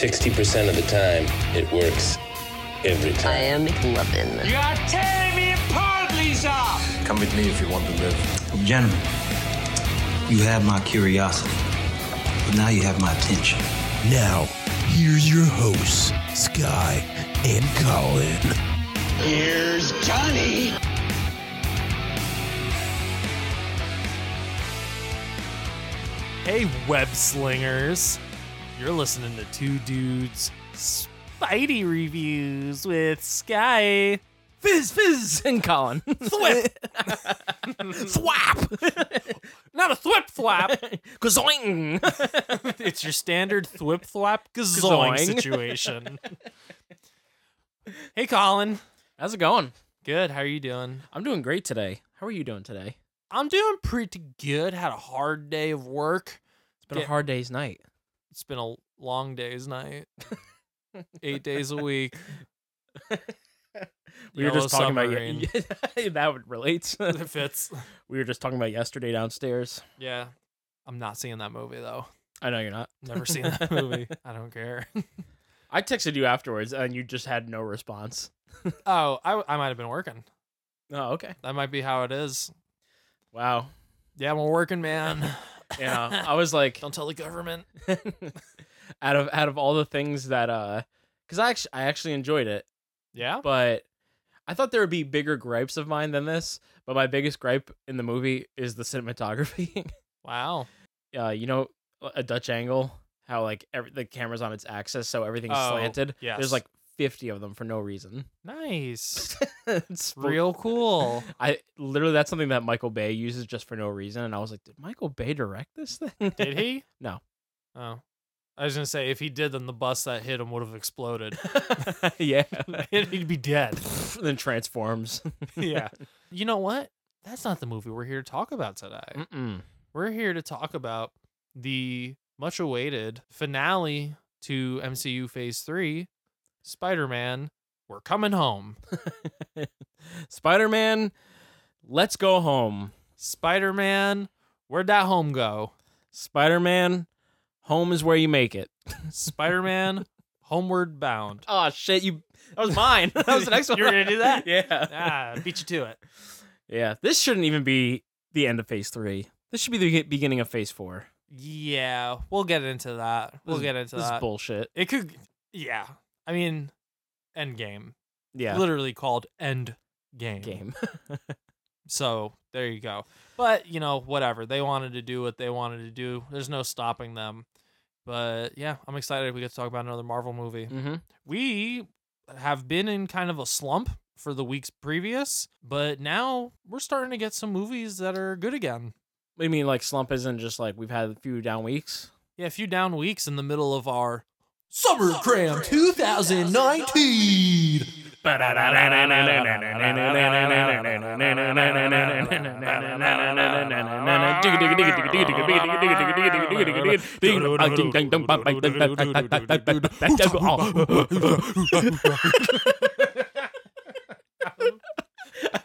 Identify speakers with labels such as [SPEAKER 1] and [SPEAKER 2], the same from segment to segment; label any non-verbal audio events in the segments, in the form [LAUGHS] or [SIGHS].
[SPEAKER 1] 60% of the time, it works every time.
[SPEAKER 2] I am McLovin.
[SPEAKER 3] You are tearing me apart, Lisa!
[SPEAKER 4] Gentlemen, you have my curiosity, but now you have my attention.
[SPEAKER 5] Now, here's your hosts, Sky and Colin.
[SPEAKER 6] Hey, web slingers. You're listening to Two Dudes Spidey Reviews with Sky, Fizz, Fizz, and Colin. Thwip. thwap. Not a thwip flap. Gazoing. [LAUGHS] it's your standard thwip flap gazoing situation. hey, Colin.
[SPEAKER 7] How's it going?
[SPEAKER 6] Good. How are you doing?
[SPEAKER 7] I'm doing great today. How are you doing today?
[SPEAKER 6] I'm doing pretty good. Had a hard day of work.
[SPEAKER 7] It's been
[SPEAKER 6] Yeah.
[SPEAKER 7] a hard day's night.
[SPEAKER 6] it's been a long day's [LAUGHS] night. Eight days a week.
[SPEAKER 7] We were just talking
[SPEAKER 6] Yellow
[SPEAKER 7] [LAUGHS] about yeah, that would [LAUGHS] relate.
[SPEAKER 6] submarine. it fits.
[SPEAKER 7] we were just talking about yesterday downstairs.
[SPEAKER 6] [LAUGHS] Yeah. I'm not seeing that movie though.
[SPEAKER 7] I know you're not.
[SPEAKER 6] Never [LAUGHS] seen that movie. I don't care. [LAUGHS]
[SPEAKER 7] I texted you afterwards, and you just had no response.
[SPEAKER 6] Oh, I, I might have been working.
[SPEAKER 7] Oh, okay.
[SPEAKER 6] That might be how it is.
[SPEAKER 7] Wow. [LAUGHS]
[SPEAKER 6] Yeah, I'm a working [LAUGHS] man.
[SPEAKER 7] Yeah, I was like, [LAUGHS]
[SPEAKER 6] Don't tell the government.
[SPEAKER 7] out of out of all the things that, uh, because I actually I actually enjoyed it.
[SPEAKER 6] Yeah.
[SPEAKER 7] but I thought there would be bigger gripes of mine than this. But my biggest gripe in the movie is the cinematography. [LAUGHS]
[SPEAKER 6] Wow.
[SPEAKER 7] uh, you know, a Dutch angle, how like every, the camera's on its axis, so everything's
[SPEAKER 6] Oh,
[SPEAKER 7] slanted.
[SPEAKER 6] yes.
[SPEAKER 7] There's like 50 of them for no reason. [LAUGHS]
[SPEAKER 6] Nice.
[SPEAKER 7] it's
[SPEAKER 6] [LAUGHS]
[SPEAKER 7] sp-
[SPEAKER 6] Real cool.
[SPEAKER 7] [LAUGHS] I literally that's something that Michael Bay uses just for no reason, and I was like, did Michael Bay direct this thing?
[SPEAKER 6] Did [LAUGHS] he?
[SPEAKER 7] No.
[SPEAKER 6] Oh. I was gonna say if he did, then the bus that hit him would have [LAUGHS] exploded.
[SPEAKER 7] [LAUGHS] [LAUGHS] yeah.
[SPEAKER 6] He'd be dead.
[SPEAKER 7] then transforms. [LAUGHS]
[SPEAKER 6] yeah. [LAUGHS] You know what? That's not the movie we're here to talk about today.
[SPEAKER 7] Mm-mm.
[SPEAKER 6] We're here to talk about the much awaited finale to MCU Phase 3 Spider Man. We're coming home.
[SPEAKER 7] Spider-Man, let's go home.
[SPEAKER 6] Spider Man, where'd that home go?
[SPEAKER 7] Spider-Man, home is where you make it.
[SPEAKER 6] Spider
[SPEAKER 7] [LAUGHS]
[SPEAKER 6] Man, homeward bound.
[SPEAKER 7] Oh shit, you [LAUGHS] that was
[SPEAKER 6] [LAUGHS]
[SPEAKER 7] mine. that was the [LAUGHS] next one.
[SPEAKER 6] You were gonna do that?
[SPEAKER 7] yeah.
[SPEAKER 6] Ah, beat you to it.
[SPEAKER 7] Yeah. This shouldn't even be the end of phase three. This should be the beginning of phase four.
[SPEAKER 6] Yeah, we'll get into that. We'll
[SPEAKER 7] This-
[SPEAKER 6] get into
[SPEAKER 7] this
[SPEAKER 6] that.
[SPEAKER 7] is bullshit.
[SPEAKER 6] it could, yeah. I mean, end game.
[SPEAKER 7] Yeah.
[SPEAKER 6] Literally called end game.
[SPEAKER 7] [LAUGHS] Game.
[SPEAKER 6] So there you go. But you know, whatever they wanted to do, what they wanted to do. There's no stopping them. But yeah, I'm excited we get to talk about another Marvel movie.
[SPEAKER 7] mm-hmm.
[SPEAKER 6] We have been in kind of a slump for the weeks previous, but now we're starting to get some movies that are good again.
[SPEAKER 7] What do you mean, like slump isn't just like we've had a few down weeks? [LAUGHS]
[SPEAKER 6] Yeah, a few down weeks in the middle of our Summer Cram 2019.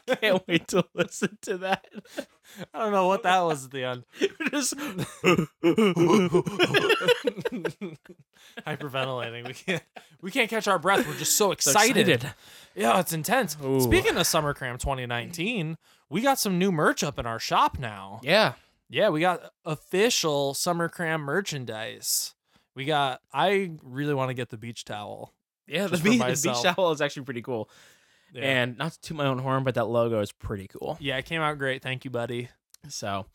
[SPEAKER 7] I can't wait to listen to that.
[SPEAKER 6] I don't know what that was at the end.
[SPEAKER 7] Just-
[SPEAKER 6] [LAUGHS] hyperventilating. We can't we can't catch our breath. We're just so excited. Yeah, it's intense.
[SPEAKER 7] Ooh.
[SPEAKER 6] Speaking of Summer Cram 2019, we got some new merch up in our shop now.
[SPEAKER 7] Yeah.
[SPEAKER 6] Yeah, we got official Summer Cram merchandise. We got I really want to get the beach towel.
[SPEAKER 7] Yeah, [LAUGHS] the
[SPEAKER 6] Just for
[SPEAKER 7] beach, the
[SPEAKER 6] myself.
[SPEAKER 7] beach towel is actually pretty cool.
[SPEAKER 6] Yeah.
[SPEAKER 7] And not to toot my own horn, but that logo is pretty cool.
[SPEAKER 6] yeah, it came out great. Thank you, buddy.
[SPEAKER 7] So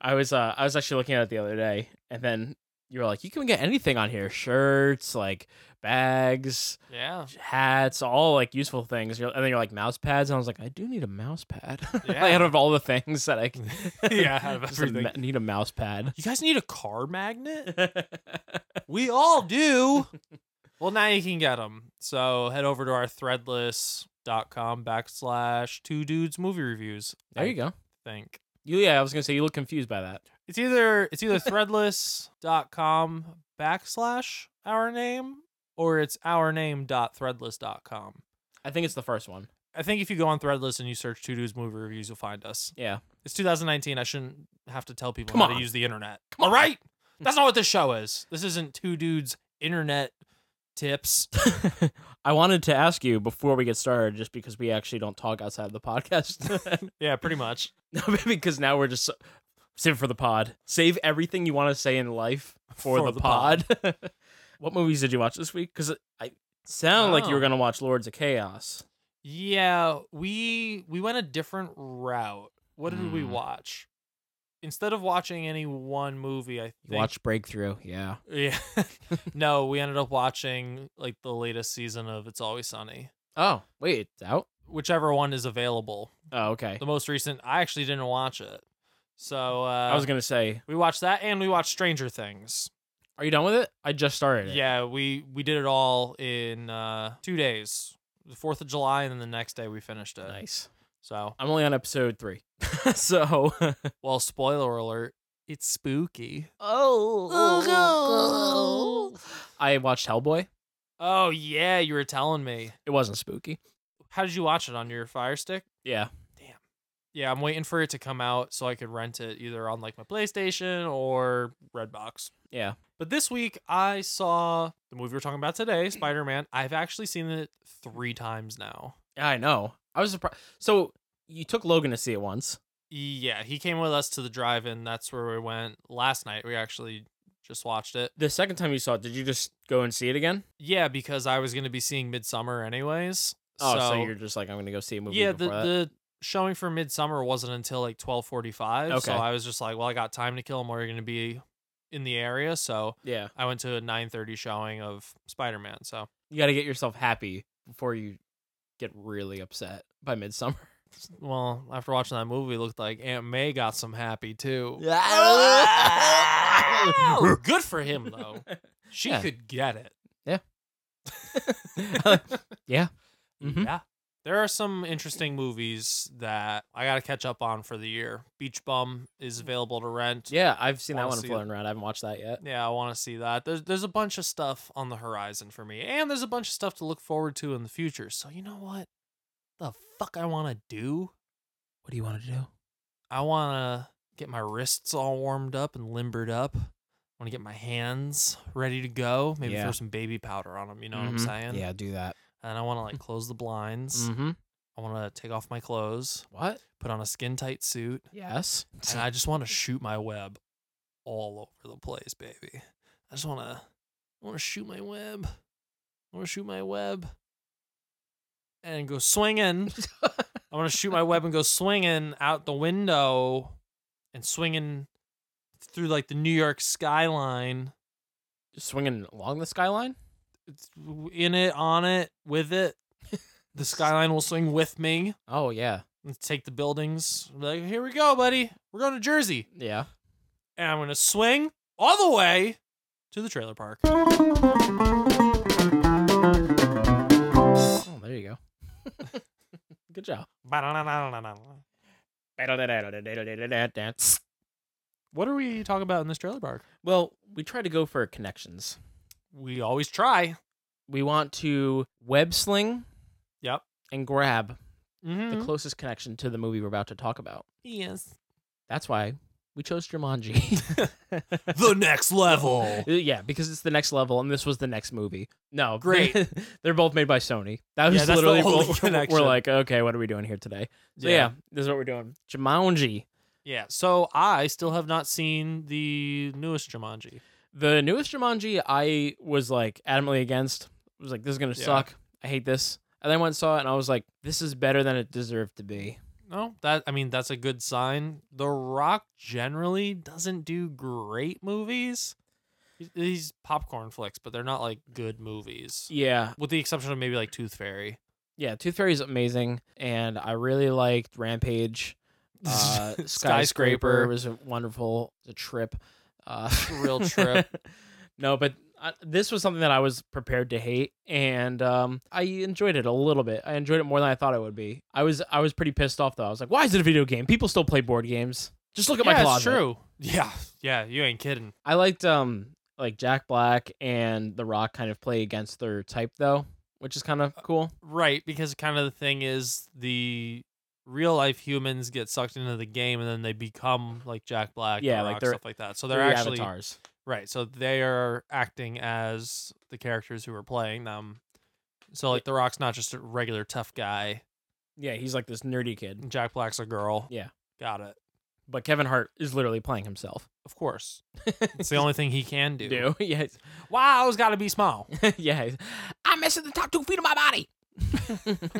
[SPEAKER 7] I was uh I was actually looking at it the other day and then you were like, you can get anything on here shirts, like bags,
[SPEAKER 8] Yeah.
[SPEAKER 7] hats, all like useful things. You're, and then you're like, mouse pads. And I was like, I do need a mouse pad. [LAUGHS]
[SPEAKER 8] Yeah.
[SPEAKER 7] like, out of all the things that I
[SPEAKER 6] [LAUGHS]
[SPEAKER 8] Yeah, out of
[SPEAKER 7] [LAUGHS] just a ma-
[SPEAKER 8] everything.
[SPEAKER 7] need a mouse pad. [LAUGHS]
[SPEAKER 6] You guys need a car magnet? we all
[SPEAKER 7] [LAUGHS]
[SPEAKER 6] do. well, now you can get them. So head over to our threadless.com backslash two dudes movie reviews.
[SPEAKER 7] There you go.
[SPEAKER 6] I think.
[SPEAKER 7] You, yeah, I was going to say, you look confused by that.
[SPEAKER 6] It's either it's either threadless.com backslash our name or it's our name.threadless.com.
[SPEAKER 7] I think it's the first one.
[SPEAKER 6] I think if you go on Threadless and you search Two Dudes Movie Reviews, you'll find us.
[SPEAKER 7] Yeah.
[SPEAKER 6] It's 2019. I shouldn't have to tell people
[SPEAKER 7] Come
[SPEAKER 6] how
[SPEAKER 7] on.
[SPEAKER 6] to use the internet. All
[SPEAKER 7] [LAUGHS]
[SPEAKER 6] right? That's not what this show is. This isn't Two Dudes Internet Tips.
[SPEAKER 7] [LAUGHS] I wanted to ask you before we get started, just because we actually don't talk outside of the podcast. [LAUGHS]
[SPEAKER 6] yeah, pretty much.
[SPEAKER 7] No, because now we're just save it for the pod. Save everything you want to say in life for,
[SPEAKER 6] For
[SPEAKER 7] the,
[SPEAKER 6] the
[SPEAKER 7] pod. [LAUGHS]
[SPEAKER 6] pod.
[SPEAKER 7] what movies did you watch this week? Because I sound like you were
[SPEAKER 6] Oh.
[SPEAKER 7] gonna watch Lords of Chaos.
[SPEAKER 6] Yeah, we we went a different route. What did we
[SPEAKER 7] Hmm.
[SPEAKER 6] watch? Instead of watching any one movie, I think
[SPEAKER 7] You watched Breakthrough, yeah.
[SPEAKER 6] Yeah. [LAUGHS] no, we ended up watching like the latest season of It's Always Sunny,
[SPEAKER 7] Oh wait, it's out.
[SPEAKER 6] whichever one is available.
[SPEAKER 7] Oh okay.
[SPEAKER 6] The most recent, I actually didn't watch it. So uh,
[SPEAKER 7] I was gonna say,
[SPEAKER 6] we watched that and we watched Stranger Things.
[SPEAKER 7] are you done with it? I just started it.
[SPEAKER 6] Yeah, we we did it all in uh, two days. The Fourth of July, and then the next day we finished it.
[SPEAKER 7] Nice.
[SPEAKER 6] So,
[SPEAKER 7] I'm only on episode three, [LAUGHS] so
[SPEAKER 6] well, spoiler alert, it's spooky.
[SPEAKER 7] [LAUGHS] oh, I watched Hellboy.
[SPEAKER 6] Oh yeah, you were telling me.
[SPEAKER 7] It wasn't spooky.
[SPEAKER 6] How did you watch it on your Fire Stick?
[SPEAKER 7] Yeah,
[SPEAKER 6] Yeah, I'm waiting for it to come out so I could rent it either on like my PlayStation or Redbox.
[SPEAKER 7] yeah.
[SPEAKER 6] But this week I saw the movie we're talking about today, Spider Man. I've actually seen it three times now.
[SPEAKER 7] I know. I was surprised. So you took Logan to see it once.
[SPEAKER 6] Yeah, he came with us to the drive in. That's where we went last night. We actually just watched it.
[SPEAKER 7] The second time you saw it, did you just go and see it again?
[SPEAKER 6] Yeah, because I was going to be seeing Midsummer anyways.
[SPEAKER 7] Oh, so, you're just like, I'm gonna go see a movie.
[SPEAKER 6] yeah the,
[SPEAKER 7] before that.
[SPEAKER 6] the showing for midsummer wasn't until like 12.45 so
[SPEAKER 7] Okay.
[SPEAKER 6] i was just like well i got time to kill i'm already going to be in the area so
[SPEAKER 7] yeah.
[SPEAKER 6] i went to a 9.30 showing of spider-man so
[SPEAKER 7] You got to get yourself happy before you get really upset by midsummer. [LAUGHS]
[SPEAKER 6] well after watching that movie it looked like aunt may got some happy too
[SPEAKER 7] I
[SPEAKER 6] [LAUGHS] good for him
[SPEAKER 7] [LAUGHS]
[SPEAKER 6] though she
[SPEAKER 7] Yeah.
[SPEAKER 6] could get it
[SPEAKER 7] [LAUGHS] yeah. Mhm.
[SPEAKER 6] yeah there are some interesting movies that i gotta catch up on for the year beach bum is available to rent
[SPEAKER 7] Yeah, I've seen that
[SPEAKER 6] Wanna
[SPEAKER 7] one
[SPEAKER 6] see it.
[SPEAKER 7] floating around. I haven't watched that yet.
[SPEAKER 6] Yeah, I want to see that. There's there's a bunch of stuff on the horizon for me, and there's a bunch of stuff to look forward to in the future. So you know what? The fuck I want to do?
[SPEAKER 7] What do you want to do?
[SPEAKER 6] I want to get my wrists all warmed up and limbered up. I want to get my hands ready to go. Maybe
[SPEAKER 7] Yeah.
[SPEAKER 6] throw some baby powder on them. You know what
[SPEAKER 7] Mhm.
[SPEAKER 6] I'm saying?
[SPEAKER 7] Yeah, do that.
[SPEAKER 6] And I want to like close the blinds.
[SPEAKER 7] Mm-hmm.
[SPEAKER 6] I want to take off my clothes,
[SPEAKER 7] What?
[SPEAKER 6] put on a skin tight suit,
[SPEAKER 7] Yes.
[SPEAKER 6] and I just want to shoot my web all over the place, baby. I just want to want to shoot my web. I want to shoot my web and go swinging. I want to shoot my web and go swinging out the window and swinging through like the New York skyline.
[SPEAKER 7] Swinging along the skyline.
[SPEAKER 6] It's in it, on it, with it. The skyline will swing with me.
[SPEAKER 7] Oh yeah,
[SPEAKER 6] Let's take the buildings. Like, here we go, buddy. We're going to Jersey.
[SPEAKER 7] yeah.
[SPEAKER 6] and I'm gonna swing all the way to the trailer park.
[SPEAKER 7] Oh, there you go. [LAUGHS] Good job.
[SPEAKER 6] What are we talking about in this trailer park?
[SPEAKER 7] Well, we try to go for connections.
[SPEAKER 6] We always try.
[SPEAKER 7] We want to web sling
[SPEAKER 6] Yep.
[SPEAKER 7] and grab
[SPEAKER 6] Mm-hmm.
[SPEAKER 7] the closest connection to the movie we're about to talk about.
[SPEAKER 6] yes.
[SPEAKER 7] That's why we chose Jumanji. [LAUGHS]
[SPEAKER 6] the next level.
[SPEAKER 7] Uh, yeah, because it's the next level, and this was the next movie.
[SPEAKER 6] [LAUGHS]
[SPEAKER 7] No,
[SPEAKER 6] Great.
[SPEAKER 7] [LAUGHS] They're both made by Sony. That was
[SPEAKER 6] Yeah, that's the
[SPEAKER 7] literally
[SPEAKER 6] only
[SPEAKER 7] [LAUGHS] what we're
[SPEAKER 6] connection.
[SPEAKER 7] like, okay, what are we doing here today? So yeah. this is what we're doing. Jumanji,
[SPEAKER 6] [LAUGHS] Yeah. So I still have not seen the newest Jumanji.
[SPEAKER 7] the newest Jumanji, I was like adamantly against. I was like, this is gonna
[SPEAKER 6] Yeah.
[SPEAKER 7] suck. I hate this. And then I went and saw it, and I was like, this is better than it deserved to be.
[SPEAKER 6] No, that I mean that's a good sign. The Rock generally doesn't do great movies. These popcorn flicks, but they're not like good movies.
[SPEAKER 7] Yeah.
[SPEAKER 6] With the exception of maybe like Tooth Fairy.
[SPEAKER 7] Yeah, Tooth Fairy is amazing, and I really liked [LAUGHS] Rampage. Uh, skyscraper,
[SPEAKER 6] Skyscraper.
[SPEAKER 7] was a wonderful. It was a trip, uh,
[SPEAKER 6] Real trip.
[SPEAKER 7] [LAUGHS] no, but I, this was something that I was prepared to hate, and um, I enjoyed it a little bit. I enjoyed it more than I thought I would be. I was I was pretty pissed off though. I was like, why is it a video game? People still play board games. Just look at my
[SPEAKER 6] Yeah,
[SPEAKER 7] closet.
[SPEAKER 6] it's true. Yeah, yeah, you ain't kidding.
[SPEAKER 7] I liked um like Jack Black and The Rock kind of play against their type though, which is kind of cool.
[SPEAKER 6] Right, because kind of the thing is the real life humans get sucked into the game and then they become like Jack Black,
[SPEAKER 7] Yeah,
[SPEAKER 6] The
[SPEAKER 7] like
[SPEAKER 6] Rock,
[SPEAKER 7] they're-
[SPEAKER 6] stuff like that. So they're
[SPEAKER 7] Three
[SPEAKER 6] actually
[SPEAKER 7] avatars.
[SPEAKER 6] right. So they are acting as the characters who are playing them. So like the Rock's not just a regular tough guy.
[SPEAKER 7] Yeah, he's like this nerdy kid.
[SPEAKER 6] Jack Black's a girl.
[SPEAKER 7] Yeah.
[SPEAKER 6] got it.
[SPEAKER 7] But Kevin Hart is literally playing himself.
[SPEAKER 6] Of
[SPEAKER 7] [LAUGHS]
[SPEAKER 6] course, it's the only thing he can do.
[SPEAKER 7] Do yeah,
[SPEAKER 6] Wow's got to be small.
[SPEAKER 7] [LAUGHS] yeah. I'm missing the top two feet of my body.
[SPEAKER 6] [LAUGHS]
[SPEAKER 7] [LAUGHS]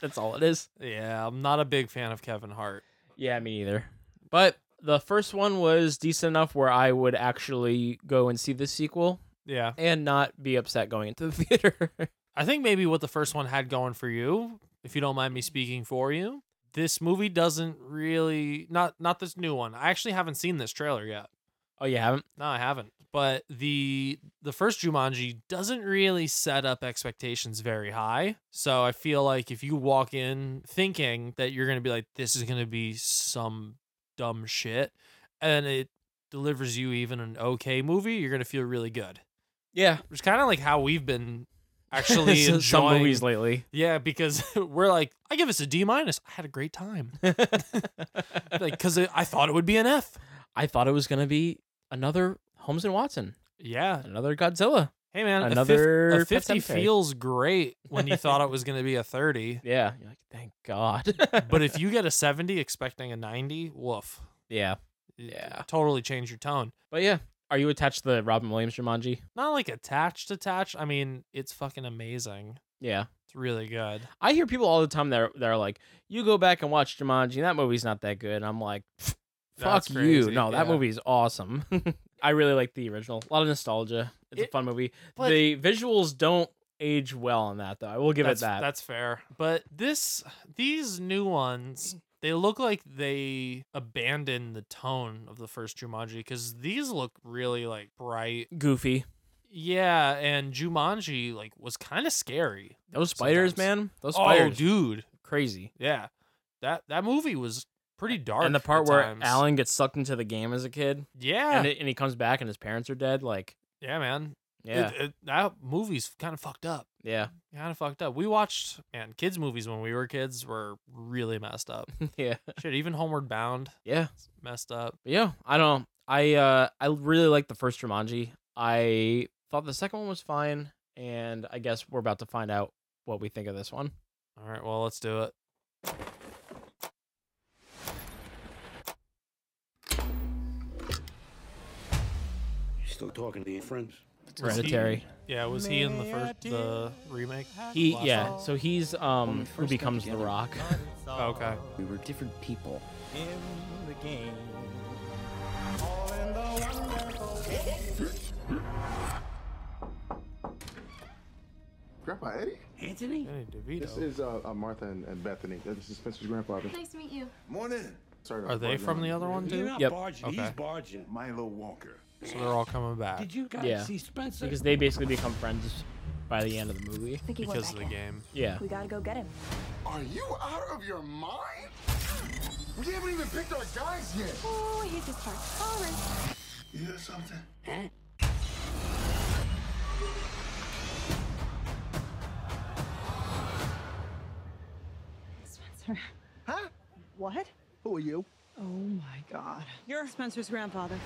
[SPEAKER 7] That's all it is.
[SPEAKER 6] yeah, I'm not a big fan of Kevin Hart.
[SPEAKER 7] Yeah, me either. But the first one was decent enough where I would actually go and see the sequel
[SPEAKER 6] Yeah,
[SPEAKER 7] and not be upset going into the [LAUGHS] theater.
[SPEAKER 6] I think maybe what the first one had going for you, if you don't mind me speaking for you, this movie doesn't really not not this new one. I actually haven't seen this trailer yet.
[SPEAKER 7] oh, you haven't?
[SPEAKER 6] No, I haven't. But the the first Jumanji doesn't really set up expectations very high. So I feel like if you walk in thinking that you're gonna be like, this is gonna be some dumb shit, and it delivers you even an okay movie, you're gonna feel really good.
[SPEAKER 7] [LAUGHS] Yeah.
[SPEAKER 6] Which is kind of like how we've been actually
[SPEAKER 7] [LAUGHS] So-
[SPEAKER 6] enjoying
[SPEAKER 7] some
[SPEAKER 6] [LAUGHS]
[SPEAKER 7] movies lately. [LAUGHS]
[SPEAKER 6] yeah, because we're like, I give this a D minus. I had a great time. like, because I thought it would be an F.
[SPEAKER 7] I thought it was gonna be another Holmes and Watson,
[SPEAKER 6] Yeah.
[SPEAKER 7] another Godzilla.
[SPEAKER 6] Hey, man. a fif-
[SPEAKER 7] Another
[SPEAKER 6] a,
[SPEAKER 7] Pet
[SPEAKER 6] 50
[SPEAKER 7] Sematary.
[SPEAKER 6] feels great when you thought it
[SPEAKER 7] [LAUGHS]
[SPEAKER 6] was going to be a 30.
[SPEAKER 7] Yeah. You're like, thank God.
[SPEAKER 6] [LAUGHS] But if you get a 70 expecting a 90, woof.
[SPEAKER 7] [LAUGHS] yeah,
[SPEAKER 6] It-
[SPEAKER 7] Yeah.
[SPEAKER 6] Totally change your tone.
[SPEAKER 7] but yeah, are you attached to the Robin Williams Jumanji?
[SPEAKER 6] Not like attached, attached. I mean, it's fucking amazing.
[SPEAKER 7] Yeah.
[SPEAKER 6] It's really good.
[SPEAKER 7] I hear people all the time that are, that are like, "You go back and watch Jumanji. That movie's not that good." And I'm like, "Pfft, "Fuck
[SPEAKER 6] That's
[SPEAKER 7] you!
[SPEAKER 6] crazy,
[SPEAKER 7] No, that
[SPEAKER 6] yeah.
[SPEAKER 7] movie is awesome." [LAUGHS] I really like the original. A lot of nostalgia. It's a
[SPEAKER 6] It-
[SPEAKER 7] fun movie.
[SPEAKER 6] but-
[SPEAKER 7] the visuals don't age well on that, though. I will give
[SPEAKER 6] that's,
[SPEAKER 7] it that.
[SPEAKER 6] That's fair. But this these new ones, they look like they abandoned the tone of the first Jumanji because these look really like bright.
[SPEAKER 7] goofy.
[SPEAKER 6] Yeah, and Jumanji like was kind of scary.
[SPEAKER 7] Those spiders,
[SPEAKER 6] Sometimes.
[SPEAKER 7] man. Those
[SPEAKER 6] Oh,
[SPEAKER 7] spiders,
[SPEAKER 6] dude,
[SPEAKER 7] crazy.
[SPEAKER 6] yeah, that that movie was pretty dark.
[SPEAKER 7] and the part
[SPEAKER 6] at
[SPEAKER 7] where
[SPEAKER 6] times.
[SPEAKER 7] Alan gets sucked into the game as a kid,
[SPEAKER 6] yeah,
[SPEAKER 7] and, it, and he comes back and his parents are dead. Like,
[SPEAKER 6] yeah, man, It-
[SPEAKER 7] yeah,
[SPEAKER 6] it- that movie's kind of fucked up.
[SPEAKER 7] yeah,
[SPEAKER 6] Kind of fucked up. We watched man, kids movies when we were kids were really messed
[SPEAKER 7] [LAUGHS]
[SPEAKER 6] up.
[SPEAKER 7] yeah,
[SPEAKER 6] Shit, even Homeward Bound
[SPEAKER 7] yeah,
[SPEAKER 6] messed up.
[SPEAKER 7] but yeah. I don't. know. I uh, I really like the first Jumanji. I thought the second one was fine, and I guess we're about to find out what we think of this one.
[SPEAKER 6] All right, well, let's do it.
[SPEAKER 9] Still talking to your friends.
[SPEAKER 7] Hereditary.
[SPEAKER 6] Yeah, was he in the first the remake?
[SPEAKER 7] He,
[SPEAKER 6] Last
[SPEAKER 7] yeah.
[SPEAKER 6] one?
[SPEAKER 7] So he's um who
[SPEAKER 9] first got
[SPEAKER 7] becomes the
[SPEAKER 9] together.
[SPEAKER 7] Rock.
[SPEAKER 6] Oh, okay.
[SPEAKER 9] We were different people.
[SPEAKER 10] Grandpa Eddie?
[SPEAKER 9] Anthony?
[SPEAKER 6] Danny
[SPEAKER 10] This
[SPEAKER 6] DeVito.
[SPEAKER 10] is uh, uh, Martha and, and Bethany. This is Spencer's grandfather.
[SPEAKER 11] Nice to meet you.
[SPEAKER 10] Morning. Sorry.
[SPEAKER 6] Are they from the other one
[SPEAKER 9] You're
[SPEAKER 6] too?
[SPEAKER 9] not
[SPEAKER 7] Yep.
[SPEAKER 9] barging. He's
[SPEAKER 6] Okay.
[SPEAKER 9] barging.
[SPEAKER 10] Milo Walker.
[SPEAKER 6] So they're all coming back
[SPEAKER 9] Did you guys
[SPEAKER 7] Yeah.
[SPEAKER 9] see Spencer?
[SPEAKER 7] because they basically become friends by the end of the movie.
[SPEAKER 11] I think he
[SPEAKER 6] because of
[SPEAKER 11] went
[SPEAKER 6] the
[SPEAKER 11] back in.
[SPEAKER 6] game.
[SPEAKER 7] Yeah.
[SPEAKER 11] We gotta go get him.
[SPEAKER 10] Are you out of your mind? We haven't even picked our guys yet.
[SPEAKER 11] Oh, I hate this part. All right.
[SPEAKER 10] You hear something?
[SPEAKER 11] Spencer.
[SPEAKER 9] Huh?
[SPEAKER 11] What?
[SPEAKER 9] Who are you?
[SPEAKER 11] Oh my god.
[SPEAKER 12] You're Spencer's grandfather.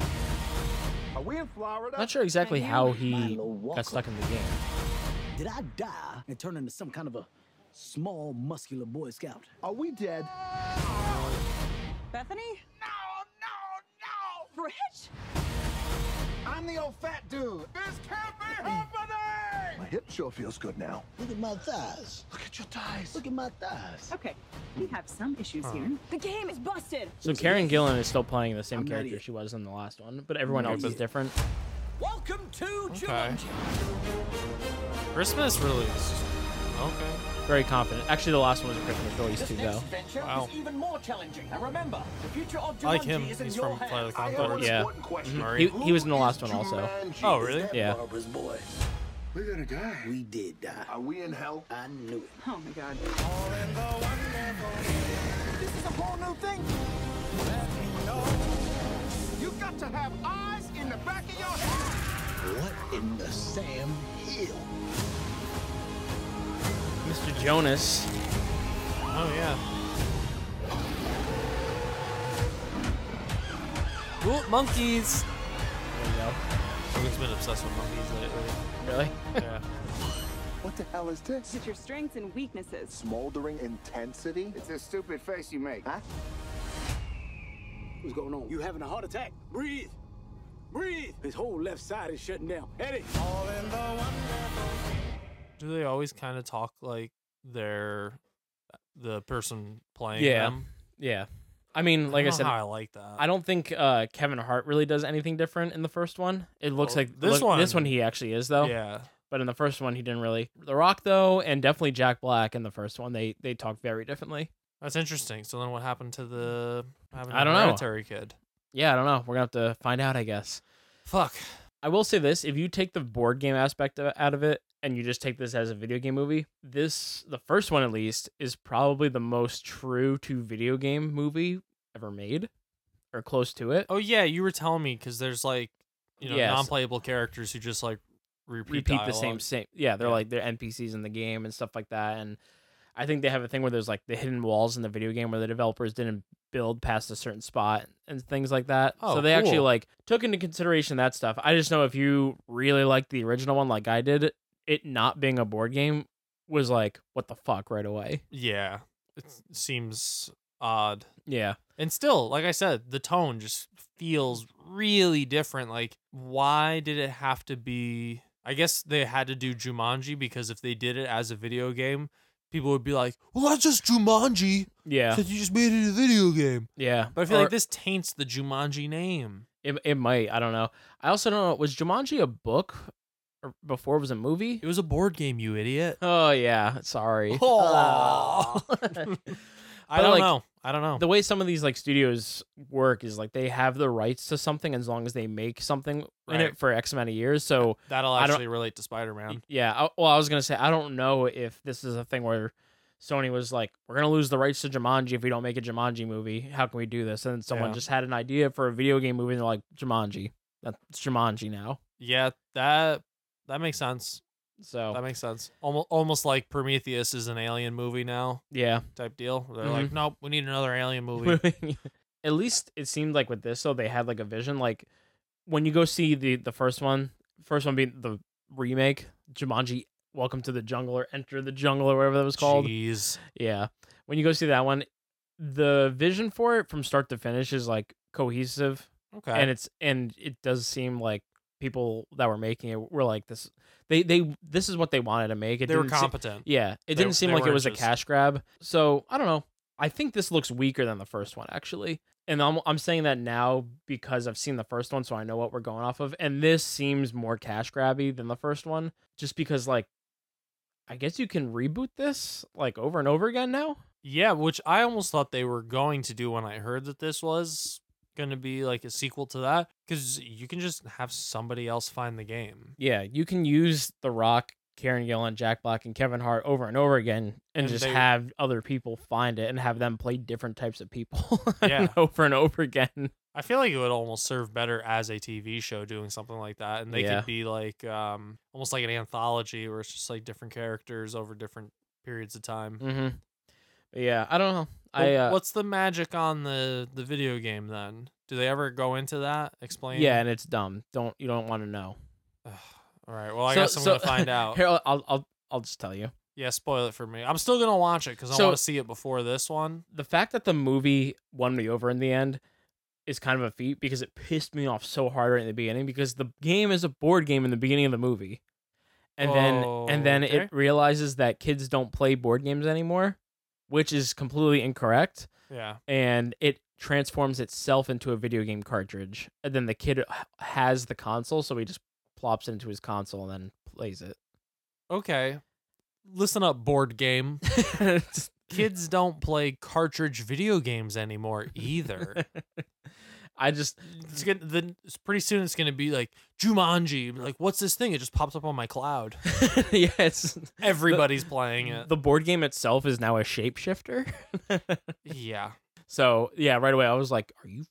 [SPEAKER 9] Are we in Florida?
[SPEAKER 7] Not sure exactly
[SPEAKER 9] Right
[SPEAKER 7] how
[SPEAKER 9] here.
[SPEAKER 7] he
[SPEAKER 9] Milo Walker.
[SPEAKER 7] got stuck in the game.
[SPEAKER 12] Did I die and turn into some kind of a small, muscular Boy Scout?
[SPEAKER 9] Are we dead?
[SPEAKER 12] Bethany? No, no, no! Rich?
[SPEAKER 10] I'm the old fat dude. This can't be happening! My hip sure feels good now.
[SPEAKER 9] Look at my thighs.
[SPEAKER 10] Look at your thighs.
[SPEAKER 9] Look at my thighs.
[SPEAKER 12] Okay, we have some issues here. The game is busted!
[SPEAKER 7] So Karen Gillan is still playing the same
[SPEAKER 9] I'm an
[SPEAKER 7] character
[SPEAKER 9] idiot.
[SPEAKER 7] she was in the last one, but everyone
[SPEAKER 9] I'm an
[SPEAKER 7] else is
[SPEAKER 9] idiot.
[SPEAKER 7] different.
[SPEAKER 2] Welcome to
[SPEAKER 6] Okay. Christmas release. Okay.
[SPEAKER 7] Very confident. Actually, the last one was a Christmas release
[SPEAKER 2] This
[SPEAKER 7] too,
[SPEAKER 2] next
[SPEAKER 7] though.
[SPEAKER 2] adventure is even more challenging. And remember, the future of Jumanji
[SPEAKER 7] I like him.
[SPEAKER 2] is in
[SPEAKER 7] He's
[SPEAKER 2] your
[SPEAKER 7] from
[SPEAKER 2] hands.
[SPEAKER 7] Flight of the Conchords. Yeah. Mhm.
[SPEAKER 2] Murray.
[SPEAKER 7] He- he was in the last one also.
[SPEAKER 2] Jumanji?
[SPEAKER 7] Oh, really?
[SPEAKER 2] Is that
[SPEAKER 7] Yeah.
[SPEAKER 2] Barbara's boy?
[SPEAKER 10] We're gonna die. We did die. Are we in hell? I knew it. Oh my god. This is a whole new thing. You got to have eyes in the back of your head. What in the Sam Hill?
[SPEAKER 7] Mr. Jonas.
[SPEAKER 6] Oh yeah. Ooh, monkeys.
[SPEAKER 7] There you go.
[SPEAKER 6] Logan's been obsessed with monkeys lately.
[SPEAKER 7] Really?
[SPEAKER 6] Yeah.
[SPEAKER 10] What the hell is this?
[SPEAKER 11] It's your strengths and weaknesses.
[SPEAKER 10] Smoldering intensity? It's this stupid face you make. Huh?
[SPEAKER 12] What's going on? You having a heart attack? Breathe. Breathe. His whole left side is shutting down. Eddie.
[SPEAKER 6] Do they always kind of talk like they're the person playing
[SPEAKER 7] yeah.
[SPEAKER 6] them?
[SPEAKER 7] Yeah. I mean, like I,
[SPEAKER 6] don't know
[SPEAKER 7] said,
[SPEAKER 6] how I like that.
[SPEAKER 7] I don't think uh, Kevin Hart really does anything different in the first one. It looks
[SPEAKER 6] Well,
[SPEAKER 7] like
[SPEAKER 6] this
[SPEAKER 7] look- This
[SPEAKER 6] one-
[SPEAKER 7] one he actually is though.
[SPEAKER 6] Yeah.
[SPEAKER 7] But in the first one, he didn't really. The Rock though, and definitely Jack Black in the first one, they they talk very differently.
[SPEAKER 6] That's interesting. So then, what happened to the? what happened to
[SPEAKER 7] I don't know.
[SPEAKER 6] Hereditary kid.
[SPEAKER 7] Yeah, I don't know. We're gonna have to find out, I guess.
[SPEAKER 6] Fuck.
[SPEAKER 7] I will say this: if you take the board game aspect of, out of it and you just take this as a video game movie, this the first one at least is probably the most true to video game movie ever made, or close to it.
[SPEAKER 6] Oh yeah, you were telling me because there's like you know
[SPEAKER 7] Yes.
[SPEAKER 6] non-playable characters who just like repeat,
[SPEAKER 7] repeat the same
[SPEAKER 6] dialogue.
[SPEAKER 7] same yeah they're like they're npcs in the game and stuff like that and i think they have a thing where there's like the hidden walls in the video game where the developers didn't build past a certain spot and things like that
[SPEAKER 6] Oh,
[SPEAKER 7] so they actually
[SPEAKER 6] cool.
[SPEAKER 7] like took into consideration that stuff i just know if you really liked the original one like i did it not being a board game was like what the fuck right away
[SPEAKER 6] Yeah, it s- seems odd.
[SPEAKER 7] yeah
[SPEAKER 6] And still, like I said, the tone just feels really different. Like, why did it have to be? I guess they had to do Jumanji because if they did it as a video game, people would be like, "Well, that's just Jumanji." [LAUGHS]
[SPEAKER 7] yeah
[SPEAKER 6] Since you just made it a video game.
[SPEAKER 7] yeah
[SPEAKER 6] But I feel
[SPEAKER 7] Or-
[SPEAKER 6] like this taints the Jumanji name.
[SPEAKER 7] it, it might i don't know i also don't know was jumanji a book or before it was a movie
[SPEAKER 6] it was a board game you idiot
[SPEAKER 7] oh yeah sorry
[SPEAKER 6] [LAUGHS] Oh. I
[SPEAKER 7] [LAUGHS] But,
[SPEAKER 6] don't
[SPEAKER 7] like,
[SPEAKER 6] know. I don't know.
[SPEAKER 7] The way some of these like studios work is like they have the rights to something as long as they make something in
[SPEAKER 6] Right. Mm.
[SPEAKER 7] it for X amount of years. So
[SPEAKER 6] That'll
[SPEAKER 7] I don't-
[SPEAKER 6] actually relate to Spider Man.
[SPEAKER 7] yeah, I, well, I was gonna say I don't know if this is a thing where Sony was like, "We're gonna lose the rights to Jumanji if we don't make a Jumanji movie. How can we do this?" And someone
[SPEAKER 6] Yeah.
[SPEAKER 7] just had an idea for a video game movie, and they're like, "Jumanji, that's Jumanji now."
[SPEAKER 6] Yeah, that that makes sense.
[SPEAKER 7] So
[SPEAKER 6] That makes sense. Almost almost like Prometheus is an alien movie now
[SPEAKER 7] yeah,
[SPEAKER 6] type deal. They're like,
[SPEAKER 7] Mhm.
[SPEAKER 6] nope, we need another alien
[SPEAKER 7] [LAUGHS]
[SPEAKER 6] movie.
[SPEAKER 7] At least it seemed like with this, though, they had like a vision. Like when you go see the the first one, first one being the remake, Jumanji, Welcome to the Jungle or Enter the Jungle or whatever that was called.
[SPEAKER 6] Jeez.
[SPEAKER 7] Yeah, when you go see that one, the vision for it from start to finish is like cohesive.
[SPEAKER 6] Okay.
[SPEAKER 7] and it's and it does seem like people that were making it were like this. They they this is what they wanted to make. It
[SPEAKER 6] They were
[SPEAKER 7] didn't seem-
[SPEAKER 6] competent.
[SPEAKER 7] yeah, it
[SPEAKER 6] They-
[SPEAKER 7] didn't seem
[SPEAKER 6] they
[SPEAKER 7] like it
[SPEAKER 6] weren't
[SPEAKER 7] was
[SPEAKER 6] just-
[SPEAKER 7] a cash grab. So I don't know. I think this looks weaker than the first one actually, and I'm I'm saying that now because I've seen the first one, so I know what we're going off of. And this seems more cash grabby than the first one, just because like, I guess you can reboot this like over and over again now.
[SPEAKER 6] Yeah, which I almost thought they were going to do when I heard that this was going to be like a sequel to that because you can just have somebody else find the game.
[SPEAKER 7] Yeah, you can use The Rock, Karen Gillan, Jack Black, and Kevin Hart over and over again, and,
[SPEAKER 6] And
[SPEAKER 7] just
[SPEAKER 6] they-
[SPEAKER 7] have other people find it and have them play different types of people [LAUGHS]
[SPEAKER 6] Yeah.
[SPEAKER 7] over and over again.
[SPEAKER 6] I feel like it would almost serve better as a TV show doing something like that, and they
[SPEAKER 7] Yeah.
[SPEAKER 6] could be like um, almost like an anthology where it's just like different characters over different periods of time.
[SPEAKER 7] Mm-hmm. Yeah, I don't know. I
[SPEAKER 6] Well,
[SPEAKER 7] uh,
[SPEAKER 6] what's the magic on the the video game then? Do they ever go into that? Explain.
[SPEAKER 7] yeah, and it's dumb. Don't you don't want to know?
[SPEAKER 6] All right. Well, I guess I'm gonna find out.
[SPEAKER 7] [LAUGHS] Here, I'll, I'll I'll I'll just tell you.
[SPEAKER 6] yeah, spoil it for me. I'm still gonna watch it because I
[SPEAKER 7] So-
[SPEAKER 6] want to see it before this one.
[SPEAKER 7] The fact that the movie won me over in the end is kind of a feat because it pissed me off so hard right in the beginning because the game is a board game in the beginning of the movie. And then and then
[SPEAKER 6] Oh, Okay.
[SPEAKER 7] it realizes that kids don't play board games anymore, which is completely incorrect.
[SPEAKER 6] Yeah.
[SPEAKER 7] And it transforms itself into a video game cartridge, and then the kid h- has the console, so he just plops it into his console and then plays it. [LAUGHS]
[SPEAKER 6] Okay. Listen up, board
[SPEAKER 7] [LAUGHS]
[SPEAKER 6] game. Kids don't play cartridge video games anymore either.
[SPEAKER 7] [LAUGHS] I just
[SPEAKER 6] it's gonna the it's pretty soon it's gonna be like Jumanji. Like, what's this thing? It just pops up on my
[SPEAKER 7] [LAUGHS]
[SPEAKER 6] cloud.
[SPEAKER 7] yeah, it's
[SPEAKER 6] Everybody's playing
[SPEAKER 7] [LAUGHS]
[SPEAKER 6] it.
[SPEAKER 7] the board game itself is now a shapeshifter. [LAUGHS]
[SPEAKER 6] Yeah.
[SPEAKER 7] So yeah, right away I was like, "Are you?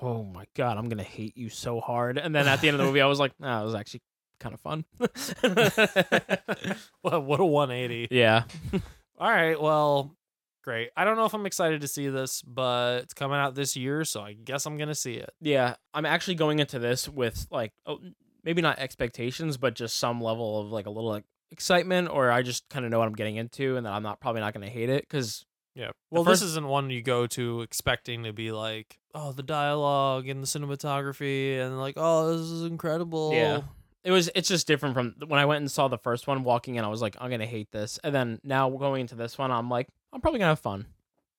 [SPEAKER 7] Oh my god, I'm gonna hate you so hard." And then at the end of the movie, I was like, "No, it was actually kind of fun." [LAUGHS]
[SPEAKER 6] [LAUGHS] What what a one eighty.
[SPEAKER 7] yeah,
[SPEAKER 6] All right, well, great. I don't know if I'm excited to see this, but it's coming out this year, so I guess I'm gonna see it.
[SPEAKER 7] yeah. I'm actually going into this with like, oh, maybe not expectations, but just some level of like a little like excitement, or I just kind of know what I'm getting into, and that I'm not probably not gonna hate it because
[SPEAKER 6] Yeah.
[SPEAKER 7] The
[SPEAKER 6] Well,
[SPEAKER 7] first-
[SPEAKER 6] this isn't one you go to expecting to be like, oh, the dialogue and the cinematography and like, oh, this is incredible.
[SPEAKER 7] Yeah. It was it's just different from when I went and saw the first one walking in, I was like, I'm gonna hate this. And then now going into this one, I'm like, I'm probably gonna have fun.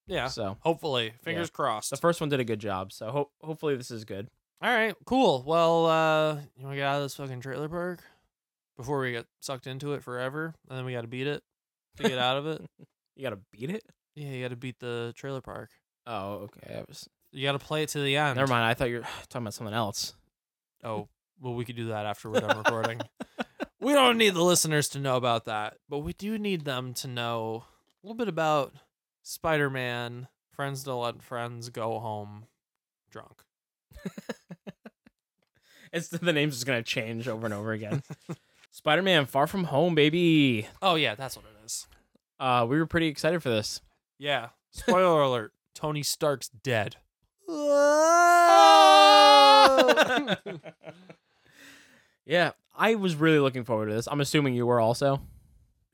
[SPEAKER 6] Yeah.
[SPEAKER 7] So
[SPEAKER 6] Hopefully, fingers
[SPEAKER 7] yeah.
[SPEAKER 6] crossed.
[SPEAKER 7] The first one did a good job, so ho- hopefully this is good.
[SPEAKER 6] All right, cool. Well, uh, you want to get out of this fucking trailer park before we get sucked into it forever, and then we got to beat it to get out of
[SPEAKER 7] [LAUGHS]
[SPEAKER 6] it.
[SPEAKER 7] You gotta beat it?
[SPEAKER 6] Yeah, you got to beat the trailer park.
[SPEAKER 7] Oh, okay. I was
[SPEAKER 6] You got to play it to the end.
[SPEAKER 7] never mind. I thought you were [SIGHS] talking about something else. [LAUGHS]
[SPEAKER 6] Oh, well, we could do that after we're done recording. we don't need the listeners to know about that, but we do need them to know a little bit about Spider Man, friends to let friends go home drunk.
[SPEAKER 7] It's the name's just gonna change over and over again. Spider Man Far From Home, baby.
[SPEAKER 6] Oh, yeah, that's what it is.
[SPEAKER 7] Uh we were pretty excited
[SPEAKER 6] [LAUGHS]
[SPEAKER 7] for this.
[SPEAKER 6] Yeah. Spoiler alert [LAUGHS] Tony Stark's dead.
[SPEAKER 7] yeah, I was really looking forward to this. I'm assuming you were also.
[SPEAKER 6] [LAUGHS]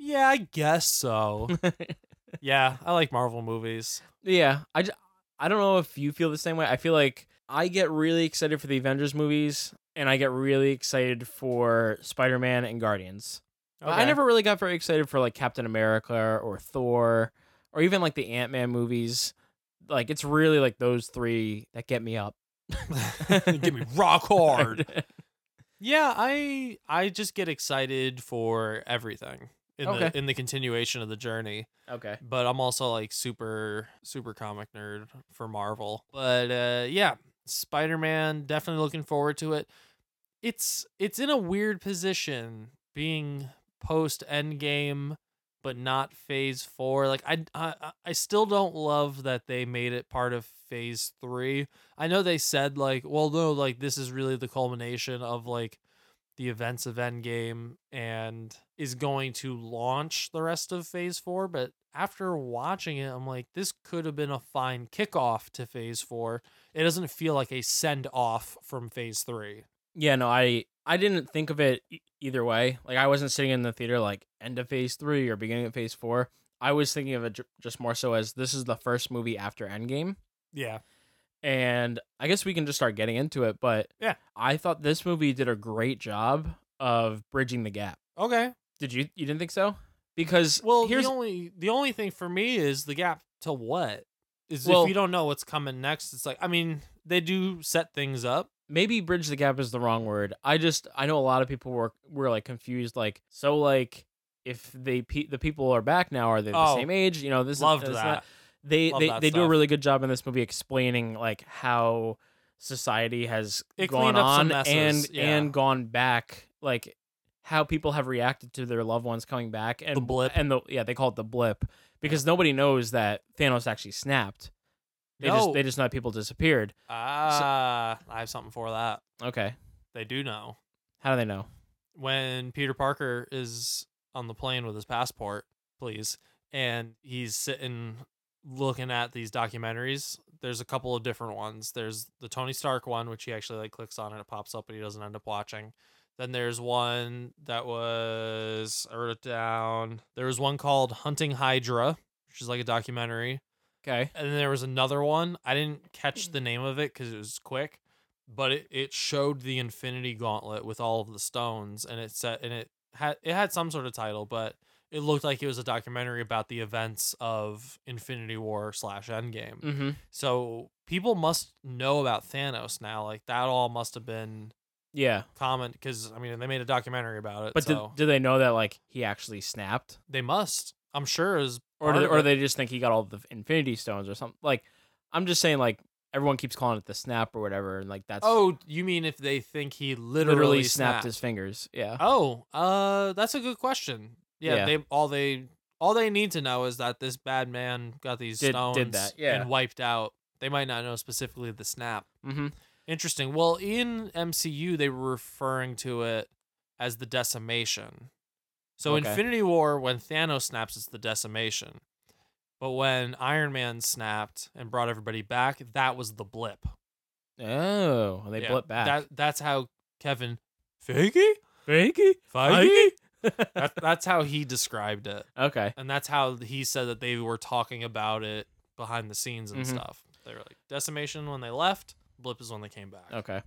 [SPEAKER 6] Yeah, I guess so.
[SPEAKER 7] [LAUGHS]
[SPEAKER 6] yeah, I like Marvel movies.
[SPEAKER 7] Yeah, I, ju- I don't know if you feel the same way. I feel like I get really excited for the Avengers movies, and I get really excited for Spider Man and Guardians. But I
[SPEAKER 6] Okay.
[SPEAKER 7] never really got very excited for like Captain America or Thor or even like the Ant Man movies. Like it's really like those three that get me up.
[SPEAKER 6] [LAUGHS] [LAUGHS] Give
[SPEAKER 7] [LAUGHS]
[SPEAKER 6] me rock hard. Yeah, I I just get excited for everything in
[SPEAKER 7] Okay.
[SPEAKER 6] the in the continuation of the journey.
[SPEAKER 7] okay.
[SPEAKER 6] But I'm also like super super comic nerd for Marvel. But uh yeah, Spider-Man definitely looking forward to it. It's it's in a weird position being post Endgame but not Phase 4. Like I I I still don't love that they made it part of Phase 3. I know they said like, well, no, like this is really the culmination of like the events of Endgame and is going to launch the rest of Phase Four. But after watching it, I'm like, this could have been a fine kickoff to Phase Four. It doesn't feel like a send off from Phase Three.
[SPEAKER 7] Yeah, no, I I didn't think of it e- either way. Like I wasn't sitting in the theater like end of phase three or beginning of phase four. I was thinking of it ju- just more so as this is the first movie after Endgame,
[SPEAKER 6] Yeah.
[SPEAKER 7] and I guess we can just start getting into it. But
[SPEAKER 6] Yeah.
[SPEAKER 7] I thought this movie did a great job of bridging the gap.
[SPEAKER 6] Okay.
[SPEAKER 7] Did you you didn't think so? Because
[SPEAKER 6] Well,
[SPEAKER 7] here's
[SPEAKER 6] the only the only thing for me is the gap to what is
[SPEAKER 7] Well-
[SPEAKER 6] if you don't know what's coming next. It's like I mean they do set things up.
[SPEAKER 7] maybe bridge the gap is the wrong word. I just I know a lot of people were were like confused like so like if they pe- the people are back now are they the
[SPEAKER 6] Oh,
[SPEAKER 7] same age? You know, this
[SPEAKER 6] Loved
[SPEAKER 7] is, this and
[SPEAKER 6] that.
[SPEAKER 7] They
[SPEAKER 6] Love
[SPEAKER 7] they,
[SPEAKER 6] that
[SPEAKER 7] they do a
[SPEAKER 6] stuff.
[SPEAKER 7] really good job in this movie explaining like how society has
[SPEAKER 6] It
[SPEAKER 7] gone
[SPEAKER 6] cleaned up some
[SPEAKER 7] on and
[SPEAKER 6] messes, yeah.
[SPEAKER 7] and gone back like how people have reacted to their loved ones coming back and the blip and the yeah they call it the blip because nobody knows that Thanos actually snapped. They just
[SPEAKER 6] No.
[SPEAKER 7] they just know people disappeared.
[SPEAKER 6] Ah, I have something for that.
[SPEAKER 7] Okay,
[SPEAKER 6] They do know.
[SPEAKER 7] how do they know?
[SPEAKER 6] when Peter Parker is on the plane with his passport, please, and he's sitting looking at these documentaries. There's a couple of different ones. There's the Tony Stark one, which he actually like clicks on and it pops up, but he doesn't end up watching. Then there's one that was I wrote it down. There was one called Hunting Hydra, which is like a documentary.
[SPEAKER 7] Okay.
[SPEAKER 6] And then there was another one. I didn't catch
[SPEAKER 7] Hmm.
[SPEAKER 6] the name of it because it was quick, but it, it showed the Infinity Gauntlet with all of the stones, and it said and it had it had some sort of title, but it looked like it was a documentary about the events of Infinity War slash Endgame.
[SPEAKER 7] Mhm.
[SPEAKER 6] So people must know about Thanos now. Like that all must have been
[SPEAKER 7] Yeah.
[SPEAKER 6] common because I mean they made a documentary about it.
[SPEAKER 7] But did,
[SPEAKER 6] so
[SPEAKER 7] do they know that like he actually snapped,
[SPEAKER 6] they must. I'm sure is
[SPEAKER 7] or
[SPEAKER 6] part
[SPEAKER 7] do,
[SPEAKER 6] of
[SPEAKER 7] or
[SPEAKER 6] it.
[SPEAKER 7] they just think he got all the Infinity Stones or something? Like, I'm just saying, like everyone keeps calling it the snap or whatever, and like that's
[SPEAKER 6] Oh, you mean if they think he literally,
[SPEAKER 7] literally, snapped his fingers. Yeah.
[SPEAKER 6] Oh, uh, that's a good question. Yeah,
[SPEAKER 7] Yeah.
[SPEAKER 6] they all they all they need to know is that this bad man got these
[SPEAKER 7] Did-
[SPEAKER 6] stones
[SPEAKER 7] did that, yeah.
[SPEAKER 6] and wiped out. They might not know specifically the snap.
[SPEAKER 7] Mm-hmm.
[SPEAKER 6] Interesting. Well, in MCU they were referring to it as the decimation. So
[SPEAKER 7] Okay.
[SPEAKER 6] Infinity War, when Thanos snaps, it's the decimation. But when Iron Man snapped and brought everybody back, that was the blip.
[SPEAKER 7] Oh, they
[SPEAKER 6] Yeah,
[SPEAKER 7] blip back.
[SPEAKER 6] That that's how Kevin Feige,
[SPEAKER 7] Feige,
[SPEAKER 6] Feige. [LAUGHS] that, that's how he described it,
[SPEAKER 7] [LAUGHS] okay.
[SPEAKER 6] and that's how he said that they were talking about it behind the scenes and
[SPEAKER 7] Mhm.
[SPEAKER 6] stuff. They were like decimation when they left, blip is when they came back.
[SPEAKER 7] Okay.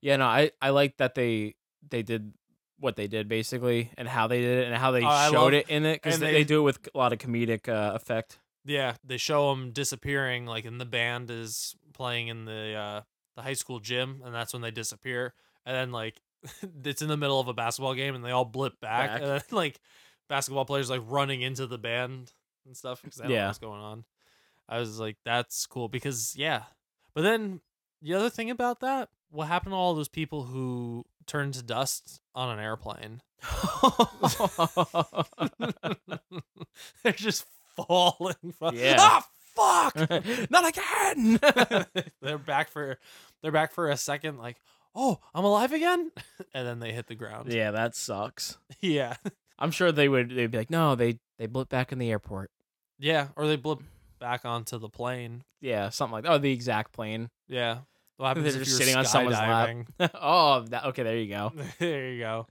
[SPEAKER 7] Yeah, no, I I like that they they did what they did basically and how they did it and how they
[SPEAKER 6] Oh, I love-
[SPEAKER 7] showed it in it because
[SPEAKER 6] and
[SPEAKER 7] they,
[SPEAKER 6] they-
[SPEAKER 7] they do it with a lot of comedic uh, effect. [LAUGHS]
[SPEAKER 6] Yeah, they show him disappearing, like, and the band is playing in the uh, the high school gym, and that's when they disappear. And then like, [LAUGHS] it's in the middle of a basketball game, and they all blip back,
[SPEAKER 7] Back.
[SPEAKER 6] and then, like, basketball players like running into the band and stuff because they don't
[SPEAKER 7] Yeah.
[SPEAKER 6] know what's going on. I was like, that's cool because yeah. But then the other thing about that, what happened to all those people who turned to dust on an airplane? [LAUGHS] They're just falling. fu-
[SPEAKER 7] Yeah.
[SPEAKER 6] Ah, fuck!
[SPEAKER 7] [LAUGHS] Not again.
[SPEAKER 6] they're back for they're back for a second like oh i'm alive again [LAUGHS] and then they hit the ground
[SPEAKER 7] [LAUGHS] yeah, that sucks.
[SPEAKER 6] [LAUGHS] yeah
[SPEAKER 7] I'm sure they would. They'd be like, no, they they blip back in the airport.
[SPEAKER 6] yeah or they blip back onto the plane
[SPEAKER 7] Yeah, something like that. Oh, the exact plane. [LAUGHS]
[SPEAKER 6] yeah what
[SPEAKER 7] They're
[SPEAKER 6] happens if
[SPEAKER 7] just
[SPEAKER 6] you're
[SPEAKER 7] sitting on someone's lap. oh, that, okay. There you go.
[SPEAKER 6] skydiving? [LAUGHS] there you go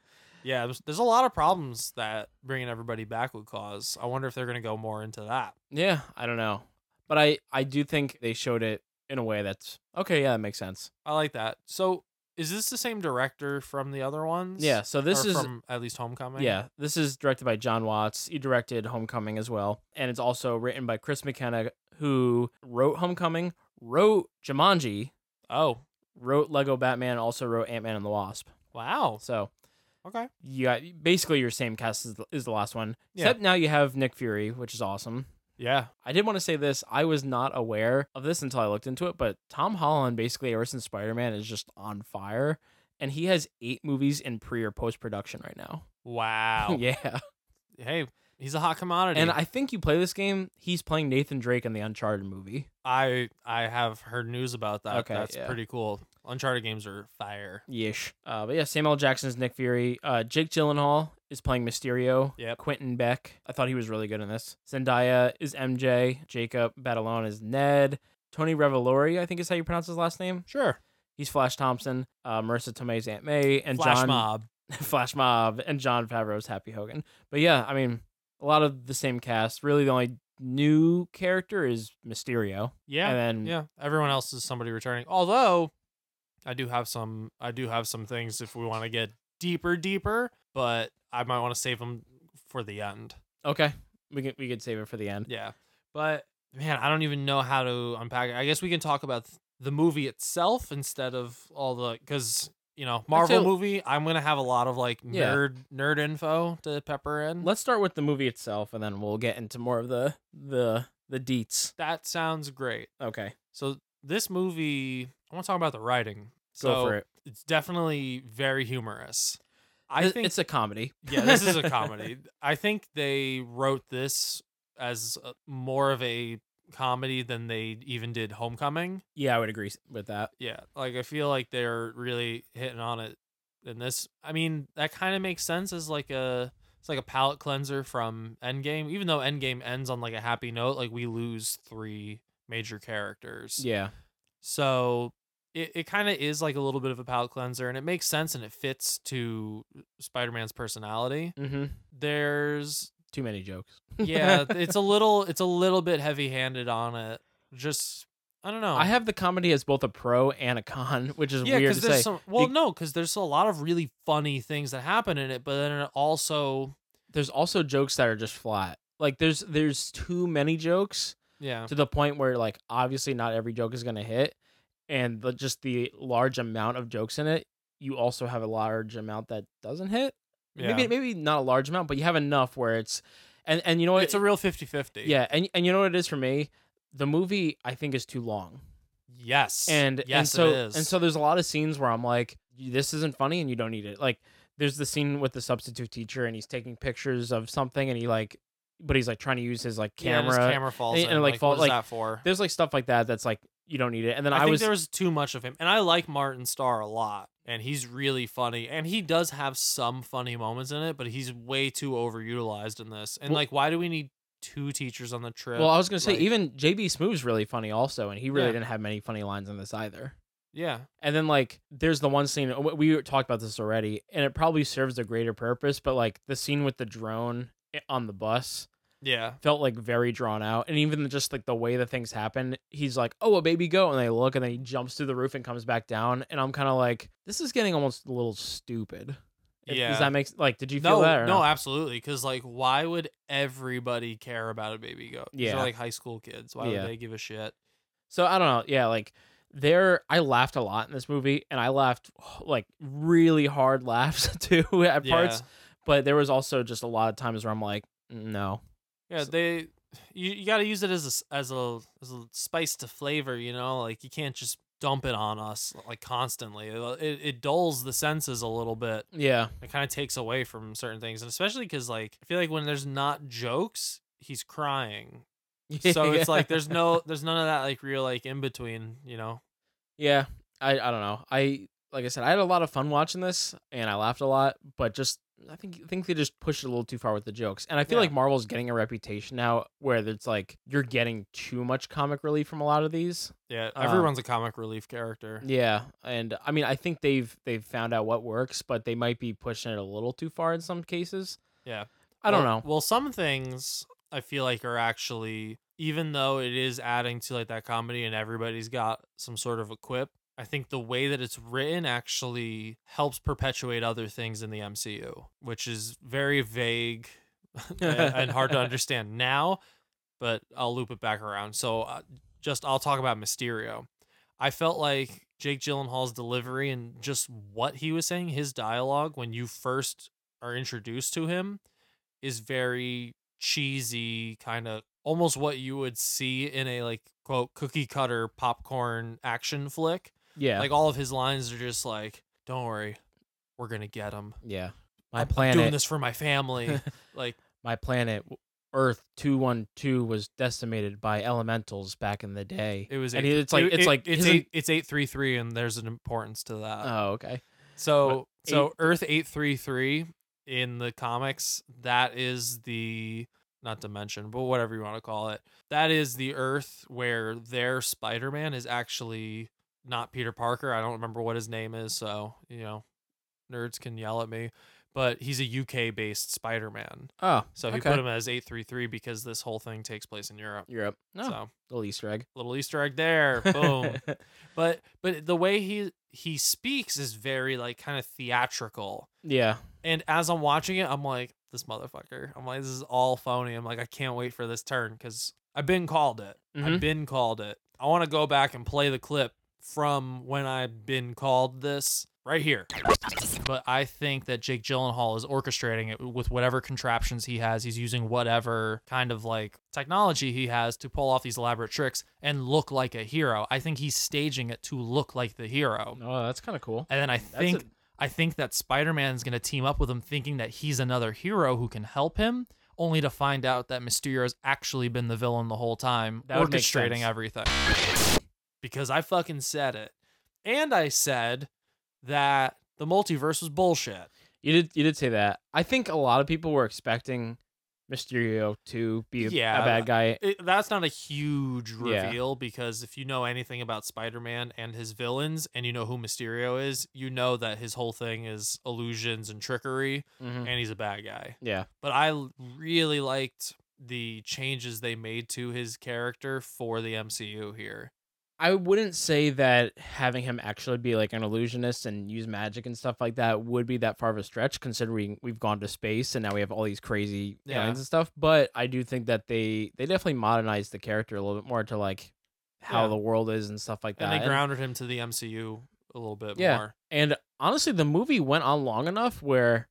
[SPEAKER 6] yeah there's, there's a lot of problems that bringing everybody back would cause i wonder if they're going to go more into that
[SPEAKER 7] Yeah, I don't know, but I I do think they showed it in a way that's okay. Yeah, that makes sense.
[SPEAKER 6] i like that so is this the same director from the other ones
[SPEAKER 7] Yeah, so this
[SPEAKER 6] Or
[SPEAKER 7] is-
[SPEAKER 6] from at least homecoming
[SPEAKER 7] Yeah, this is directed by John Watts. He directed Homecoming as well, and it's also written by Chris McKenna, who wrote Homecoming, wrote Jumanji,
[SPEAKER 6] oh
[SPEAKER 7] wrote Lego Batman, also wrote Ant Man and the Wasp.
[SPEAKER 6] wow
[SPEAKER 7] So
[SPEAKER 6] okay
[SPEAKER 7] you got basically your same cast as the, is the last one,
[SPEAKER 6] Yeah.
[SPEAKER 7] except now you have Nick Fury, which is awesome.
[SPEAKER 6] yeah
[SPEAKER 7] I did want to say this. I was not aware of this until I looked into it, but Tom Holland, basically ever since Spider Man, is just on fire, and he has eight movies in pre or post production right now.
[SPEAKER 6] wow
[SPEAKER 7] [LAUGHS] yeah.
[SPEAKER 6] hey he's a hot commodity
[SPEAKER 7] And I think you play this game. He's playing Nathan Drake in the Uncharted movie.
[SPEAKER 6] I I have heard news about that.
[SPEAKER 7] Okay,
[SPEAKER 6] That's
[SPEAKER 7] yeah.
[SPEAKER 6] pretty cool. Uncharted games are fire.
[SPEAKER 7] Yesh. Uh, but yeah, Samuel L. Jackson's Nick Fury. Uh, Jake Gyllenhaal is playing Mysterio.
[SPEAKER 6] Yep.
[SPEAKER 7] Quentin Beck. I thought he was really good in this. Zendaya is MJ. Jacob Batalon is Ned. Tony Revolori, I think is how you pronounce his last name.
[SPEAKER 6] Sure.
[SPEAKER 7] He's Flash Thompson. Uh, Marissa Tomei's Aunt May and
[SPEAKER 6] Flash
[SPEAKER 7] John
[SPEAKER 6] Mob.
[SPEAKER 7] [LAUGHS] Flash Mob and John Favreau's Happy Hogan. But yeah, I mean, a lot of the same cast. Really, the only new character is Mysterio.
[SPEAKER 6] Yeah.
[SPEAKER 7] And then
[SPEAKER 6] yeah. Everyone else is somebody returning. Although I do have some I do have some things if we want to get deeper deeper, but I might want to save them for the end.
[SPEAKER 7] Okay. We could we could save it for the end.
[SPEAKER 6] Yeah. But man, I don't even know how to unpack it. I guess we can talk about th- the movie itself instead of all the cuz you know, Marvel
[SPEAKER 7] feel-
[SPEAKER 6] movie, I'm going to have a lot of like
[SPEAKER 7] Yeah.
[SPEAKER 6] nerd nerd info to pepper in.
[SPEAKER 7] Let's start with the movie itself and then we'll get into more of the the the deets.
[SPEAKER 6] That sounds great.
[SPEAKER 7] Okay.
[SPEAKER 6] So this movie, I want to talk about the writing. So
[SPEAKER 7] Go for it.
[SPEAKER 6] It's definitely very humorous. I
[SPEAKER 7] Th-
[SPEAKER 6] think
[SPEAKER 7] it's a comedy.
[SPEAKER 6] yeah, this
[SPEAKER 7] [LAUGHS]
[SPEAKER 6] is a [LAUGHS] comedy. I think they wrote this as uh more of a comedy than they even did Homecoming.
[SPEAKER 7] yeah, I would agree s- with that.
[SPEAKER 6] Yeah, like I feel like they're really hitting on it in this. I mean, that kind of makes sense as like a it's like a palate cleanser from Endgame. Even though Endgame ends on like a happy note, like we lose three major characters.
[SPEAKER 7] Yeah.
[SPEAKER 6] So it, it kind of is like a little bit of a palate cleanser and it makes sense and it fits to Spider Man's personality.
[SPEAKER 7] Mm-hmm. [LAUGHS]
[SPEAKER 6] There's
[SPEAKER 7] Too many jokes.
[SPEAKER 6] yeah, it's a little it's a little bit heavy handed on it. Just I don't know.
[SPEAKER 7] I have the comedy as both a pro and a con, [LAUGHS] which is
[SPEAKER 6] yeah,
[SPEAKER 7] weird
[SPEAKER 6] because
[SPEAKER 7] to
[SPEAKER 6] there's
[SPEAKER 7] say.
[SPEAKER 6] some well
[SPEAKER 7] Be-
[SPEAKER 6] no, because there's a lot of really funny things that happen in it, but then it also
[SPEAKER 7] there's also jokes that are just flat. Like there's there's too many jokes.
[SPEAKER 6] Yeah.
[SPEAKER 7] To the point where like obviously not every joke is gonna hit, and the, just the large amount of jokes in it, you also have a large amount that doesn't hit.
[SPEAKER 6] Yeah.
[SPEAKER 7] Maybe maybe not a large amount, but you have enough where it's and and you know what
[SPEAKER 6] It's a real 50-50.
[SPEAKER 7] yeah and and you know what it is for me, the movie I think is too long.
[SPEAKER 6] Yes.
[SPEAKER 7] And
[SPEAKER 6] yes,
[SPEAKER 7] and so
[SPEAKER 6] it is.
[SPEAKER 7] and so there's a lot of scenes where I'm like, this isn't funny, and you don't need it. Like there's the scene with the substitute teacher, and he's taking pictures of something, and he like, but he's like trying to use his like
[SPEAKER 6] Yeah, and
[SPEAKER 7] camera.
[SPEAKER 6] his camera falls
[SPEAKER 7] and,
[SPEAKER 6] in,
[SPEAKER 7] and, like
[SPEAKER 6] like,
[SPEAKER 7] fall-
[SPEAKER 6] what is
[SPEAKER 7] like,
[SPEAKER 6] that for?
[SPEAKER 7] There's like stuff like that that's like you don't need it. And then
[SPEAKER 6] I,
[SPEAKER 7] I,
[SPEAKER 6] think
[SPEAKER 7] was
[SPEAKER 6] there was too much of him, and I like Martin Starr a lot, and he's really funny, and he does have some funny moments in it, but he's way too overutilized in this. And
[SPEAKER 7] Well-
[SPEAKER 6] like, why do we need two teachers on the trip?
[SPEAKER 7] well, I was gonna say
[SPEAKER 6] Like,
[SPEAKER 7] even JB Smooth's really funny also, and he really
[SPEAKER 6] Yeah.
[SPEAKER 7] didn't have many funny lines in this either.
[SPEAKER 6] yeah,
[SPEAKER 7] And then like there's the one scene w- we talked about this already, and it probably serves a greater purpose, but like the scene with the drone i- on the bus.
[SPEAKER 6] Yeah.
[SPEAKER 7] Felt like very drawn out. And even just like the way that things happen, he's like, Oh, a baby go and they look and then he jumps through the roof and comes back down. And I'm kinda like, This is getting almost a little stupid. If-
[SPEAKER 6] yeah.
[SPEAKER 7] Does that make s- like did you feel
[SPEAKER 6] no,
[SPEAKER 7] that? Or
[SPEAKER 6] no,
[SPEAKER 7] not?
[SPEAKER 6] absolutely. Because like, why would everybody care about a baby goat? These are
[SPEAKER 7] Yeah.
[SPEAKER 6] like high school kids. Why
[SPEAKER 7] Yeah.
[SPEAKER 6] would they give a shit?
[SPEAKER 7] So I don't know. Yeah, like there, I laughed a lot in this movie, and I laughed [SIGHS] like really hard [LAUGHS] laughs too at parts.
[SPEAKER 6] Yeah.
[SPEAKER 7] But there was also just a lot of times where I'm like, no,
[SPEAKER 6] Yeah, they you, you got to use it as a s- as a as a spice to flavor, you know? Like you can't just dump it on us like constantly. It it, it dulls the senses a little bit.
[SPEAKER 7] Yeah. [LAUGHS]
[SPEAKER 6] It kind of takes away from certain things, and especially cuz like I feel like when there's not jokes, he's [LAUGHS] crying. So it's like there's no there's none of that like real like in between, you know?
[SPEAKER 7] yeah. I I don't know. I like I said, I had a lot of fun watching this, and I laughed a lot. But just I think I think they just pushed it a little too far with the jokes, and I feel
[SPEAKER 6] Yeah.
[SPEAKER 7] like Marvel's getting a reputation now where it's like you're getting too much comic relief from a lot of these.
[SPEAKER 6] Yeah,
[SPEAKER 7] Um,
[SPEAKER 6] everyone's a comic relief character.
[SPEAKER 7] Yeah, and I mean, I think they've they've found out what works, but they might be pushing it a little too far in some cases.
[SPEAKER 6] Yeah.
[SPEAKER 7] I don't
[SPEAKER 6] Well-
[SPEAKER 7] know.
[SPEAKER 6] Well, some things I feel like are actually even though it is adding to like that comedy and everybody's got some sort of a quip, I think the way that it's written actually helps perpetuate other things in the MCU, which is very vague a-
[SPEAKER 7] [LAUGHS]
[SPEAKER 6] and hard to understand now, but I'll loop it back around. So uh, just I'll talk about Mysterio. I felt like Jake Gyllenhaal's delivery and just what he was saying, his dialogue when you first are introduced to him is very cheesy, kind of almost what you would see in a like quote cookie cutter popcorn action flick.
[SPEAKER 7] Yeah.
[SPEAKER 6] Like all of his lines are just like, don't worry, we're going to get him.
[SPEAKER 7] Yeah.
[SPEAKER 6] I'm-
[SPEAKER 7] My
[SPEAKER 6] I'm
[SPEAKER 7] planet.
[SPEAKER 6] doing this for my
[SPEAKER 7] [LAUGHS]
[SPEAKER 6] family. like,
[SPEAKER 7] my planet Earth two one two was decimated by elementals back in the day.
[SPEAKER 6] It was
[SPEAKER 7] and
[SPEAKER 6] eight-
[SPEAKER 7] it's like
[SPEAKER 6] it-
[SPEAKER 7] it's
[SPEAKER 6] it-
[SPEAKER 7] like
[SPEAKER 6] it's
[SPEAKER 7] his-
[SPEAKER 6] eight, it's eight three three, and there's an importance to that.
[SPEAKER 7] Oh, okay.
[SPEAKER 6] So
[SPEAKER 7] But
[SPEAKER 6] so
[SPEAKER 7] eight-
[SPEAKER 6] Earth eight three three in the comics that is the not dimension, but whatever you want to call it. That is the Earth where their Spider Man is actually not Peter Parker. I don't remember what his name is, so you know, nerds can yell at me. But he's a UK based Spider Man.
[SPEAKER 7] Oh,
[SPEAKER 6] so he
[SPEAKER 7] okay.
[SPEAKER 6] put him as eight three three because this whole thing takes place in Europe.
[SPEAKER 7] Europe. Oh,
[SPEAKER 6] So
[SPEAKER 7] little Easter egg.
[SPEAKER 6] little Easter egg there.
[SPEAKER 7] [LAUGHS]
[SPEAKER 6] Boom. but but the way he he speaks is very like kind of theatrical.
[SPEAKER 7] Yeah.
[SPEAKER 6] And as I'm watching it, I'm like, this motherfucker. I'm like, this is all phony. I'm like, I can't wait for this turn because I've been called it.
[SPEAKER 7] Mhm.
[SPEAKER 6] I've been called it. I want to go back and play the clip from when I've been called this right here. But I think that Jake Gyllenhaal is orchestrating it with whatever contraptions he has. He's using whatever kind of like technology he has to pull off these elaborate tricks and look like a hero. I think he's staging it to look like the hero.
[SPEAKER 7] Oh, that's kind of cool.
[SPEAKER 6] And then I
[SPEAKER 7] That's
[SPEAKER 6] think
[SPEAKER 7] a-
[SPEAKER 6] I think that Spider-Man is going to team up with him thinking that he's another hero who can help him only to find out that Mysterio's actually been the villain the whole time
[SPEAKER 7] That would make
[SPEAKER 6] orchestrating
[SPEAKER 7] sense.
[SPEAKER 6] everything. Because I fucking said it. And I said that the multiverse was bullshit.
[SPEAKER 7] You did you did say that. I think a lot of people were expecting Mysterio to be a,
[SPEAKER 6] yeah,
[SPEAKER 7] a bad guy.
[SPEAKER 6] it- that's not a huge
[SPEAKER 7] Yeah.
[SPEAKER 6] reveal because if you know anything about Spider-Man and his villains, and you know who Mysterio is, you know that his whole thing is illusions and trickery,
[SPEAKER 7] Mhm.
[SPEAKER 6] and he's a bad guy.
[SPEAKER 7] Yeah.
[SPEAKER 6] but I l- really liked the changes they made to his character for the MCU here.
[SPEAKER 7] I wouldn't say that having him actually be like an illusionist and use magic and stuff like that would be that far of a stretch, considering we've gone to space and now we have all these crazy
[SPEAKER 6] Yeah.
[SPEAKER 7] aliens and stuff. But I do think that they they definitely modernized the character a little bit more to like how
[SPEAKER 6] Yeah.
[SPEAKER 7] the world is and stuff like that.
[SPEAKER 6] and they grounded him to the MCU a little bit
[SPEAKER 7] yeah,
[SPEAKER 6] more.
[SPEAKER 7] and honestly, the movie went on long enough where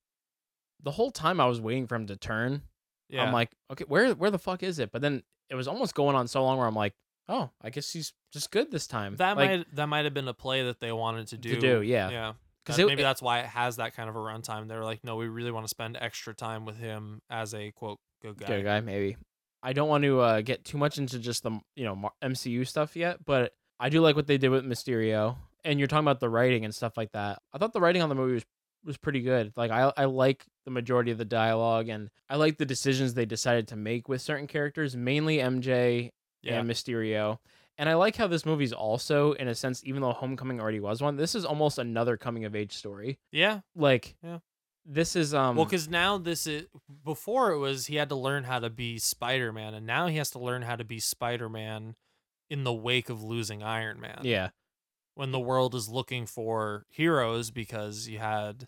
[SPEAKER 7] the whole time I was waiting for him to turn.
[SPEAKER 6] Yeah.
[SPEAKER 7] I'm like, okay, where where the fuck is it? But then it was almost going on so long where I'm like, oh, I guess he's just good this time.
[SPEAKER 6] That
[SPEAKER 7] Like,
[SPEAKER 6] might that might have been a play that they wanted to do.
[SPEAKER 7] do, yeah.
[SPEAKER 6] yeah.
[SPEAKER 7] 'Cause
[SPEAKER 6] That-
[SPEAKER 7] it-
[SPEAKER 6] maybe
[SPEAKER 7] it-
[SPEAKER 6] that's why it has that kind of a runtime. They're like, no, we really want to spend extra time with him as a quote good guy.
[SPEAKER 7] Good guy, maybe. I don't want to uh, get too much into just the you know Mar- MCU stuff yet, but I do like what they did with Mysterio. And you're talking about the writing and stuff like that. I thought the writing on the movie was was pretty good. Like I I like the majority of the dialogue, and I like the decisions they decided to make with certain characters, mainly MJ
[SPEAKER 6] Yeah.
[SPEAKER 7] and Mysterio. And I like how this movie's also, in a sense, even though Homecoming already was one, this is almost another coming of age story.
[SPEAKER 6] Yeah.
[SPEAKER 7] Like,
[SPEAKER 6] Yeah.
[SPEAKER 7] this is um
[SPEAKER 6] well, because now this is before it was he had to learn how to be Spider Man, and now he has to learn how to be Spider Man in the wake of losing Iron Man.
[SPEAKER 7] yeah
[SPEAKER 6] when the world is looking for heroes because you had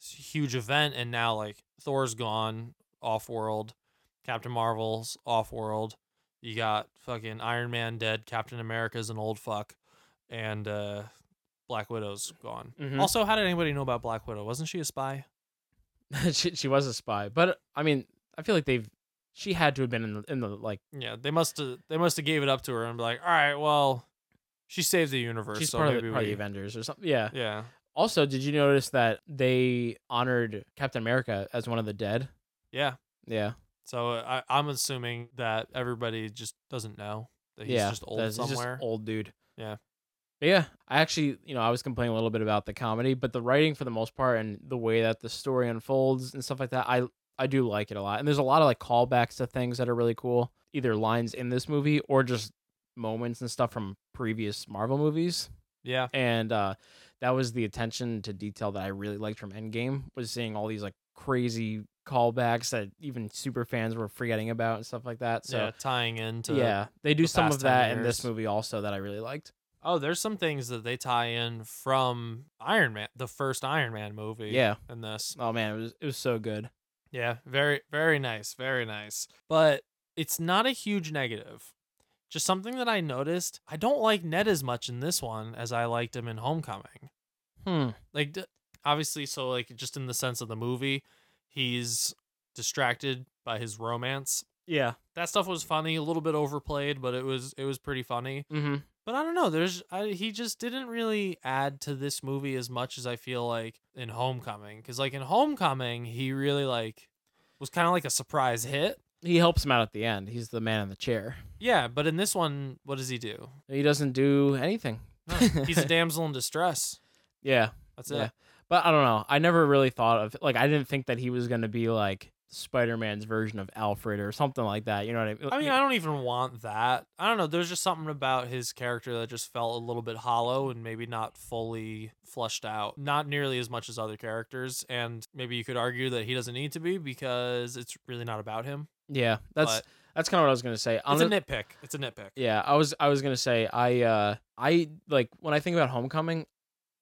[SPEAKER 6] this huge event and now like Thor's gone off world, Captain Marvel's off world, you got fucking Iron Man dead, Captain America's an old fuck, and uh Black Widow's gone.
[SPEAKER 7] Mhm.
[SPEAKER 6] Also, how did anybody know about Black Widow? Wasn't she a spy?
[SPEAKER 7] [LAUGHS] she, she was a spy, but I mean, I feel like they've she had to have been in the, in the like
[SPEAKER 6] Yeah, they must have they must have gave it up to her and be like, all right, well, she saved the universe.
[SPEAKER 7] she's
[SPEAKER 6] so
[SPEAKER 7] part of
[SPEAKER 6] maybe
[SPEAKER 7] the, part of
[SPEAKER 6] we-
[SPEAKER 7] the Avengers or something. Yeah.
[SPEAKER 6] Yeah.
[SPEAKER 7] Also, did you notice that they honored Captain America as one of the dead?
[SPEAKER 6] Yeah.
[SPEAKER 7] Yeah.
[SPEAKER 6] So I, I'm assuming that everybody just doesn't know that he's
[SPEAKER 7] yeah.
[SPEAKER 6] just old
[SPEAKER 7] that's- he's
[SPEAKER 6] somewhere.
[SPEAKER 7] old dude.
[SPEAKER 6] Yeah.
[SPEAKER 7] But yeah. I actually, you know, I was complaining a little bit about the comedy, but the writing for the most part and the way that the story unfolds and stuff like that, I I do like it a lot. And there's a lot of like callbacks to things that are really cool, either lines in this movie or just moments and stuff from previous Marvel movies.
[SPEAKER 6] Yeah.
[SPEAKER 7] and uh, that was the attention to detail that I really liked from Endgame was seeing all these like crazy callbacks that even super fans were forgetting about and stuff like that. So
[SPEAKER 6] yeah, tying into
[SPEAKER 7] yeah, they do
[SPEAKER 6] the
[SPEAKER 7] some
[SPEAKER 6] past
[SPEAKER 7] of
[SPEAKER 6] 10
[SPEAKER 7] that in this
[SPEAKER 6] years.
[SPEAKER 7] movie also that I really liked.
[SPEAKER 6] Oh, there's some things that they tie in from Iron Man, the first Iron Man movie.
[SPEAKER 7] Yeah.
[SPEAKER 6] In this.
[SPEAKER 7] Oh man, it was it was so good.
[SPEAKER 6] Yeah, very very nice, very nice. But it's not a huge negative. Just something that I noticed. I don't like Ned as much in this one as I liked him in Homecoming.
[SPEAKER 7] Hmm.
[SPEAKER 6] like d- obviously so like just in the sense of the movie he's distracted by his romance
[SPEAKER 7] Yeah.
[SPEAKER 6] that stuff was funny a little bit overplayed but it was it was pretty funny
[SPEAKER 7] Mm-hmm.
[SPEAKER 6] but i don't know there's I, he just didn't really add to this movie as much as i feel like in homecoming because like in homecoming he really like was kind of like a surprise hit
[SPEAKER 7] He helps him out at the end. He's the man in the chair.
[SPEAKER 6] yeah but in this one what does he do
[SPEAKER 7] He doesn't do anything.
[SPEAKER 6] No, he's
[SPEAKER 7] [LAUGHS]
[SPEAKER 6] a damsel in distress
[SPEAKER 7] Yeah.
[SPEAKER 6] that's
[SPEAKER 7] Yeah.
[SPEAKER 6] it
[SPEAKER 7] But I don't know. I never really thought of like I didn't think that he was gonna be like Spider Man's version of Alfred or something like that. You know what I mean?
[SPEAKER 6] I mean, I don't even want that. I don't know. There's just something about his character that just felt a little bit hollow and maybe not fully fleshed out. Not nearly as much as other characters. And maybe you could argue that he doesn't need to be because it's really not about him.
[SPEAKER 7] Yeah, that's
[SPEAKER 6] But-
[SPEAKER 7] that's kind of what I was gonna say.
[SPEAKER 6] It's
[SPEAKER 7] Honest-
[SPEAKER 6] a nitpick. It's a nitpick.
[SPEAKER 7] yeah, I was I was gonna say I uh I like when I think about Homecoming,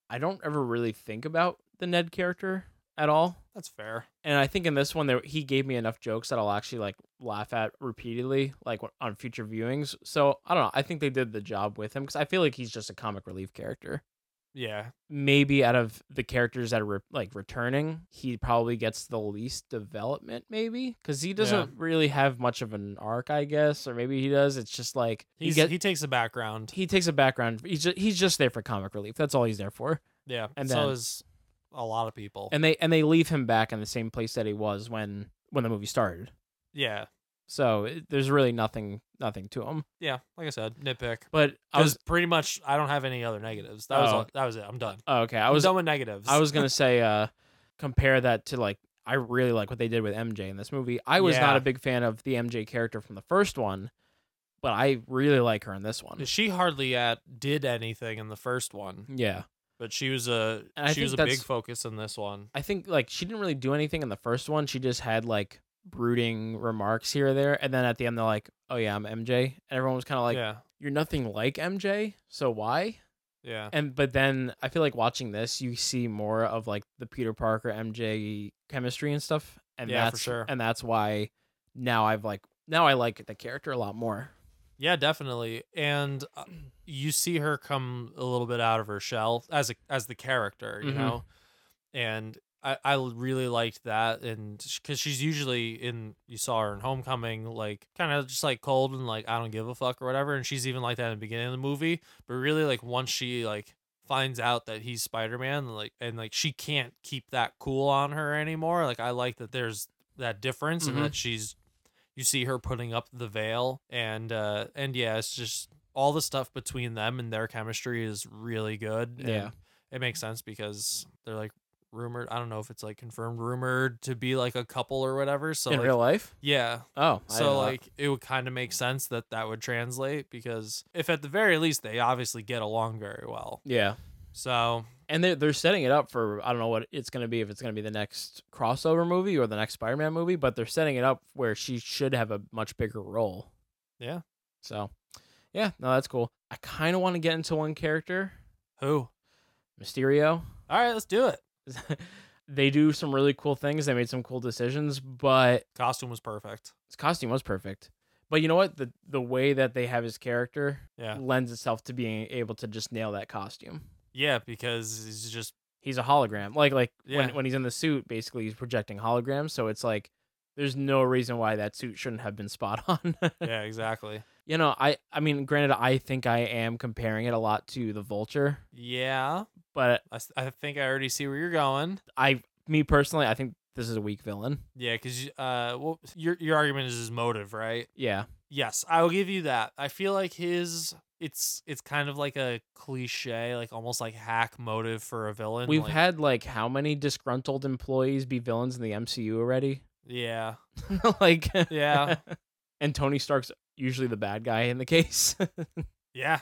[SPEAKER 7] I don't ever really think about the Ned character at all.
[SPEAKER 6] That's fair.
[SPEAKER 7] And I think in this one, there he gave me enough jokes that I'll actually like laugh at repeatedly, like wh- on future viewings. So I don't know. I think they did the job with him because I feel like he's just a comic relief character.
[SPEAKER 6] Yeah.
[SPEAKER 7] Maybe out of the characters that are re- like returning, he probably gets the least development, maybe because he doesn't really have much of an arc, I guess, or maybe he does. It's just like he
[SPEAKER 6] He's,
[SPEAKER 7] get-
[SPEAKER 6] he takes the background.
[SPEAKER 7] he takes a background. He's just, he's just there for comic relief. That's all he's there for.
[SPEAKER 6] Yeah.
[SPEAKER 7] And
[SPEAKER 6] And so
[SPEAKER 7] then-
[SPEAKER 6] is a lot of people.
[SPEAKER 7] And they and they leave him back in the same place that he was when when the movie started.
[SPEAKER 6] yeah.
[SPEAKER 7] So it, there's really nothing nothing to him.
[SPEAKER 6] Yeah. Like I said, nitpick.
[SPEAKER 7] But I was
[SPEAKER 6] pretty much, I don't have any other negatives. That was
[SPEAKER 7] Oh.
[SPEAKER 6] all- that was it. I'm done.
[SPEAKER 7] oh, okay. I
[SPEAKER 6] I'm
[SPEAKER 7] was
[SPEAKER 6] done with negatives.
[SPEAKER 7] I was gonna say uh, compare that to like I really like what they did with MJ in this movie. I was
[SPEAKER 6] Yeah.
[SPEAKER 7] not a big fan of the MJ character from the first one, but I really like her in this one.
[SPEAKER 6] She hardly uh, did anything in the first one.
[SPEAKER 7] Yeah.
[SPEAKER 6] but she was a
[SPEAKER 7] And I
[SPEAKER 6] she was a
[SPEAKER 7] think
[SPEAKER 6] big
[SPEAKER 7] that's-
[SPEAKER 6] focus in this one.
[SPEAKER 7] I think like she didn't really do anything in the first one. She just had like brooding remarks here or there, and then at the end they're like, "Oh yeah, I'm MJ," and everyone was kind of like,
[SPEAKER 6] Yeah.
[SPEAKER 7] "You're nothing like MJ, so why?"
[SPEAKER 6] Yeah.
[SPEAKER 7] And but then I feel like watching this, you see more of like the Peter Parker MJ chemistry and stuff, and
[SPEAKER 6] Yeah, for
[SPEAKER 7] that's
[SPEAKER 6] sure.
[SPEAKER 7] and that's why now I've like now I like the character a lot more.
[SPEAKER 6] Yeah, definitely. And uh, you see her come a little bit out of her shell as a as the character, you
[SPEAKER 7] Mhm.
[SPEAKER 6] know. And I I l- really liked that and cuz she's usually in you saw her in Homecoming like kind of just like cold and like I don't give a fuck or whatever and she's even like that in the beginning of the movie, but really like once she like finds out that he's Spider-Man like and like she can't keep that cool on her anymore. Like I like that there's that difference
[SPEAKER 7] Mhm.
[SPEAKER 6] and that she's you see her putting up the veil and uh and yeah it's just all the stuff between them and their chemistry is really good and
[SPEAKER 7] Yeah.
[SPEAKER 6] it makes sense because they're like rumored i don't know if it's like confirmed rumored to be like a couple or whatever so
[SPEAKER 7] In
[SPEAKER 6] like-
[SPEAKER 7] real life?
[SPEAKER 6] yeah
[SPEAKER 7] Oh, I didn't
[SPEAKER 6] so
[SPEAKER 7] know that.
[SPEAKER 6] like it would kind of make sense that that would translate because if at the very least they obviously get along very well
[SPEAKER 7] Yeah.
[SPEAKER 6] So
[SPEAKER 7] and they're they're setting it up for I don't know what it's gonna be if it's gonna be the next crossover movie or the next Spider Man movie, but they're setting it up where she should have a much bigger role.
[SPEAKER 6] yeah
[SPEAKER 7] So yeah, no, that's cool. I kinda wanna get into one character.
[SPEAKER 6] Who?
[SPEAKER 7] Mysterio.
[SPEAKER 6] Alright, let's do it.
[SPEAKER 7] [LAUGHS] they do some really cool things. They made some cool decisions, but
[SPEAKER 6] costume was perfect.
[SPEAKER 7] His costume was perfect. But you know what? The the way that they have his character
[SPEAKER 6] Yeah.
[SPEAKER 7] lends itself to being able to just nail that costume.
[SPEAKER 6] yeah because he's
[SPEAKER 7] [LAUGHS]
[SPEAKER 6] just
[SPEAKER 7] he's a hologram. Like like
[SPEAKER 6] Yeah.
[SPEAKER 7] when when he's in the suit, basically he's projecting holograms. So it's like there's no reason why that suit shouldn't have been spot on. [LAUGHS]
[SPEAKER 6] yeah exactly
[SPEAKER 7] you know, I I mean, granted, I think I am comparing it a lot to the Vulture,
[SPEAKER 6] yeah
[SPEAKER 7] but
[SPEAKER 6] I, s- I think i already see where you're going
[SPEAKER 7] I me personally, I think this is a weak villain.
[SPEAKER 6] Yeah, because uh, well, your your argument is his motive, right?
[SPEAKER 7] Yeah.
[SPEAKER 6] Yes, I will give you that. I feel like his it's it's kind of like a cliche, like almost like hack motive for a villain.
[SPEAKER 7] We've
[SPEAKER 6] like-
[SPEAKER 7] had like how many disgruntled employees be villains in the MCU already? [LAUGHS]
[SPEAKER 6] yeah,
[SPEAKER 7] like
[SPEAKER 6] Yeah.
[SPEAKER 7] [LAUGHS] and Tony Stark's usually the bad guy in the case. [LAUGHS]
[SPEAKER 6] yeah,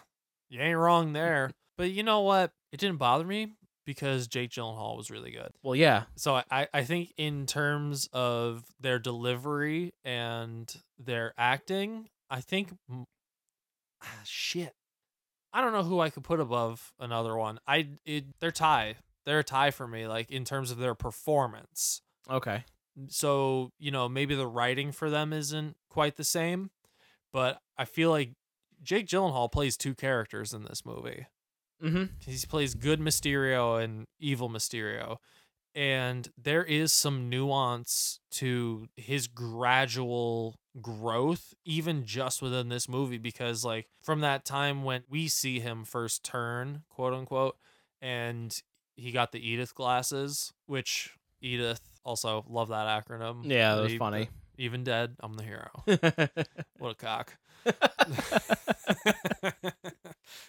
[SPEAKER 6] you ain't wrong there. but you know what? It didn't bother me because Jake Gyllenhaal was really good.
[SPEAKER 7] well, yeah.
[SPEAKER 6] So I- I, I think in terms of their delivery and their acting, I think m- ah, shit. I don't know who I could put above another one. I it they're tie. They're a tie for me, like in terms of their performance.
[SPEAKER 7] Okay.
[SPEAKER 6] So, you know, maybe the writing for them isn't quite the same, but I feel like Jake Gyllenhaal plays two characters in this movie.
[SPEAKER 7] Mm-hmm.
[SPEAKER 6] He plays good Mysterio and evil Mysterio. And there is some nuance to his gradual growth, even just within this movie, because, like, from that time when we see him first turn, quote unquote, and he got the Edith glasses, which Edith also love that acronym.
[SPEAKER 7] Yeah, that was
[SPEAKER 6] Re-
[SPEAKER 7] [LAUGHS] funny.
[SPEAKER 6] Even dead, I'm the hero.
[SPEAKER 7] [LAUGHS]
[SPEAKER 6] what a cock.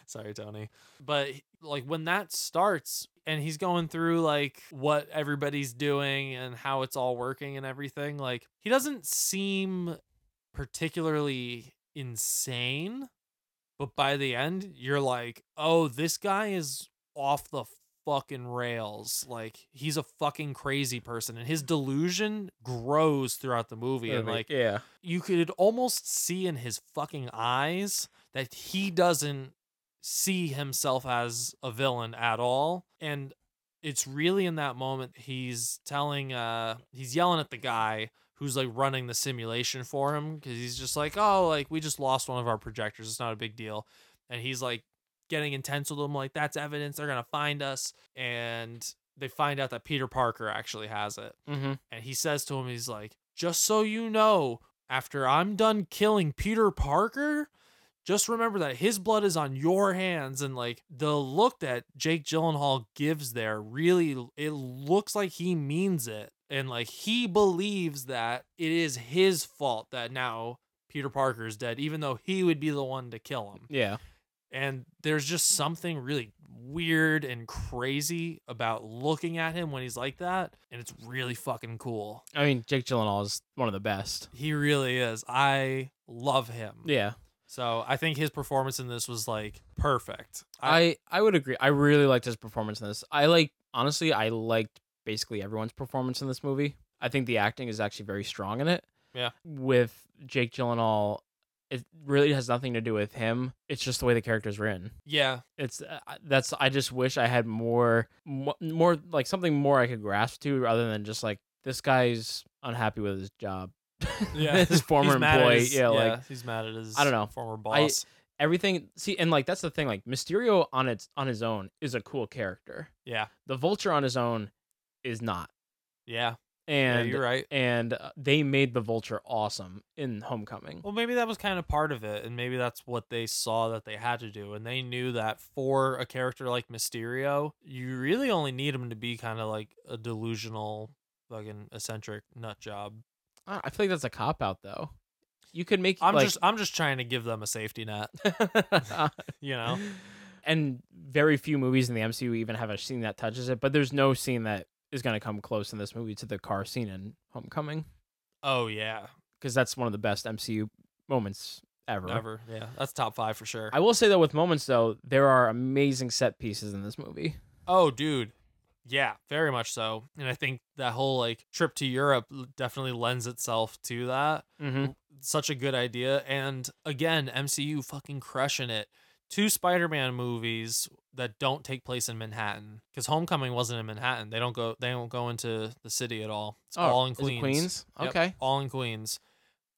[SPEAKER 6] Sorry, Tony. But like when that starts and he's going through like what everybody's doing and how it's all working and everything, like he doesn't seem particularly insane, but by the end you're like, "Oh, this guy is off the fucking rails. Like he's a fucking crazy person and his delusion grows throughout the movie and
[SPEAKER 7] Movie,
[SPEAKER 6] like
[SPEAKER 7] yeah.
[SPEAKER 6] you could almost see in his fucking eyes that he doesn't see himself as a villain at all and it's really in that moment he's telling uh he's yelling at the guy who's like running the simulation for him cuz he's just like oh like we just lost one of our projectors it's not a big deal and he's like getting intense with them like that's evidence they're going to find us and they find out that Peter Parker actually has it
[SPEAKER 7] Mhm.
[SPEAKER 6] and he says to him he's like just so you know after I'm done killing Peter Parker just remember that his blood is on your hands and like the look that Jake Gyllenhaal gives there really it looks like he means it and like he believes that it is his fault that now Peter Parker is dead even though he would be the one to kill him
[SPEAKER 7] Yeah.
[SPEAKER 6] and there's just something really weird and crazy about looking at him when he's like that and it's really fucking cool
[SPEAKER 7] I mean, Jake Gyllenhaal is one of the best.
[SPEAKER 6] he really is i love him
[SPEAKER 7] Yeah.
[SPEAKER 6] so i think his performance in this was like perfect
[SPEAKER 7] I, I would agree. I really liked his performance in this. I like honestly, I liked basically everyone's performance in this movie. I think the acting is actually very strong in it.
[SPEAKER 6] Yeah.
[SPEAKER 7] With Jake Gyllenhaal, it really has nothing to do with him. It's just the way the character's written. [LAUGHS]
[SPEAKER 6] Yeah.
[SPEAKER 7] It's uh, that's I just wish I had more mo- more like something more I could grasp to rather than just like this guy's unhappy with his job.
[SPEAKER 6] Yeah.
[SPEAKER 7] [LAUGHS] his
[SPEAKER 6] [LAUGHS]
[SPEAKER 7] former
[SPEAKER 6] He's mad at
[SPEAKER 7] employee.
[SPEAKER 6] his-
[SPEAKER 7] yeah,
[SPEAKER 6] yeah,
[SPEAKER 7] like
[SPEAKER 6] he's mad at his
[SPEAKER 7] I don't know
[SPEAKER 6] former
[SPEAKER 7] I-
[SPEAKER 6] boss.
[SPEAKER 7] everything. See, and like that's the thing. Like Mysterio on its on his own is a cool character.
[SPEAKER 6] Yeah.
[SPEAKER 7] The Vulture on his own is not.
[SPEAKER 6] Yeah.
[SPEAKER 7] And
[SPEAKER 6] you're right.
[SPEAKER 7] And uh, they made the Vulture awesome in Homecoming.
[SPEAKER 6] Well, maybe that was kind of part of it, and maybe that's what they saw that they had to do, and they knew that for a character like Mysterio, you really only need him to be kind of like a delusional, fucking eccentric nut job.
[SPEAKER 7] I I feel like that's a cop out though. You could make
[SPEAKER 6] I'm
[SPEAKER 7] like, [LAUGHS]
[SPEAKER 6] just, [LAUGHS] I'm just trying to give them a safety net. [LAUGHS] you
[SPEAKER 7] [LAUGHS]
[SPEAKER 6] know,
[SPEAKER 7] and very few movies in the MCU even have a scene that touches it, but there's no scene that is going to come close in this movie to the car scene in Homecoming
[SPEAKER 6] Oh yeah,
[SPEAKER 7] because that's one of the best MCU moments ever.
[SPEAKER 6] never. Yeah, that's top five for sure.
[SPEAKER 7] Uh-huh. I will say though with moments though, there are amazing set pieces in this movie.
[SPEAKER 6] Oh, dude. Yeah, very much so. And I think that whole like trip to Europe l- definitely lends itself to that.
[SPEAKER 7] Mhm.
[SPEAKER 6] Such a good idea. And again, MCU fucking crushing it. Two Spider-Man movies that don't take place in Manhattan because Homecoming wasn't in Manhattan. They don't go. They don't go into the city at all. It's
[SPEAKER 7] Oh,
[SPEAKER 6] all in
[SPEAKER 7] is it
[SPEAKER 6] Queens.
[SPEAKER 7] Queens?
[SPEAKER 6] Yep,
[SPEAKER 7] Okay.
[SPEAKER 6] all in Queens.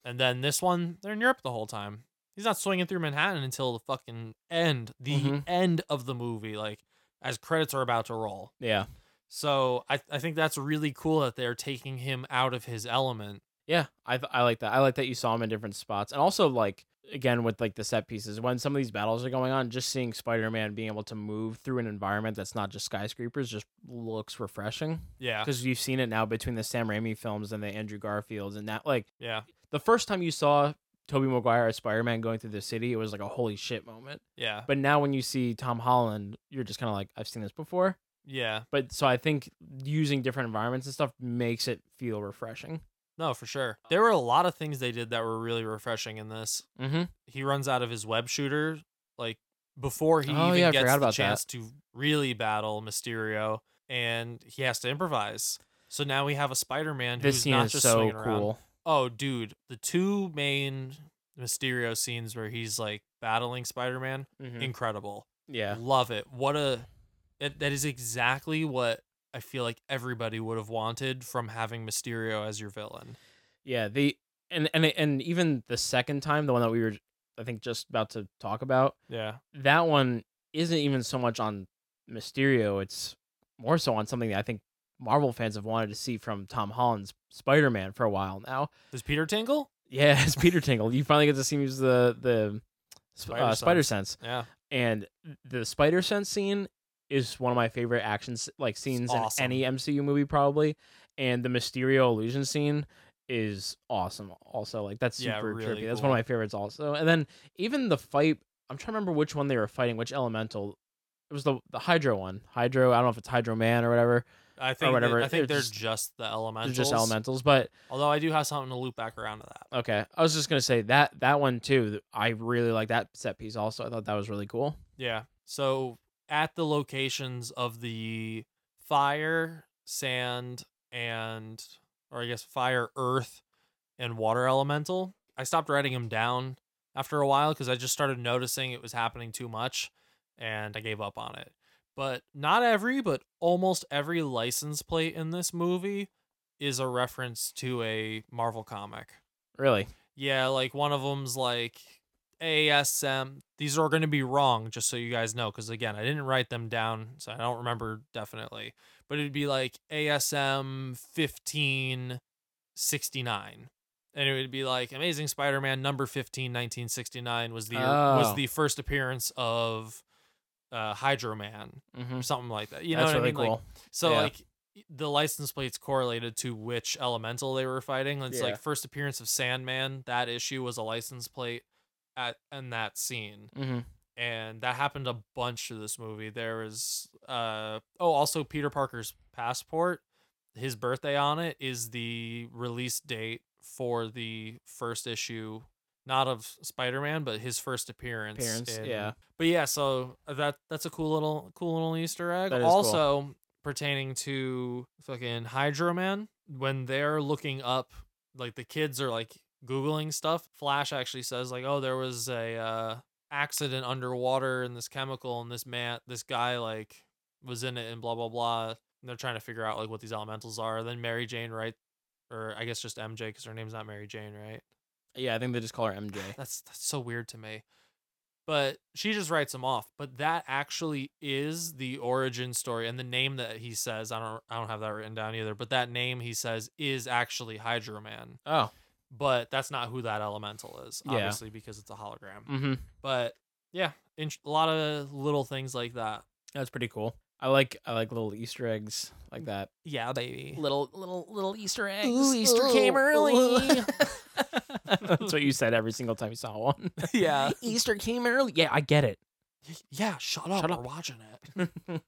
[SPEAKER 6] And then this one, they're in Europe the whole time. He's not swinging through Manhattan until the fucking end. The
[SPEAKER 7] Mhm.
[SPEAKER 6] end of the movie, like as credits are about to roll.
[SPEAKER 7] Yeah.
[SPEAKER 6] So I, I think that's really cool that they're taking him out of his element.
[SPEAKER 7] Yeah, I th- I like that. I like that you saw him in different spots, and also like again with like the set pieces when some of these battles are going on, just seeing Spider-Man being able to move through an environment that's not just skyscrapers just looks refreshing.
[SPEAKER 6] Yeah.
[SPEAKER 7] because you've seen it now between the Sam Raimi films and the Andrew Garfields, and that like
[SPEAKER 6] Yeah.
[SPEAKER 7] the first time you saw Tobey Maguire as Spider-Man going through the city, it was like a holy shit moment.
[SPEAKER 6] Yeah.
[SPEAKER 7] But now when you see Tom Holland, you're just kind of like, I've seen this before.
[SPEAKER 6] Yeah.
[SPEAKER 7] But so I think using different environments and stuff makes it feel refreshing.
[SPEAKER 6] No, for sure. There were a lot of things they did that were really refreshing in this.
[SPEAKER 7] Mhm.
[SPEAKER 6] He runs out of his web shooter like before he
[SPEAKER 7] Oh,
[SPEAKER 6] even
[SPEAKER 7] yeah, I
[SPEAKER 6] gets
[SPEAKER 7] forgot
[SPEAKER 6] the
[SPEAKER 7] about that.
[SPEAKER 6] chance to really battle Mysterio, and he has to improvise. So now we have a Spider-Man
[SPEAKER 7] This
[SPEAKER 6] who's
[SPEAKER 7] scene
[SPEAKER 6] not
[SPEAKER 7] is
[SPEAKER 6] just
[SPEAKER 7] so
[SPEAKER 6] swinging around.
[SPEAKER 7] cool.
[SPEAKER 6] Oh, dude, the two main Mysterio scenes where he's like battling Spider-Man,
[SPEAKER 7] Mhm.
[SPEAKER 6] incredible.
[SPEAKER 7] Yeah.
[SPEAKER 6] love it. What a it, that is exactly what I feel like everybody would have wanted from having Mysterio as your villain.
[SPEAKER 7] Yeah, the and and and even the second time, the one that we were I think just about to talk about,
[SPEAKER 6] Yeah.
[SPEAKER 7] that one isn't even so much on Mysterio, it's more so on something that I think Marvel fans have wanted to see from Tom Holland's Spider-Man for a while now.
[SPEAKER 6] Does Peter Tingle?
[SPEAKER 7] Yeah, [LAUGHS] it's Peter Tingle. You finally get to see him use the the spider,
[SPEAKER 6] Spider
[SPEAKER 7] uh,
[SPEAKER 6] sense.
[SPEAKER 7] spider sense.
[SPEAKER 6] Yeah.
[SPEAKER 7] and the spider sense scene is one of my favorite action s- like scenes
[SPEAKER 6] awesome.
[SPEAKER 7] in any MCU movie probably. And the Mysterio illusion scene is awesome. Also, like that's super
[SPEAKER 6] Yeah, really
[SPEAKER 7] trippy. That's one
[SPEAKER 6] cool.
[SPEAKER 7] of my favorites. Also, and then even the fight. I'm trying to remember which one they were fighting, which elemental. It was the the Hydro one. Hydro. I don't know if it's Hydro Man or whatever.
[SPEAKER 6] I
[SPEAKER 7] or
[SPEAKER 6] think
[SPEAKER 7] whatever.
[SPEAKER 6] I think
[SPEAKER 7] It's
[SPEAKER 6] they're just,
[SPEAKER 7] just-
[SPEAKER 6] the elementals.
[SPEAKER 7] They're just elementals, but
[SPEAKER 6] Although I do have something to loop back around to that.
[SPEAKER 7] Okay, I was just gonna say that that one too. th- I really like that set piece. Also, I thought that was really cool.
[SPEAKER 6] Yeah. So at the locations of the fire, sand, and or I guess fire, earth, and water elemental, I stopped writing them down after a while because I just started noticing it was happening too much, and I gave up on it. But not every, but almost every license plate in this movie is a reference to a Marvel comic.
[SPEAKER 7] Really,
[SPEAKER 6] Yeah, like one of them's like ASM. These are going to be wrong, just so you guys know, because again, I didn't write them down, so I don't remember definitely. But it'd be like ASM fifteen sixty nine, and it would be like Amazing Spider Man number 15, 1969 was the er, was
[SPEAKER 7] Oh.
[SPEAKER 6] the first appearance of uh, Hydro Man
[SPEAKER 7] Mhm.
[SPEAKER 6] or something like that. You know
[SPEAKER 7] That's
[SPEAKER 6] what
[SPEAKER 7] really
[SPEAKER 6] I mean? Like,
[SPEAKER 7] cool.
[SPEAKER 6] so
[SPEAKER 7] Yeah.
[SPEAKER 6] like the license plates correlated to which elemental they were fighting. It's
[SPEAKER 7] Yeah.
[SPEAKER 6] like first appearance of Sandman. That issue was a license plate at in that scene,
[SPEAKER 7] Mhm.
[SPEAKER 6] and that happened a bunch of this movie. There was uh oh, also Peter Parker's passport. His birthday on it is the release date for the first issue, not of Spider Man, but his first appearance.
[SPEAKER 7] Appearance, yeah.
[SPEAKER 6] But yeah, so uh, that that's a cool little cool little Easter egg.
[SPEAKER 7] That is cool.
[SPEAKER 6] also pertaining to fucking Hydro Man. when they're looking up, like the kids are like googling stuff. Flash actually says like, "Oh, there was a uh, accident underwater, and this chemical, and this man, this guy like was in it, and blah blah blah." And they're trying to figure out like what these elementals are. Then Mary Jane, right, or I guess just MJ because her name's not Mary Jane, right?
[SPEAKER 7] Yeah, I think they just call her [LAUGHS] MJ.
[SPEAKER 6] That's that's so weird to me. But she just writes him off. But that actually is the origin story and the name that he says. I don't I don't have that written down either. But that name he says is actually Hydroman.
[SPEAKER 7] Oh.
[SPEAKER 6] But that's not who that elemental is,
[SPEAKER 7] Yeah.
[SPEAKER 6] obviously, because it's a hologram.
[SPEAKER 7] Mhm.
[SPEAKER 6] But yeah, int- a lot of little things like that.
[SPEAKER 7] That's pretty cool. I like I like little Easter eggs like that.
[SPEAKER 6] Yeah, baby.
[SPEAKER 7] [LAUGHS] Little little little Easter eggs.
[SPEAKER 8] Ooh, Easter came
[SPEAKER 7] [LAUGHS]
[SPEAKER 8] early.
[SPEAKER 7] That's what you said every single time you saw one.
[SPEAKER 6] [LAUGHS]
[SPEAKER 7] [LAUGHS]
[SPEAKER 6] yeah.
[SPEAKER 7] Easter came early. Yeah, I get it.
[SPEAKER 6] Yeah, shut up.
[SPEAKER 7] Shut
[SPEAKER 6] We're
[SPEAKER 7] up.
[SPEAKER 6] watching it.
[SPEAKER 7] [LAUGHS]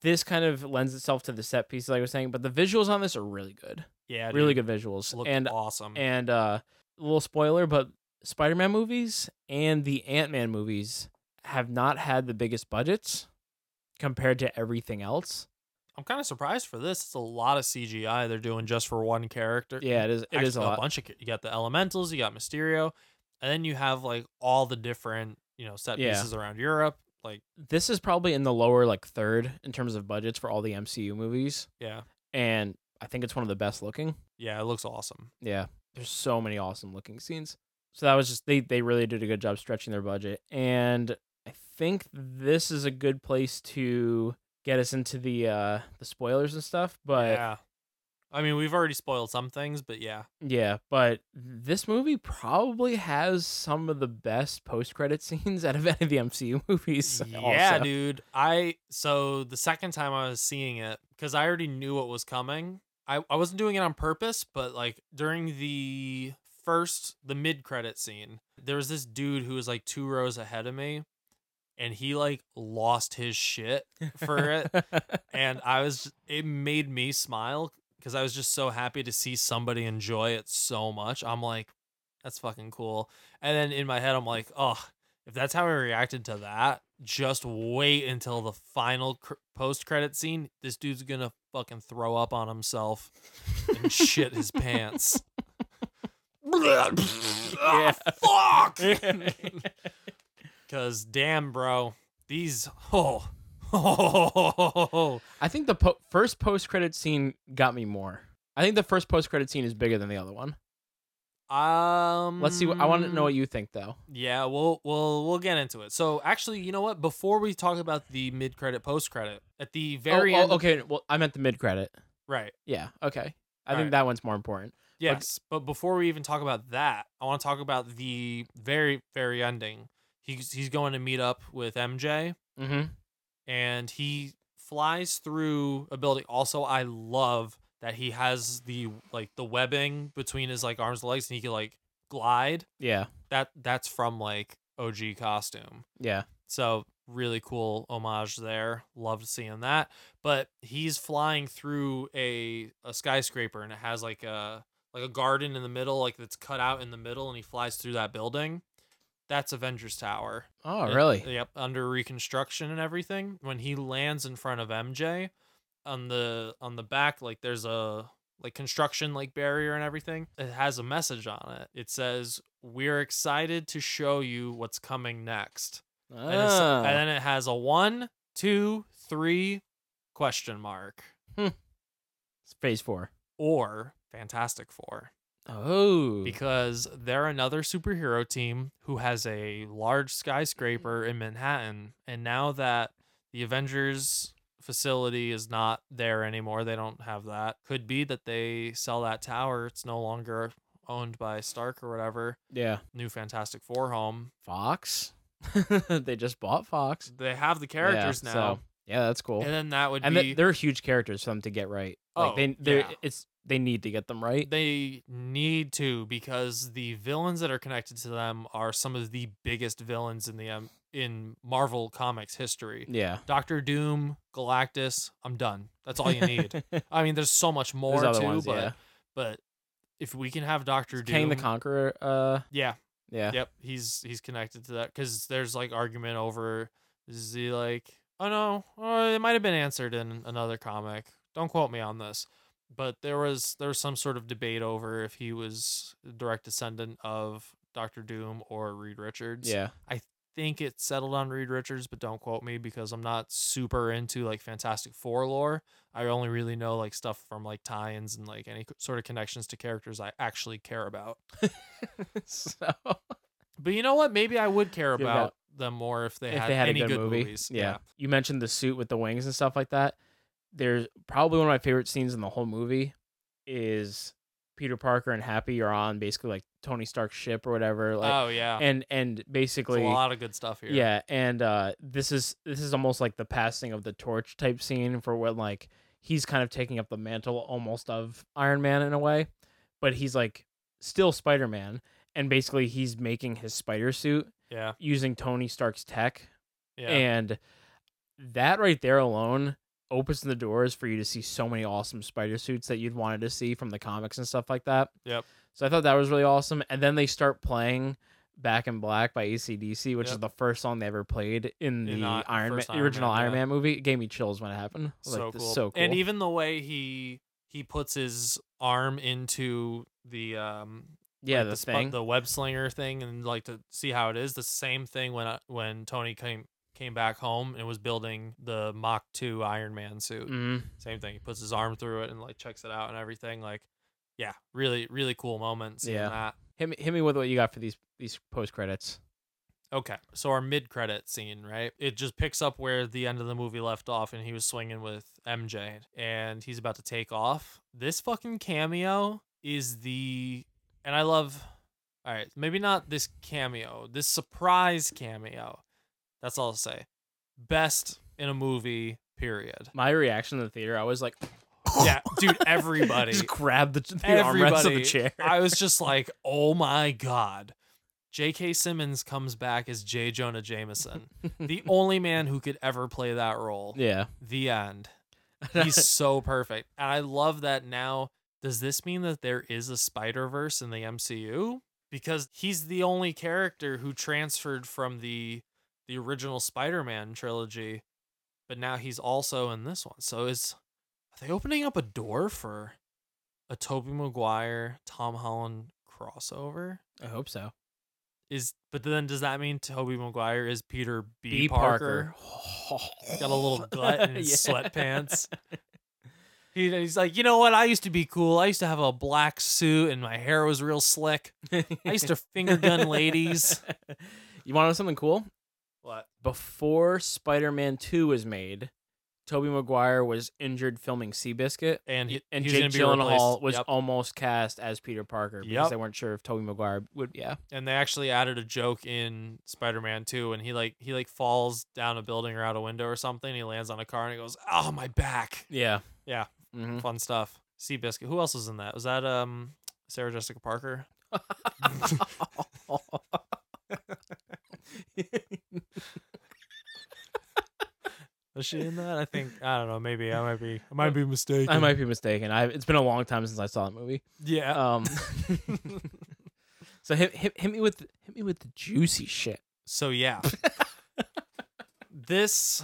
[SPEAKER 7] This kind of lends itself to the set pieces, like I was saying, but the visuals on this are really good.
[SPEAKER 6] Yeah,
[SPEAKER 7] really
[SPEAKER 6] dude.
[SPEAKER 7] good visuals.
[SPEAKER 6] Looked
[SPEAKER 7] and
[SPEAKER 6] awesome.
[SPEAKER 7] And uh, a little spoiler, but Spider-Man movies and the Ant-Man movies have not had the biggest budgets compared to everything else.
[SPEAKER 6] I'm kind of surprised for this. It's a lot of CGI they're doing just for one character.
[SPEAKER 7] Yeah, it is- it
[SPEAKER 6] Actually,
[SPEAKER 7] is a lot.
[SPEAKER 6] bunch of ca- you got the elementals, you got Mysterio, and then you have like all the different you know set
[SPEAKER 7] Yeah.
[SPEAKER 6] pieces around Europe. Like
[SPEAKER 7] This is probably in the lower like third in terms of budgets for all the MCU movies.
[SPEAKER 6] Yeah.
[SPEAKER 7] And I think it's one of the best looking.
[SPEAKER 6] yeah, it looks awesome.
[SPEAKER 7] Yeah. There's so many awesome looking scenes. So that was just they they really did a good job stretching their budget. And I think this is a good place to get us into the uh the spoilers and stuff, but
[SPEAKER 6] yeah, I mean we've already spoiled some things, but
[SPEAKER 7] [LAUGHS]
[SPEAKER 6] yeah,
[SPEAKER 7] yeah, but this movie probably has some of the best post credit [LAUGHS] scenes out of any of the MCU movies. [LAUGHS]
[SPEAKER 6] yeah,
[SPEAKER 7] also.
[SPEAKER 6] dude. I so the second time I was seeing it because I already knew what was coming. I I wasn't doing it on purpose, but like during the first the mid credit scene, there was this dude who was like two rows ahead of me, and he like lost his shit
[SPEAKER 7] [LAUGHS]
[SPEAKER 6] for it, and I was it made me smile because I was just so happy to see somebody enjoy it so much. I'm like, that's fucking cool. And then in my head, I'm like, oh, if that's how I reacted to that, just wait until the final cr- post credit scene. This dude's gonna fucking throw up on himself and shit his pants. yeah. Ah, fuck. Cause damn, bro, these oh,
[SPEAKER 7] [LAUGHS]
[SPEAKER 6] [LAUGHS]
[SPEAKER 7] I think the po- first post credit scene got me more. I think the first post credit scene is bigger than the other one.
[SPEAKER 6] um.
[SPEAKER 7] Let's see. What, I want to know what you think though. Oh,
[SPEAKER 6] Yeah, we'll we'll we'll get into it. So actually, you know what? Before we talk about the mid credit, post credit, at the very
[SPEAKER 7] oh, oh,
[SPEAKER 6] end,
[SPEAKER 7] okay. Well, I meant the mid credit.
[SPEAKER 6] right?
[SPEAKER 7] Yeah. Okay. I
[SPEAKER 6] All
[SPEAKER 7] think
[SPEAKER 6] right.
[SPEAKER 7] that one's more important. But
[SPEAKER 6] Yes, but before we even talk about that, I want to talk about the very very ending. He's he's going to meet up with MJ,
[SPEAKER 7] Mhm.
[SPEAKER 6] and he flies through a building. Also, I love that he has the like the webbing between his like arms and legs, and he can like glide.
[SPEAKER 7] Yeah.
[SPEAKER 6] that that's from like OG costume.
[SPEAKER 7] Yeah.
[SPEAKER 6] So really cool homage there. Loved seeing that. But he's flying through a a skyscraper and it has like a like a garden in the middle, like that's cut out in the middle, and he flies through that building. That's Avengers Tower.
[SPEAKER 7] Oh,
[SPEAKER 6] It-
[SPEAKER 7] really?
[SPEAKER 6] Yep, under reconstruction and everything. When he lands in front of MJ, on the on the back, like there's a like construction like barrier and everything. It has a message on it. It says, "We're excited to show you what's coming next." And, it's-
[SPEAKER 7] Ah.
[SPEAKER 6] and then it has a one, two, three question mark
[SPEAKER 7] It's phase four.
[SPEAKER 6] or Fantastic Four.
[SPEAKER 7] Oh.
[SPEAKER 6] Because they're another superhero team who has a large skyscraper in Manhattan. And now that the Avengers facility is not there anymore, they don't have that. Could be that they sell that tower. It's no longer owned by Stark or whatever.
[SPEAKER 7] Yeah.
[SPEAKER 6] New Fantastic Four home.
[SPEAKER 7] Fox. [LAUGHS] they just bought Fox.
[SPEAKER 6] They have the characters
[SPEAKER 7] yeah,
[SPEAKER 6] now.
[SPEAKER 7] So, yeah, that's cool.
[SPEAKER 6] And then that would
[SPEAKER 7] and
[SPEAKER 6] be.
[SPEAKER 7] th- they're huge characters for them to get right.
[SPEAKER 6] Oh,
[SPEAKER 7] like they they
[SPEAKER 6] yeah.
[SPEAKER 7] it's they need to get them right.
[SPEAKER 6] They need to because the villains that are connected to them are some of the biggest villains in the um, in Marvel Comics history.
[SPEAKER 7] Yeah.
[SPEAKER 6] Doctor Doom, Galactus. I'm done. That's all you
[SPEAKER 7] [LAUGHS]
[SPEAKER 6] need. I mean, there's so much more
[SPEAKER 7] other
[SPEAKER 6] too,
[SPEAKER 7] ones,
[SPEAKER 6] but
[SPEAKER 7] yeah.
[SPEAKER 6] but if we can have Doctor Doom,
[SPEAKER 7] Kang the Conqueror. Uh.
[SPEAKER 6] yeah,
[SPEAKER 7] Yeah.
[SPEAKER 6] yep, he's he's connected to that because there's like argument over is he like oh no, oh, it might have been answered in another comic. Don't quote me on this, but there was there was some sort of debate over if he was a direct descendant of Doctor Doom or Reed Richards.
[SPEAKER 7] Yeah. [LAUGHS]
[SPEAKER 6] I think it settled on Reed Richards, but don't quote me because I'm not super into like Fantastic Four lore. I only really know like stuff from like tie-ins and like any sort of connections to characters I actually care about.
[SPEAKER 7] so,
[SPEAKER 6] but you know what? Maybe I would care
[SPEAKER 7] Give it
[SPEAKER 6] about
[SPEAKER 7] up.
[SPEAKER 6] them more if they
[SPEAKER 7] [LAUGHS] if
[SPEAKER 6] had,
[SPEAKER 7] they had
[SPEAKER 6] any
[SPEAKER 7] a good, movie.
[SPEAKER 6] movies.
[SPEAKER 7] Yeah. You mentioned the suit with the wings and stuff like that. There's probably one of my favorite scenes in the whole movie is Peter Parker and Happy are on basically like Tony Stark's ship or whatever. Like,
[SPEAKER 6] Oh, yeah.
[SPEAKER 7] And and
[SPEAKER 6] There's
[SPEAKER 7] basically
[SPEAKER 6] a lot of good stuff here.
[SPEAKER 7] Yeah, and uh, this is this is almost like the passing of the torch type scene for when like he's kind of taking up the mantle almost of Iron Man in a way, but he's like still Spider Man, and basically he's making his spider suit.
[SPEAKER 6] Yeah.
[SPEAKER 7] using Tony Stark's tech.
[SPEAKER 6] Yeah.
[SPEAKER 7] and that right there alone opens the doors for you to see so many awesome spider suits that you'd wanted to see from the comics and stuff like that.
[SPEAKER 6] Yep.
[SPEAKER 7] So I thought that was really awesome. And then they start playing Back in Black by ACDC, which is
[SPEAKER 6] Yep.
[SPEAKER 7] the first song they ever played in the
[SPEAKER 6] In the
[SPEAKER 7] Iron Man,
[SPEAKER 6] first
[SPEAKER 7] the
[SPEAKER 6] Iron
[SPEAKER 7] original
[SPEAKER 6] Man,
[SPEAKER 7] Iron
[SPEAKER 6] yeah.
[SPEAKER 7] Man movie. It gave me chills when it happened. I was
[SPEAKER 6] so,
[SPEAKER 7] like, this is
[SPEAKER 6] cool.
[SPEAKER 7] so cool.
[SPEAKER 6] And even the way he he puts his arm into the um
[SPEAKER 7] Yeah,
[SPEAKER 6] like
[SPEAKER 7] the
[SPEAKER 6] spu-
[SPEAKER 7] thing.
[SPEAKER 6] the web slinger thing and like to see how it is the same thing when I, when Tony came came back home and was building the Mach 2 Iron Man suit.
[SPEAKER 7] Mhm.
[SPEAKER 6] Same thing. He puts his arm through it and like checks it out and everything like yeah, really really cool moments in
[SPEAKER 7] yeah.
[SPEAKER 6] that.
[SPEAKER 7] Hit me, hit me with what you got for these these post credits.
[SPEAKER 6] Okay, so our mid-credit scene, right? It just picks up where the end of the movie left off, and he was swinging with MJ, and he's about to take off. This fucking cameo is the, and I love. All right, maybe not this cameo, this surprise cameo. That's all I'll say. Best in a movie, period.
[SPEAKER 7] My reaction in the theater, I was like,
[SPEAKER 6] Yeah, dude, everybody
[SPEAKER 7] [LAUGHS] just grabbed the, the armrest of the
[SPEAKER 6] Everybody-
[SPEAKER 7] chair.
[SPEAKER 6] [LAUGHS] I was just like, oh my god. J.K. Simmons comes back as J. Jonah Jameson, the only man who could ever play that role.
[SPEAKER 7] [LAUGHS] Yeah.
[SPEAKER 6] The end.
[SPEAKER 7] [LAUGHS]
[SPEAKER 6] He's so perfect. And I love that now. Does this mean that there is a Spider Verse in the MCU? Because he's the only character who transferred from the the original Spider Man trilogy, but now he's also in this one. So is are they opening up a door for a Toby Maguire, Tom Holland crossover?
[SPEAKER 7] I hope so.
[SPEAKER 6] Is but then does that mean Toby Maguire is Peter B.
[SPEAKER 7] B.
[SPEAKER 6] Parker?
[SPEAKER 7] Parker. [LAUGHS]
[SPEAKER 6] Got a little [LAUGHS] gut in his
[SPEAKER 7] Yeah.
[SPEAKER 6] sweatpants. [LAUGHS] He, he's like, you know what? I used to be cool. I used to have a black suit and my hair was real slick. I used [LAUGHS] to finger gun ladies.
[SPEAKER 7] [LAUGHS] You want to know something cool?
[SPEAKER 6] What?
[SPEAKER 7] Before Spider-Man 2 was made, Toby Maguire was injured filming Seabiscuit.
[SPEAKER 6] And he-
[SPEAKER 7] and
[SPEAKER 6] he was
[SPEAKER 7] Jake
[SPEAKER 6] gonna be replaced.
[SPEAKER 7] Gyllenhaal was
[SPEAKER 6] Yep.
[SPEAKER 7] almost cast as Peter Parker because
[SPEAKER 6] Yep.
[SPEAKER 7] they weren't sure if Toby Maguire would yeah.
[SPEAKER 6] and they actually added a joke in Spider-Man 2 and he like he like falls down a building or out a window or something. He lands on a car and he goes, "Oh, my back."
[SPEAKER 7] Yeah.
[SPEAKER 6] Yeah. [LAUGHS]
[SPEAKER 7] Mhm.
[SPEAKER 6] Fun stuff. Seabiscuit. Who else was in that? Was that um Sarah Jessica Parker? Was she in that? I think I don't know. Maybe I might be. I might be mistaken.
[SPEAKER 7] I might be mistaken. I it's been a long time since I saw that movie.
[SPEAKER 6] Yeah. [LAUGHS]
[SPEAKER 7] Um So hit, hit, hit me with hit me with the juicy shit.
[SPEAKER 6] [LAUGHS] So yeah. this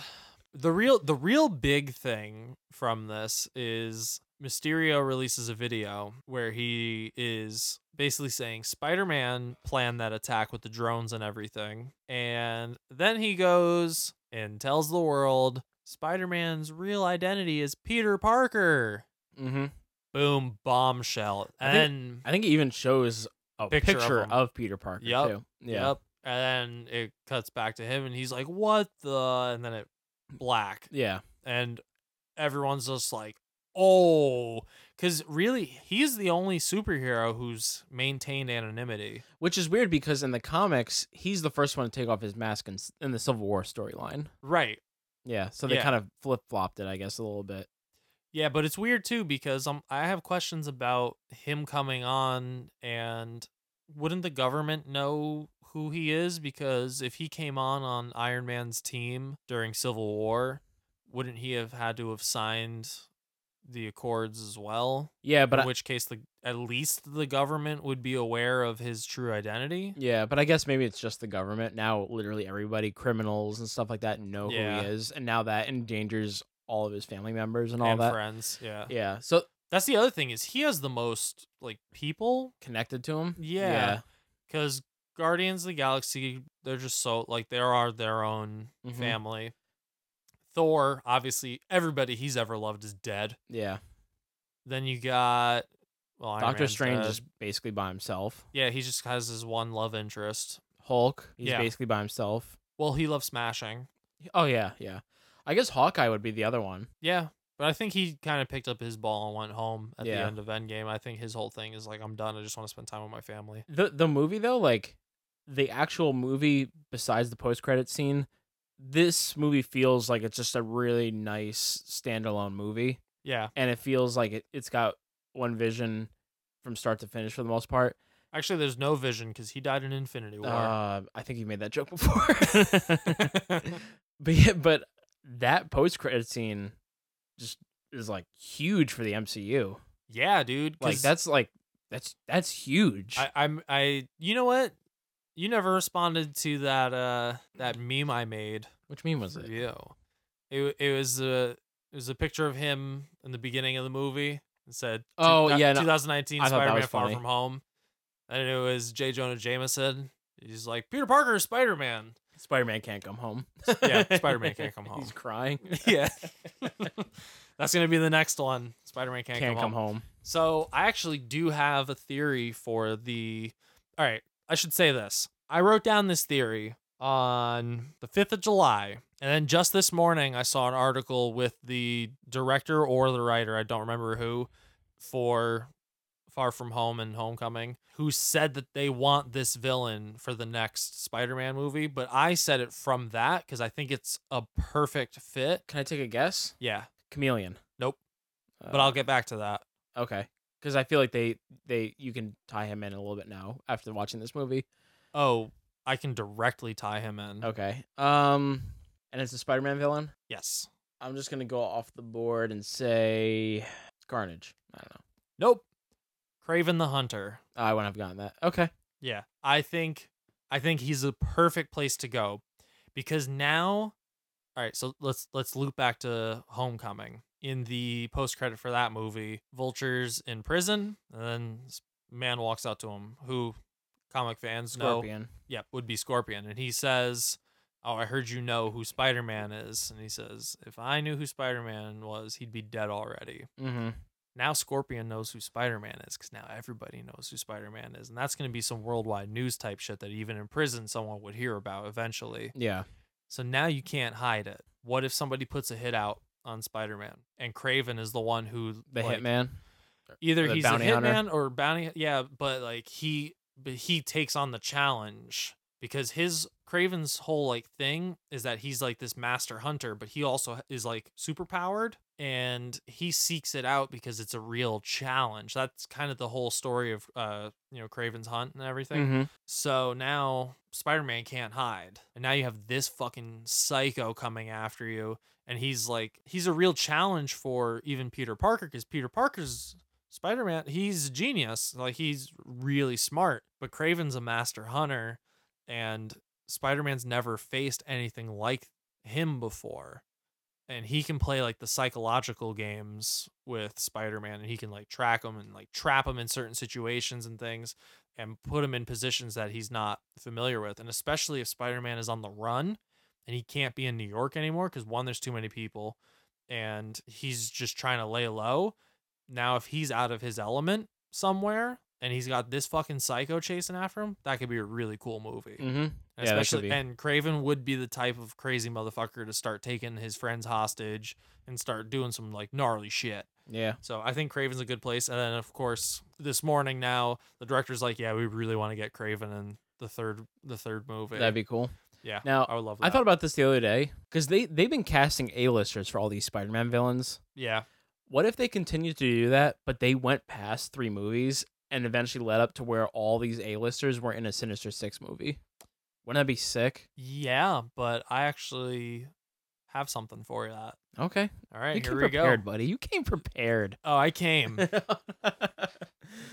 [SPEAKER 6] the real the real big thing from this is Mysterio releases a video where he is basically saying Spider-Man planned that attack with the drones and everything. And then he goes and tells the world Spider-Man's real identity is Peter Parker.
[SPEAKER 7] Mhm.
[SPEAKER 6] Boom bombshell.
[SPEAKER 7] I think-
[SPEAKER 6] And
[SPEAKER 7] I think it even shows a
[SPEAKER 6] Picture
[SPEAKER 7] picture,
[SPEAKER 6] of him.
[SPEAKER 7] of, Peter Parker
[SPEAKER 6] Yep.
[SPEAKER 7] too. Yeah.
[SPEAKER 6] Yep. And then it cuts back to him and he's like, What the and then it black.
[SPEAKER 7] Yeah.
[SPEAKER 6] And everyone's just like, Oh, because really he's the only superhero who's maintained anonymity.
[SPEAKER 7] Which is weird because in the comics, he's the first one to take off his mask in, s- in the Civil War storyline.
[SPEAKER 6] Right.
[SPEAKER 7] Yeah, so they
[SPEAKER 6] Yeah.
[SPEAKER 7] kind of flip flopped it, I guess, a little bit.
[SPEAKER 6] Yeah, but it's weird too because um, I have questions about him coming on, and wouldn't the government know who he is? Because if he came on on Iron Man's team during Civil War, wouldn't he have had to have signed the accords as well?
[SPEAKER 7] Yeah, but
[SPEAKER 6] in
[SPEAKER 7] I-
[SPEAKER 6] which case, the at least the government would be aware of his true identity.
[SPEAKER 7] Yeah, but I guess maybe it's just the government now. Literally everybody, criminals and stuff like that, know
[SPEAKER 6] Yeah.
[SPEAKER 7] who he is, and now that endangers all of his family members and all
[SPEAKER 6] And
[SPEAKER 7] that.
[SPEAKER 6] friends, yeah.
[SPEAKER 7] Yeah, so
[SPEAKER 6] That's the other thing is he has the most like people
[SPEAKER 7] connected to him.
[SPEAKER 6] Yeah. Because Guardians of the Galaxy, they're just so like they are their own
[SPEAKER 7] Mhm.
[SPEAKER 6] family. Thor, obviously, everybody he's ever loved is dead.
[SPEAKER 7] Yeah.
[SPEAKER 6] Then you got well, Iron
[SPEAKER 7] Doctor
[SPEAKER 6] Man's
[SPEAKER 7] Strange
[SPEAKER 6] dead.
[SPEAKER 7] is basically by himself.
[SPEAKER 6] yeah, he just has his one love interest.
[SPEAKER 7] Hulk, he's
[SPEAKER 6] Yeah.
[SPEAKER 7] basically by himself.
[SPEAKER 6] Well, he loves smashing.
[SPEAKER 7] Oh yeah, yeah. I guess Hawkeye would be the other one.
[SPEAKER 6] Yeah, but I think he kind of picked up his ball and went home at the
[SPEAKER 7] Yeah.
[SPEAKER 6] end of Endgame. I think his whole thing is like, I'm done. I just want to spend time with my family.
[SPEAKER 7] The the movie though, like the actual movie besides the post credit scene, this movie feels like it's just a really nice standalone movie.
[SPEAKER 6] Yeah.
[SPEAKER 7] And it feels like it, it's got one vision from start to finish for the most part.
[SPEAKER 6] Actually, there's no Vision because he died in Infinity War.
[SPEAKER 7] Uh, I think you made that joke before. [LAUGHS] but yeah, but that post credit scene just is like huge for the MCU.
[SPEAKER 6] yeah, dude.
[SPEAKER 7] Like
[SPEAKER 6] 'cause
[SPEAKER 7] that's like that's that's huge.
[SPEAKER 6] I, I'm I. You know what? You never responded to that uh that meme I made.
[SPEAKER 7] Which meme was it?
[SPEAKER 6] Yeah. It wa- it was a it was a picture of him in the beginning of the movie. It said, two-
[SPEAKER 7] Oh,
[SPEAKER 6] uh,
[SPEAKER 7] yeah, no,
[SPEAKER 6] 2019
[SPEAKER 7] I thought that
[SPEAKER 6] Spider-Man
[SPEAKER 7] was
[SPEAKER 6] Far
[SPEAKER 7] funny.
[SPEAKER 6] From Home, and it was J. Jonah Jameson. He's like Peter Parker, is
[SPEAKER 7] [LAUGHS]
[SPEAKER 6] Spider-Man.
[SPEAKER 7] Spider Man can't come home. [LAUGHS]
[SPEAKER 6] Yeah, Spider-Man can't come home.
[SPEAKER 7] He's crying.
[SPEAKER 6] yeah. [LAUGHS] That's gonna be the next one. Spider-Man can't,
[SPEAKER 7] Can't
[SPEAKER 6] come
[SPEAKER 7] come home.
[SPEAKER 6] So I actually do have a theory for the. All right, I should say this. I wrote down this theory on the fifth of July, and then just this morning I saw an article with the director or the writer, I don't remember who, for Far From Home and Homecoming, who said that they want this villain for the next Spider-Man movie. But I said it from that because I think it's a perfect fit.
[SPEAKER 7] Can I take a guess?
[SPEAKER 6] Yeah,
[SPEAKER 7] Chameleon.
[SPEAKER 6] Nope.
[SPEAKER 7] Uh,
[SPEAKER 6] but I'll get back to that.
[SPEAKER 7] okay. Because I feel like they they you can tie him in a little bit now after watching this movie.
[SPEAKER 6] Oh, I can directly tie him in.
[SPEAKER 7] Okay. Um, and it's a Spider Man villain.
[SPEAKER 6] Yes.
[SPEAKER 7] I'm just gonna go off the board and say Carnage. I don't know.
[SPEAKER 6] Nope. Craven the Hunter.
[SPEAKER 7] I wouldn't have gotten that. Okay.
[SPEAKER 6] Yeah. I think I think he's a perfect place to go because now all right, so let's let's loop back to Homecoming. In the post credit for that movie, Vulture's in prison and then this man walks out to him who comic fans know
[SPEAKER 7] Scorpion.
[SPEAKER 6] Yep, would be Scorpion and he says Oh, I heard you know who Spider Man is. And he says, If I knew who Spider Man was, he'd be dead already.
[SPEAKER 7] Mm-hmm.
[SPEAKER 6] now Scorpion knows who Spider Man is because now everybody knows who Spider Man is. And that's going to be some worldwide news type shit that even in prison someone would hear about eventually.
[SPEAKER 7] Yeah.
[SPEAKER 6] So now you can't hide it. What if somebody puts a hit out on Spider Man and Craven is the one who.
[SPEAKER 7] The
[SPEAKER 6] like,
[SPEAKER 7] Hitman.
[SPEAKER 6] Either
[SPEAKER 7] the
[SPEAKER 6] he's a
[SPEAKER 7] bounty hunter.
[SPEAKER 6] hitman or bounty. Yeah, but like he. But he takes on the challenge because his Craven's whole like thing is that he's like this master hunter, but he also is like super powered and he seeks it out because it's a real challenge. That's kind of the whole story of uh, you know, Craven's hunt and everything.
[SPEAKER 7] Mhm.
[SPEAKER 6] So now Spider-Man can't hide. And now you have this fucking psycho coming after you and he's like he's a real challenge for even Peter Parker cuz Peter Parker's Spider-Man, he's a genius. Like he's really smart, but Craven's a master hunter and Spider-Man's never faced anything like him before. And he can play like the psychological games with Spider-Man and he can like track him and like trap him in certain situations and things and put him in positions that he's not familiar with. And especially if Spider-Man is on the run and he can't be in New York anymore cuz one there's too many people and he's just trying to lay low. Now if he's out of his element somewhere and he's got this fucking psycho chasing after him, that could be a really cool movie.
[SPEAKER 7] Mm-hmm.
[SPEAKER 6] And especially and Craven would be the type of crazy motherfucker to start taking his friends hostage and start doing some like gnarly shit.
[SPEAKER 7] Yeah.
[SPEAKER 6] So I think Craven's a good place. And then of course this morning now the director's like, yeah, we really want to get Craven in the third the third movie.
[SPEAKER 7] That'd be cool.
[SPEAKER 6] Yeah,
[SPEAKER 7] Now
[SPEAKER 6] I would love
[SPEAKER 7] I
[SPEAKER 6] that.
[SPEAKER 7] thought about this the other day because they they've been casting A-listers for all these Spider-Man villains.
[SPEAKER 6] Yeah.
[SPEAKER 7] What if they continued to do that, but they went past three movies and eventually led up to where all these A-listers were in a Sinister Six movie? Wouldn't that be sick?
[SPEAKER 6] Yeah, but I actually have something for that.
[SPEAKER 7] Okay.
[SPEAKER 6] All right,
[SPEAKER 7] You
[SPEAKER 6] here
[SPEAKER 7] came
[SPEAKER 6] we go.
[SPEAKER 7] [LAUGHS] prepared, buddy. You came prepared.
[SPEAKER 6] Oh, I came.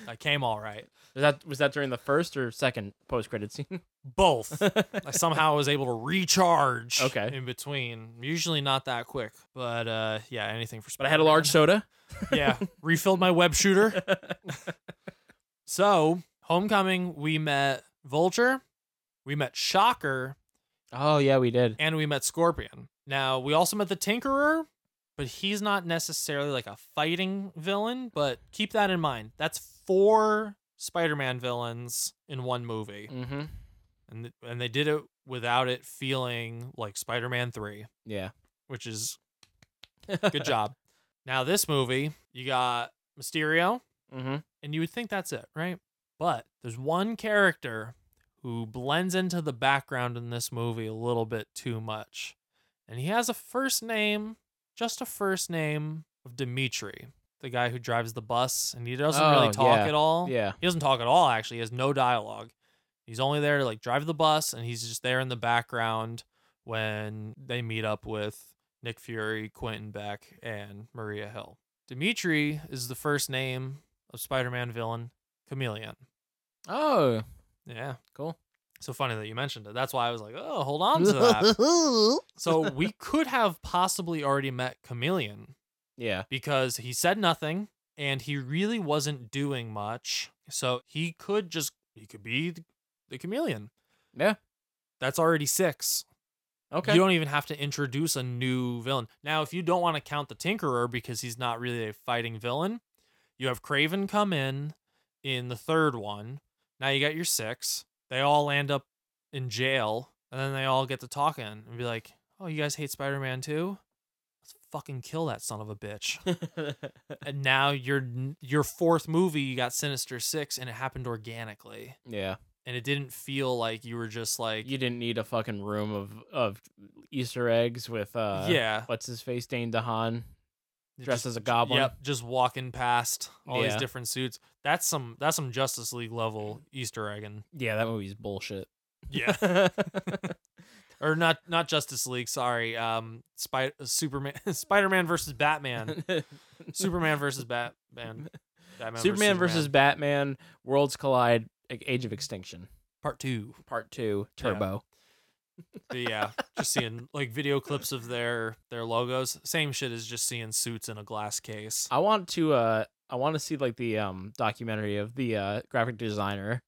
[SPEAKER 6] I came all right.
[SPEAKER 7] Was that was that during the first or second post credit scene? [LAUGHS]
[SPEAKER 6] Both. I somehow was able to recharge.
[SPEAKER 7] Okay.
[SPEAKER 6] In between, usually not that quick, but uh, yeah, anything for.
[SPEAKER 7] But I had a large [LAUGHS]
[SPEAKER 6] Spider-Man. yeah, refilled my web shooter. so homecoming, we met Vulture, we met Shocker,
[SPEAKER 7] Oh yeah, we did.
[SPEAKER 6] and we met Scorpion. Now we also met the Tinkerer, but he's not necessarily like a fighting villain. But keep that in mind. That's four Spider-Man villains in one movie,
[SPEAKER 7] Mm-hmm.
[SPEAKER 6] and th- and they did it without it feeling like Spider-Man Three,
[SPEAKER 7] Yeah.
[SPEAKER 6] which is
[SPEAKER 7] [LAUGHS]
[SPEAKER 6] good job. Now this movie, you got Mysterio,
[SPEAKER 7] Mm-hmm.
[SPEAKER 6] and you would think that's it, right? But there's one character who blends into the background in this movie a little bit too much. And he has a first name, just a first name of Dimitri, the guy who drives the bus, and he doesn't
[SPEAKER 7] Oh,
[SPEAKER 6] really talk
[SPEAKER 7] yeah.
[SPEAKER 6] at all.
[SPEAKER 7] Yeah.
[SPEAKER 6] He doesn't talk at all, actually. He has no dialogue. He's only there to like drive the bus, and he's just there in the background when they meet up with Nick Fury, Quentin Beck, and Maria Hill. Dimitri is the first name of Spider Man villain Chameleon.
[SPEAKER 7] Oh.
[SPEAKER 6] Yeah.
[SPEAKER 7] Cool.
[SPEAKER 6] So funny that you mentioned it. That's why I was like, oh, hold on to
[SPEAKER 7] [LAUGHS]
[SPEAKER 6] that. so we could have possibly already met Chameleon
[SPEAKER 7] Yeah.
[SPEAKER 6] because he said nothing and he really wasn't doing much. So he could just, he could be th- the chameleon.
[SPEAKER 7] Yeah.
[SPEAKER 6] That's already six.
[SPEAKER 7] Okay.
[SPEAKER 6] You don't even have to introduce a new villain. Now, if you don't want to count the Tinkerer because he's not really a fighting villain, you have Craven come in in the third one. Now you got your six. They all end up in jail, and then they all get to talking and be like, "Oh, you guys hate Spider-Man too? Let's fucking kill that son of a bitch." and now your your fourth movie, you got Sinister Six, and it happened organically, [LAUGHS]
[SPEAKER 7] yeah.
[SPEAKER 6] and it didn't feel like you were just like,
[SPEAKER 7] You didn't need a fucking room of of Easter eggs with uh
[SPEAKER 6] Yeah.
[SPEAKER 7] what's his face Dane DeHaan
[SPEAKER 6] It
[SPEAKER 7] dressed
[SPEAKER 6] just-
[SPEAKER 7] as a goblin.
[SPEAKER 6] Yep, just walking past all these
[SPEAKER 7] Yeah.
[SPEAKER 6] different suits. That's some that's some Justice League level Easter egg and
[SPEAKER 7] Yeah, that movie's bullshit. [LAUGHS]
[SPEAKER 6] yeah. [LAUGHS] or not not Justice League, sorry. Um Spy- Superman [LAUGHS] Spider-Man versus
[SPEAKER 7] [LAUGHS]
[SPEAKER 6] Batman. Superman versus Batman. Batman
[SPEAKER 7] Superman versus Batman, Worlds Collide, A- Age of Extinction,
[SPEAKER 6] Part 2.
[SPEAKER 7] Part Two, Turbo.
[SPEAKER 6] But yeah, just seeing like video clips of their their logos. Same shit as just seeing suits in a glass case.
[SPEAKER 7] I want to uh I want to see like the um documentary of the uh graphic designer,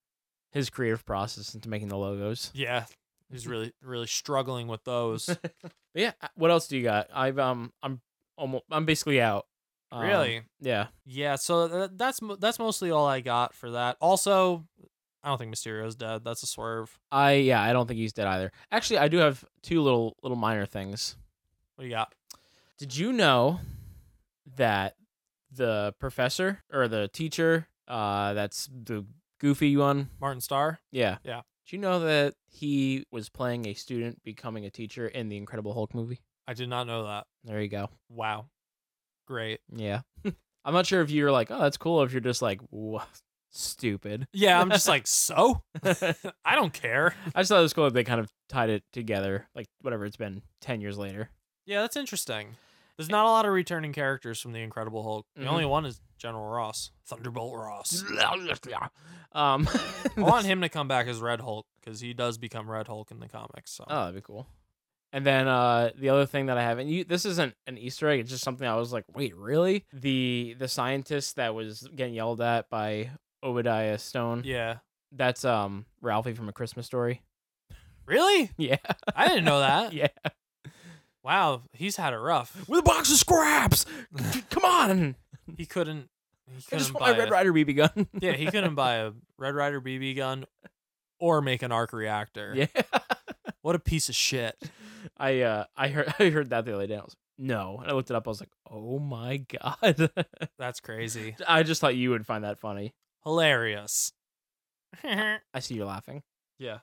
[SPEAKER 7] his creative process into making the logos.
[SPEAKER 6] Yeah. He's really really struggling with
[SPEAKER 7] [LAUGHS]
[SPEAKER 6] those.
[SPEAKER 7] But yeah, uh, what else do you got? I've um I'm almost I'm basically out. Um,
[SPEAKER 6] Really?
[SPEAKER 7] Yeah.
[SPEAKER 6] Yeah, so th- that's mo- that's mostly all I got for that. Also, I don't think Mysterio's dead. That's a swerve.
[SPEAKER 7] I yeah, I don't think he's dead either. Actually, I do have two little little minor things.
[SPEAKER 6] What do you got?
[SPEAKER 7] Did you know that the professor or the teacher, uh, that's the goofy one?
[SPEAKER 6] Martin Starr?
[SPEAKER 7] Yeah.
[SPEAKER 6] Yeah.
[SPEAKER 7] Do you know that he was playing a student becoming a teacher in the Incredible Hulk movie?
[SPEAKER 6] I did not know that.
[SPEAKER 7] There you go.
[SPEAKER 6] Wow. Great.
[SPEAKER 7] Yeah. [LAUGHS] I'm not sure if you're like, oh, that's cool. If you're just like, what? [LAUGHS] Stupid. [LAUGHS]
[SPEAKER 6] Yeah, I'm just like, so?
[SPEAKER 7] I
[SPEAKER 6] [LAUGHS] I don't care.
[SPEAKER 7] just thought it was cool that they kind of tied it together, like whatever it's been 10 years later. [LAUGHS]
[SPEAKER 6] Yeah, that's interesting. There's not a lot of returning characters from the Incredible Hulk. The
[SPEAKER 7] Mhm.
[SPEAKER 6] only one is General Ross, Thunderbolt
[SPEAKER 7] [LAUGHS]
[SPEAKER 6] Ross.
[SPEAKER 7] Um, [LAUGHS]
[SPEAKER 6] I want him to come back as Red Hulk because he does become Red Hulk in the comics. So.
[SPEAKER 7] Oh, that'd be cool. And then uh, the other thing that I have, and you, this isn't an Easter egg. It's just something I was like, wait, really? The the scientist that was getting yelled at by Obadiah Stone.
[SPEAKER 6] Yeah.
[SPEAKER 7] That's um Ralphie from A Christmas Story. [LAUGHS]
[SPEAKER 6] Really?
[SPEAKER 7] Yeah. [LAUGHS]
[SPEAKER 6] I didn't know that.
[SPEAKER 7] yeah.
[SPEAKER 6] Wow, he's had it rough.
[SPEAKER 7] With a box of scraps.
[SPEAKER 6] [LAUGHS]
[SPEAKER 7] Come on.
[SPEAKER 6] He couldn't. He
[SPEAKER 7] I
[SPEAKER 6] couldn't
[SPEAKER 7] just want
[SPEAKER 6] buy
[SPEAKER 7] my Red
[SPEAKER 6] a-
[SPEAKER 7] Rider BB gun.
[SPEAKER 6] Yeah,
[SPEAKER 7] [LAUGHS]
[SPEAKER 6] he couldn't buy a Red Rider BB gun or make an arc reactor.
[SPEAKER 7] yeah. [LAUGHS]
[SPEAKER 6] What a piece of shit.
[SPEAKER 7] I uh I heard [LAUGHS] I heard that the other day. and I was like, no, and I looked it up. I was like, oh my [LAUGHS] god.
[SPEAKER 6] That's crazy.
[SPEAKER 7] I just thought you would find that funny.
[SPEAKER 6] Hilarious. yeah.
[SPEAKER 7] I see you laughing.
[SPEAKER 6] I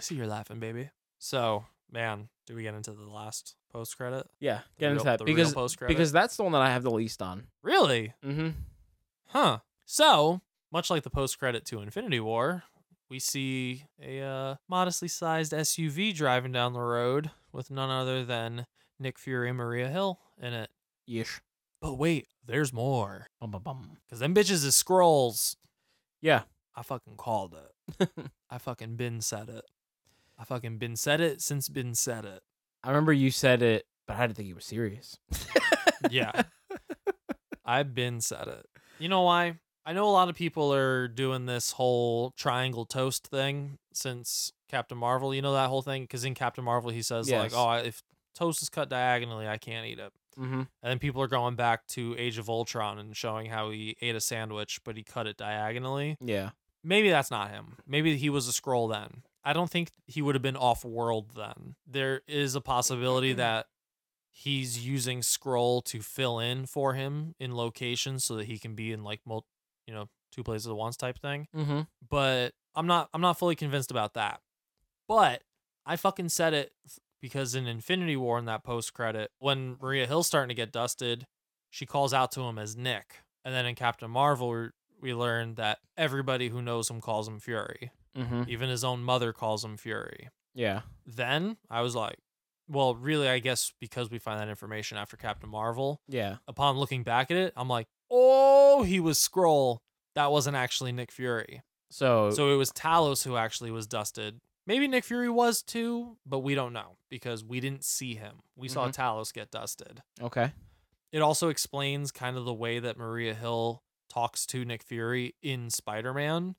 [SPEAKER 6] see you're laughing, baby. So, man, do we get into the last post credit?
[SPEAKER 7] Yeah,
[SPEAKER 6] The
[SPEAKER 7] get
[SPEAKER 6] real-
[SPEAKER 7] into that
[SPEAKER 6] the real
[SPEAKER 7] because
[SPEAKER 6] post-credit?
[SPEAKER 7] because that's the one that I have the least on.
[SPEAKER 6] Really?
[SPEAKER 7] Mm-hmm.
[SPEAKER 6] Huh. So, much like the post credit to Infinity War, we see a uh, modestly sized SUV driving down the road with none other than Nick Fury and Maria Hill in it.
[SPEAKER 7] Yeesh.
[SPEAKER 6] But wait, there's more. Because them bitches is scrolls.
[SPEAKER 7] Yeah.
[SPEAKER 6] I fucking called it. I fucking been said it. I fucking been said it since been said it.
[SPEAKER 7] I remember you said it, but I didn't think you were serious.
[SPEAKER 6] Yeah. I've been said it. You know why? I know a lot of people are doing this whole triangle toast thing since Captain Marvel. You know that whole thing? Because in Captain Marvel, he says, like,
[SPEAKER 7] Yes.
[SPEAKER 6] oh, I- if toast is cut diagonally, I can't eat it.
[SPEAKER 7] Mhm.
[SPEAKER 6] And then people are going back to Age of Ultron and showing how he ate a sandwich, but he cut it diagonally.
[SPEAKER 7] Yeah.
[SPEAKER 6] Maybe that's not him. Maybe he was a scroll then. I don't think he would have been off world then. There is a possibility that he's using scroll to fill in for him in locations so that he can be in like mul- you know, two places at once type thing.
[SPEAKER 7] Mhm.
[SPEAKER 6] But I'm not I'm not fully convinced about that. But I fucking said it f- because in Infinity War in that post credit, when Maria Hill's starting to get dusted, she calls out to him as Nick. And then in Captain Marvel, we're- we learn that everybody who knows him calls him Fury.
[SPEAKER 7] Mhm.
[SPEAKER 6] Even his own mother calls him Fury.
[SPEAKER 7] Yeah.
[SPEAKER 6] Then I was like, well, really, I guess because we find that information after Captain Marvel.
[SPEAKER 7] Yeah.
[SPEAKER 6] Upon looking back at it, I'm like, oh, he was Scroll. That wasn't actually Nick Fury.
[SPEAKER 7] So
[SPEAKER 6] So it was Talos who actually was dusted. Maybe Nick Fury was too, but we don't know because we didn't see him. We saw
[SPEAKER 7] Mhm.
[SPEAKER 6] Talos get dusted.
[SPEAKER 7] okay.
[SPEAKER 6] It also explains kind of the way that Maria Hill talks to Nick Fury in Spider Man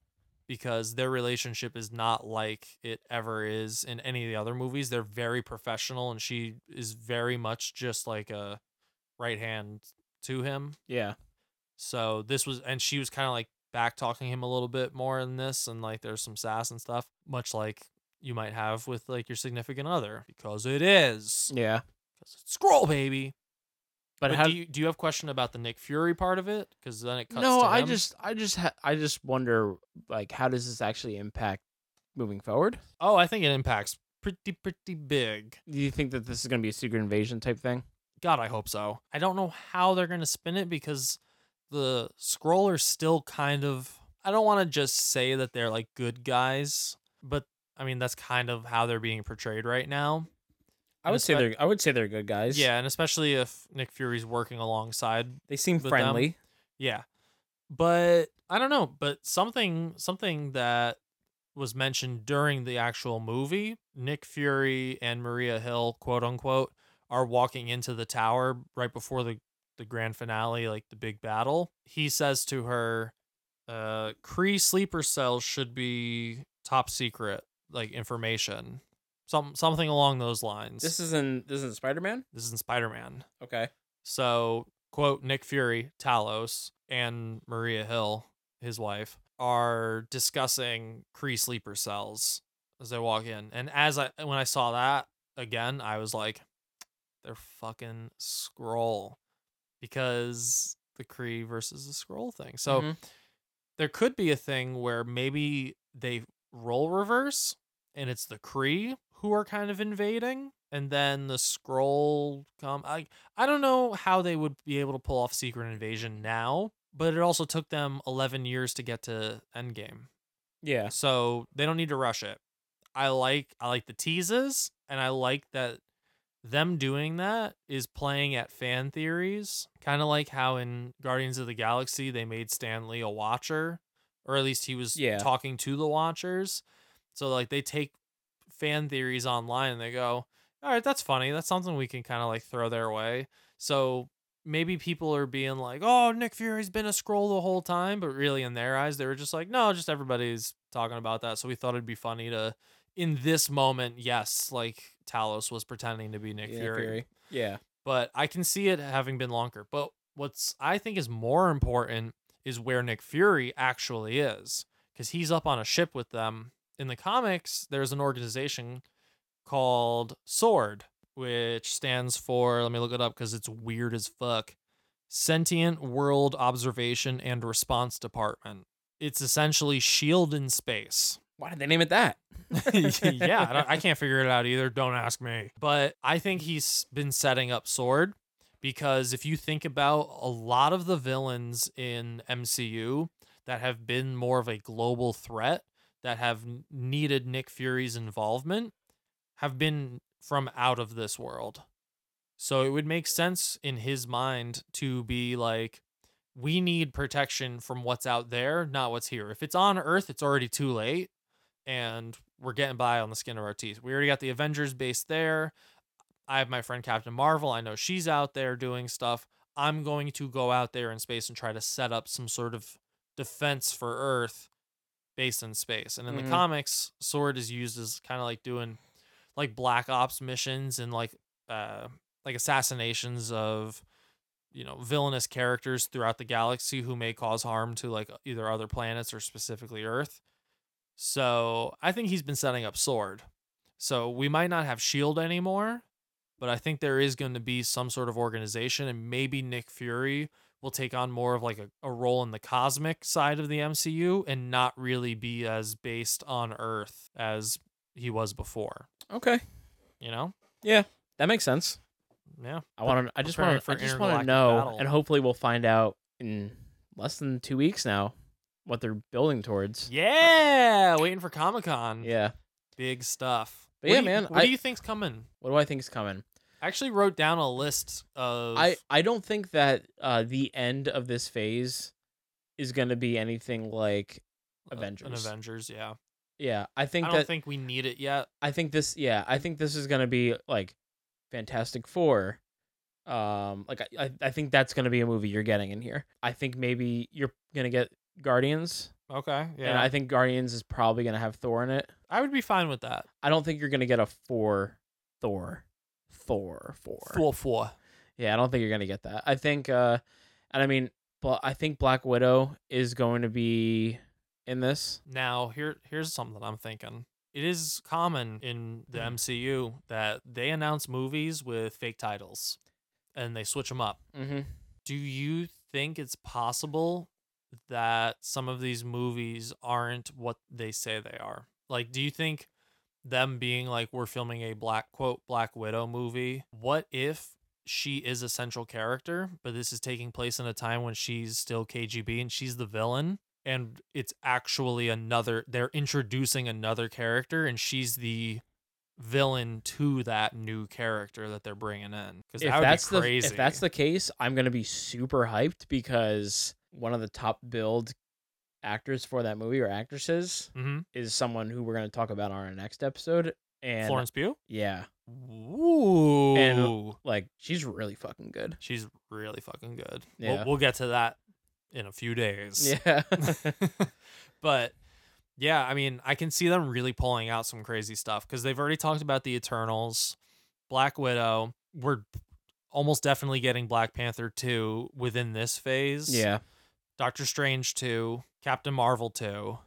[SPEAKER 6] because their relationship is not like it ever is in any of the other movies. They're very professional and she is very much just like a right hand to him.
[SPEAKER 7] Yeah.
[SPEAKER 6] So this was, and she was kind of like back talking him a little bit more in this, and like there's some sass and stuff, much like you might have with like your significant other, because it is
[SPEAKER 7] Yeah.
[SPEAKER 6] scroll baby.
[SPEAKER 7] Mm. But
[SPEAKER 6] But,
[SPEAKER 7] how-
[SPEAKER 6] do you do you have question about the Nick Fury part of it? Because then it cuts.
[SPEAKER 7] No,
[SPEAKER 6] to
[SPEAKER 7] I
[SPEAKER 6] him.
[SPEAKER 7] just, I just, ha- I just wonder, like, how does this actually impact moving forward?
[SPEAKER 6] Oh, I think it impacts pretty pretty big.
[SPEAKER 7] Do you think that this is going to be a secret invasion type thing?
[SPEAKER 6] God, I hope so. I don't know how they're gonna spin it because the scrollers still kind of I don't wanna just say that they're like good guys, but I mean that's kind of how they're being portrayed right now.
[SPEAKER 7] I would say they're, I would say they're good guys.
[SPEAKER 6] Yeah, and especially if Nick Fury's working alongside
[SPEAKER 7] They seem
[SPEAKER 6] with them.
[SPEAKER 7] friendly.
[SPEAKER 6] Yeah. But I don't know, but something something that was mentioned during the actual movie, Nick Fury and Maria Hill, quote unquote, are walking into the tower right before the the grand finale, like the big battle. He says to her, uh, Cree sleeper cells should be top secret, like information. Some something along those lines.
[SPEAKER 7] This is in, this is in Spider Man.
[SPEAKER 6] This is in Spider Man.
[SPEAKER 7] Okay.
[SPEAKER 6] So, quote, Nick Fury, Talos, and Maria Hill, his wife, are discussing Kree sleeper cells as they walk in. And as I, when I saw that again, I was like, they're fucking scroll because the Kree versus the scroll thing. So,
[SPEAKER 7] Mhm.
[SPEAKER 6] there could be a thing where maybe they roll reverse and it's the Kree who are kind of invading, and then the scroll come. I I don't know how they would be able to pull off secret invasion now, but it also took them eleven years to get to Endgame,
[SPEAKER 7] Yeah.
[SPEAKER 6] so they don't need to rush it. I like I like the teases, and I like that them doing that is playing at fan theories, kind of like how in Guardians of the Galaxy they made Stanley a watcher, or at least he was
[SPEAKER 7] Yeah.
[SPEAKER 6] talking to the watchers. So like they take fan theories online and they go, "All right, that's funny. That's something we can kind of like throw their way." So maybe people are being like, "Oh, Nick Fury's been a scroll the whole time," but really in their eyes they were just like, "No, just everybody's talking about that." So we thought it'd be funny to in this moment, yes, like Talos was pretending to be Nick
[SPEAKER 7] Yeah,
[SPEAKER 6] Fury.
[SPEAKER 7] Fury. Yeah.
[SPEAKER 6] But I can see it having been longer. But what's I think is more important is where Nick Fury actually is because he's up on a ship with them. In the comics, there's an organization called SWORD, which stands for, let me look it up because it's weird as fuck Sentient World Observation and Response Department. It's essentially SHIELD E in space.
[SPEAKER 7] Why did they name it that?
[SPEAKER 6] [LAUGHS] yeah, I, don't- I can't figure it out either. Don't ask me. But I think he's been setting up Sword because if you think about a lot of the villains in MCU that have been more of a global threat that have n- needed Nick Fury's involvement have been from out of this world. So it would make sense in his mind to be like, we need protection from what's out there, not what's here. If it's on Earth, it's already too late and we're getting by on the skin of our teeth. We already got the Avengers base there. I have my friend Captain Marvel. I know she's out there doing stuff. I'm going to go out there in space and try to set up some sort of defense for Earth based in space. And in
[SPEAKER 7] Mhm.
[SPEAKER 6] the comics, Sword is used as kind of like doing like black ops missions and like uh like assassinations of you know villainous characters throughout the galaxy who may cause harm to like either other planets or specifically Earth. So I think he's been setting up Sword. So we might not have Shield E anymore, but I think there is going to be some sort of organization, and maybe Nick Fury will take on more of like a, a role in the cosmic side of the MCU and not really be as based on Earth as he was before.
[SPEAKER 7] Okay.
[SPEAKER 6] You know?
[SPEAKER 7] Yeah, that makes sense.
[SPEAKER 6] Yeah.
[SPEAKER 7] I want to. I just
[SPEAKER 6] Preparing
[SPEAKER 7] want to.
[SPEAKER 6] for
[SPEAKER 7] I just want to
[SPEAKER 6] intergalactic
[SPEAKER 7] know,
[SPEAKER 6] battle.
[SPEAKER 7] and hopefully we'll find out in less than two weeks now what they're building towards.
[SPEAKER 6] Yeah, waiting for Comic Con.
[SPEAKER 7] Yeah.
[SPEAKER 6] Big stuff.
[SPEAKER 7] But
[SPEAKER 6] What
[SPEAKER 7] yeah,
[SPEAKER 6] do you-
[SPEAKER 7] man,
[SPEAKER 6] What
[SPEAKER 7] I-
[SPEAKER 6] do you think's coming?
[SPEAKER 7] What do I think is coming?
[SPEAKER 6] I actually wrote down a list of.
[SPEAKER 7] I I don't think that uh, the end of this phase is going to be anything like
[SPEAKER 6] uh,
[SPEAKER 7] Avengers.
[SPEAKER 6] An Avengers, yeah.
[SPEAKER 7] Yeah, I think
[SPEAKER 6] I
[SPEAKER 7] that
[SPEAKER 6] don't think we need it yet.
[SPEAKER 7] I think this yeah, I think this is gonna be like Fantastic Four. Um like I, I, I think that's gonna be a movie you're getting in here. I think maybe you're gonna get Guardians.
[SPEAKER 6] Okay,
[SPEAKER 7] And
[SPEAKER 6] yeah.
[SPEAKER 7] I think Guardians is probably gonna have Thor in it.
[SPEAKER 6] I would be fine with that.
[SPEAKER 7] I don't think you're gonna get a four Thor. Thor four.
[SPEAKER 6] Four four.
[SPEAKER 7] Yeah, I don't think you're gonna get that. I think uh and I mean Bla- I think Black Widow is going to be in this.
[SPEAKER 6] Now, here here's something I'm thinking. It is common in the MCU that they announce movies with fake titles and they switch them up.
[SPEAKER 7] Mm-hmm.
[SPEAKER 6] Do you think it's possible that some of these movies aren't what they say they are? Like, do you think them being like, we're filming a black, quote, Black Widow movie, what if she is a central character, but this is taking place in a time when she's still KGB and she's the villain? And it's actually another, they're introducing another character and she's the villain to that new character that they're bringing in. Because
[SPEAKER 7] if
[SPEAKER 6] that would
[SPEAKER 7] that's
[SPEAKER 6] be crazy.
[SPEAKER 7] the if that's the case, I'm gonna be super hyped because one of the top billed actors for that movie or actresses
[SPEAKER 6] Mhm.
[SPEAKER 7] is someone who we're gonna talk about on our next episode. And
[SPEAKER 6] Florence Pugh?
[SPEAKER 7] yeah,
[SPEAKER 6] Ooh.
[SPEAKER 7] and like she's really fucking good.
[SPEAKER 6] She's really fucking good.
[SPEAKER 7] Yeah.
[SPEAKER 6] We'll, we'll get to that in a few days. [LAUGHS]
[SPEAKER 7] Yeah. [LAUGHS]
[SPEAKER 6] but yeah, I mean, I can see them really pulling out some crazy stuff because they've already talked about the Eternals, Black Widow. We're almost definitely getting Black Panther 2 within this phase.
[SPEAKER 7] Yeah,
[SPEAKER 6] Doctor Strange 2, Captain Marvel 2.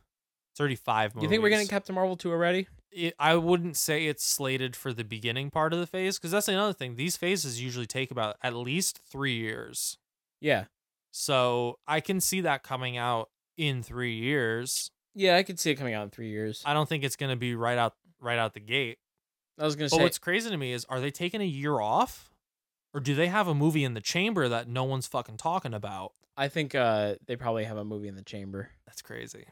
[SPEAKER 6] 35
[SPEAKER 7] do
[SPEAKER 6] movies.
[SPEAKER 7] you think we're getting Captain Marvel two already?
[SPEAKER 6] it, I wouldn't say it's slated for the beginning part of the phase because that's another thing. These phases usually take about at least three years.
[SPEAKER 7] Yeah,
[SPEAKER 6] So I can see that coming out in three years.
[SPEAKER 7] yeah, I could see it coming out in three years.
[SPEAKER 6] I don't think it's going to be right out right out the gate.
[SPEAKER 7] I was gonna
[SPEAKER 6] But
[SPEAKER 7] say
[SPEAKER 6] what's crazy to me is, are they taking a year off, or do they have a movie in the chamber that no one's fucking talking about?
[SPEAKER 7] I think uh they probably have a movie in the chamber. [LAUGHS]
[SPEAKER 6] That's crazy.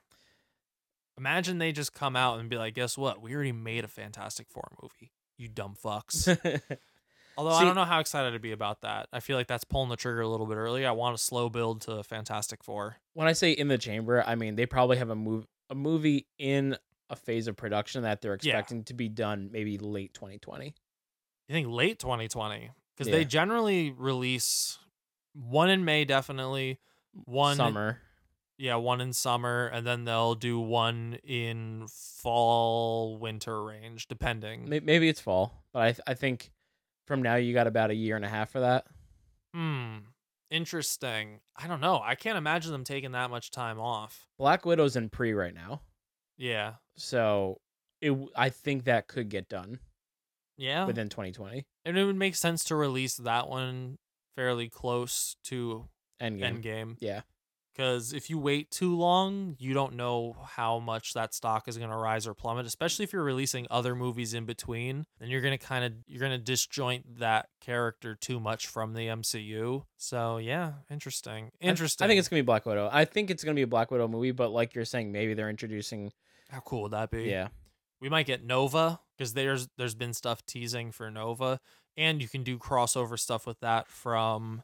[SPEAKER 6] Imagine they just come out and be like, "Guess what? We already made a Fantastic Four movie. You dumb fucks." Although I
[SPEAKER 7] See-
[SPEAKER 6] don't know how excited I'd be about that. I feel like that's pulling the trigger a little bit early. I want a slow build to Fantastic Four.
[SPEAKER 7] when I say in the chamber, I mean they probably have a move a movie in a phase of production that they're
[SPEAKER 6] Yeah.
[SPEAKER 7] expecting to be done maybe late 2020.
[SPEAKER 6] You think late 2020? Because
[SPEAKER 7] Yeah.
[SPEAKER 6] they generally release one in May, definitely one
[SPEAKER 7] Summer.
[SPEAKER 6] Yeah, one in summer, and then they'll do one in fall, winter range, depending.
[SPEAKER 7] May- Maybe it's fall, but I th- I think from now you got about a year and a half for that.
[SPEAKER 6] Hmm. Interesting. I don't know. I can't imagine them taking that much time off.
[SPEAKER 7] Black Widow's in pre right now,
[SPEAKER 6] Yeah.
[SPEAKER 7] so it w- I think that could get done
[SPEAKER 6] Yeah.
[SPEAKER 7] within 2020
[SPEAKER 6] and it would make sense to release that one fairly close to
[SPEAKER 7] Endgame.
[SPEAKER 6] Endgame.
[SPEAKER 7] Yeah,
[SPEAKER 6] Because if you wait too long, you don't know how much that stock is going to rise or plummet, especially if you're releasing other movies in between. Then you're going to kind of you're going to disjoint that character too much from the MCU. So yeah, interesting,
[SPEAKER 7] I-
[SPEAKER 6] interesting.
[SPEAKER 7] I, think it's gonna be Black Widow. I think it's gonna be a Black Widow movie, but like you're saying, maybe they're introducing.
[SPEAKER 6] how cool would that be?
[SPEAKER 7] Yeah,
[SPEAKER 6] we might get Nova because there's there's been stuff teasing for Nova, and you can do crossover stuff with that from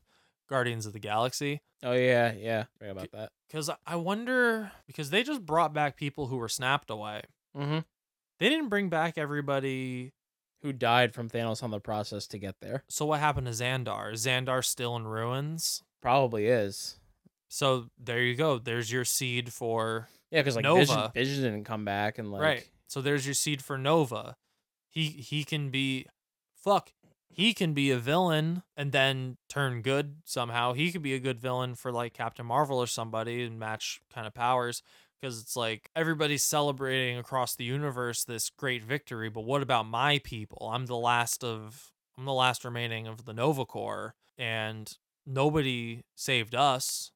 [SPEAKER 6] Guardians of the Galaxy.
[SPEAKER 7] Oh yeah, yeah. Forgot about that.
[SPEAKER 6] Because I wonder because they just brought back people who were snapped away.
[SPEAKER 7] Mm-hmm.
[SPEAKER 6] They didn't bring back everybody.
[SPEAKER 7] Who died from Thanos on the process to get there?
[SPEAKER 6] So what happened to Xandar? Is Xandar still in ruins?
[SPEAKER 7] Probably is.
[SPEAKER 6] So there you go. There's your seed for
[SPEAKER 7] Yeah, because like
[SPEAKER 6] Nova.
[SPEAKER 7] Vision, Vision didn't come back, and like
[SPEAKER 6] right. So there's your seed for Nova. He he can be fuck. He can be a villain and then turn good somehow. He could be a good villain for like Captain Marvel or somebody and match kind of powers because it's like everybody's celebrating across the universe this great victory, but what about my people? I'm the last of I'm the last remaining of the Nova Corps and nobody saved us.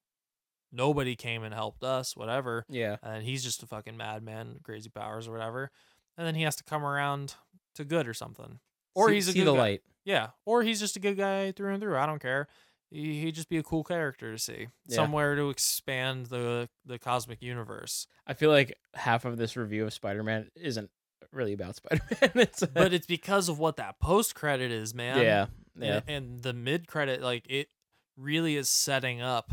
[SPEAKER 6] Nobody came and helped us, whatever
[SPEAKER 7] yeah,
[SPEAKER 6] and he's just a fucking madman, crazy powers or whatever. And then he has to come around to good or something, or
[SPEAKER 7] See-
[SPEAKER 6] he's a
[SPEAKER 7] see
[SPEAKER 6] good
[SPEAKER 7] the
[SPEAKER 6] guy.
[SPEAKER 7] light.
[SPEAKER 6] Yeah, or he's just a good guy through and through. I don't care. He- He'd just be a cool character to see
[SPEAKER 7] Yeah.
[SPEAKER 6] somewhere to expand the the cosmic
[SPEAKER 7] [LAUGHS]
[SPEAKER 6] universe.
[SPEAKER 7] I feel like half of this review of Spider Man isn't really about [LAUGHS] Spider Man. it's
[SPEAKER 6] But it's because of what that post credit is, man.
[SPEAKER 7] yeah,
[SPEAKER 6] And-
[SPEAKER 7] yeah,
[SPEAKER 6] And, the mid credit, like it really is setting up.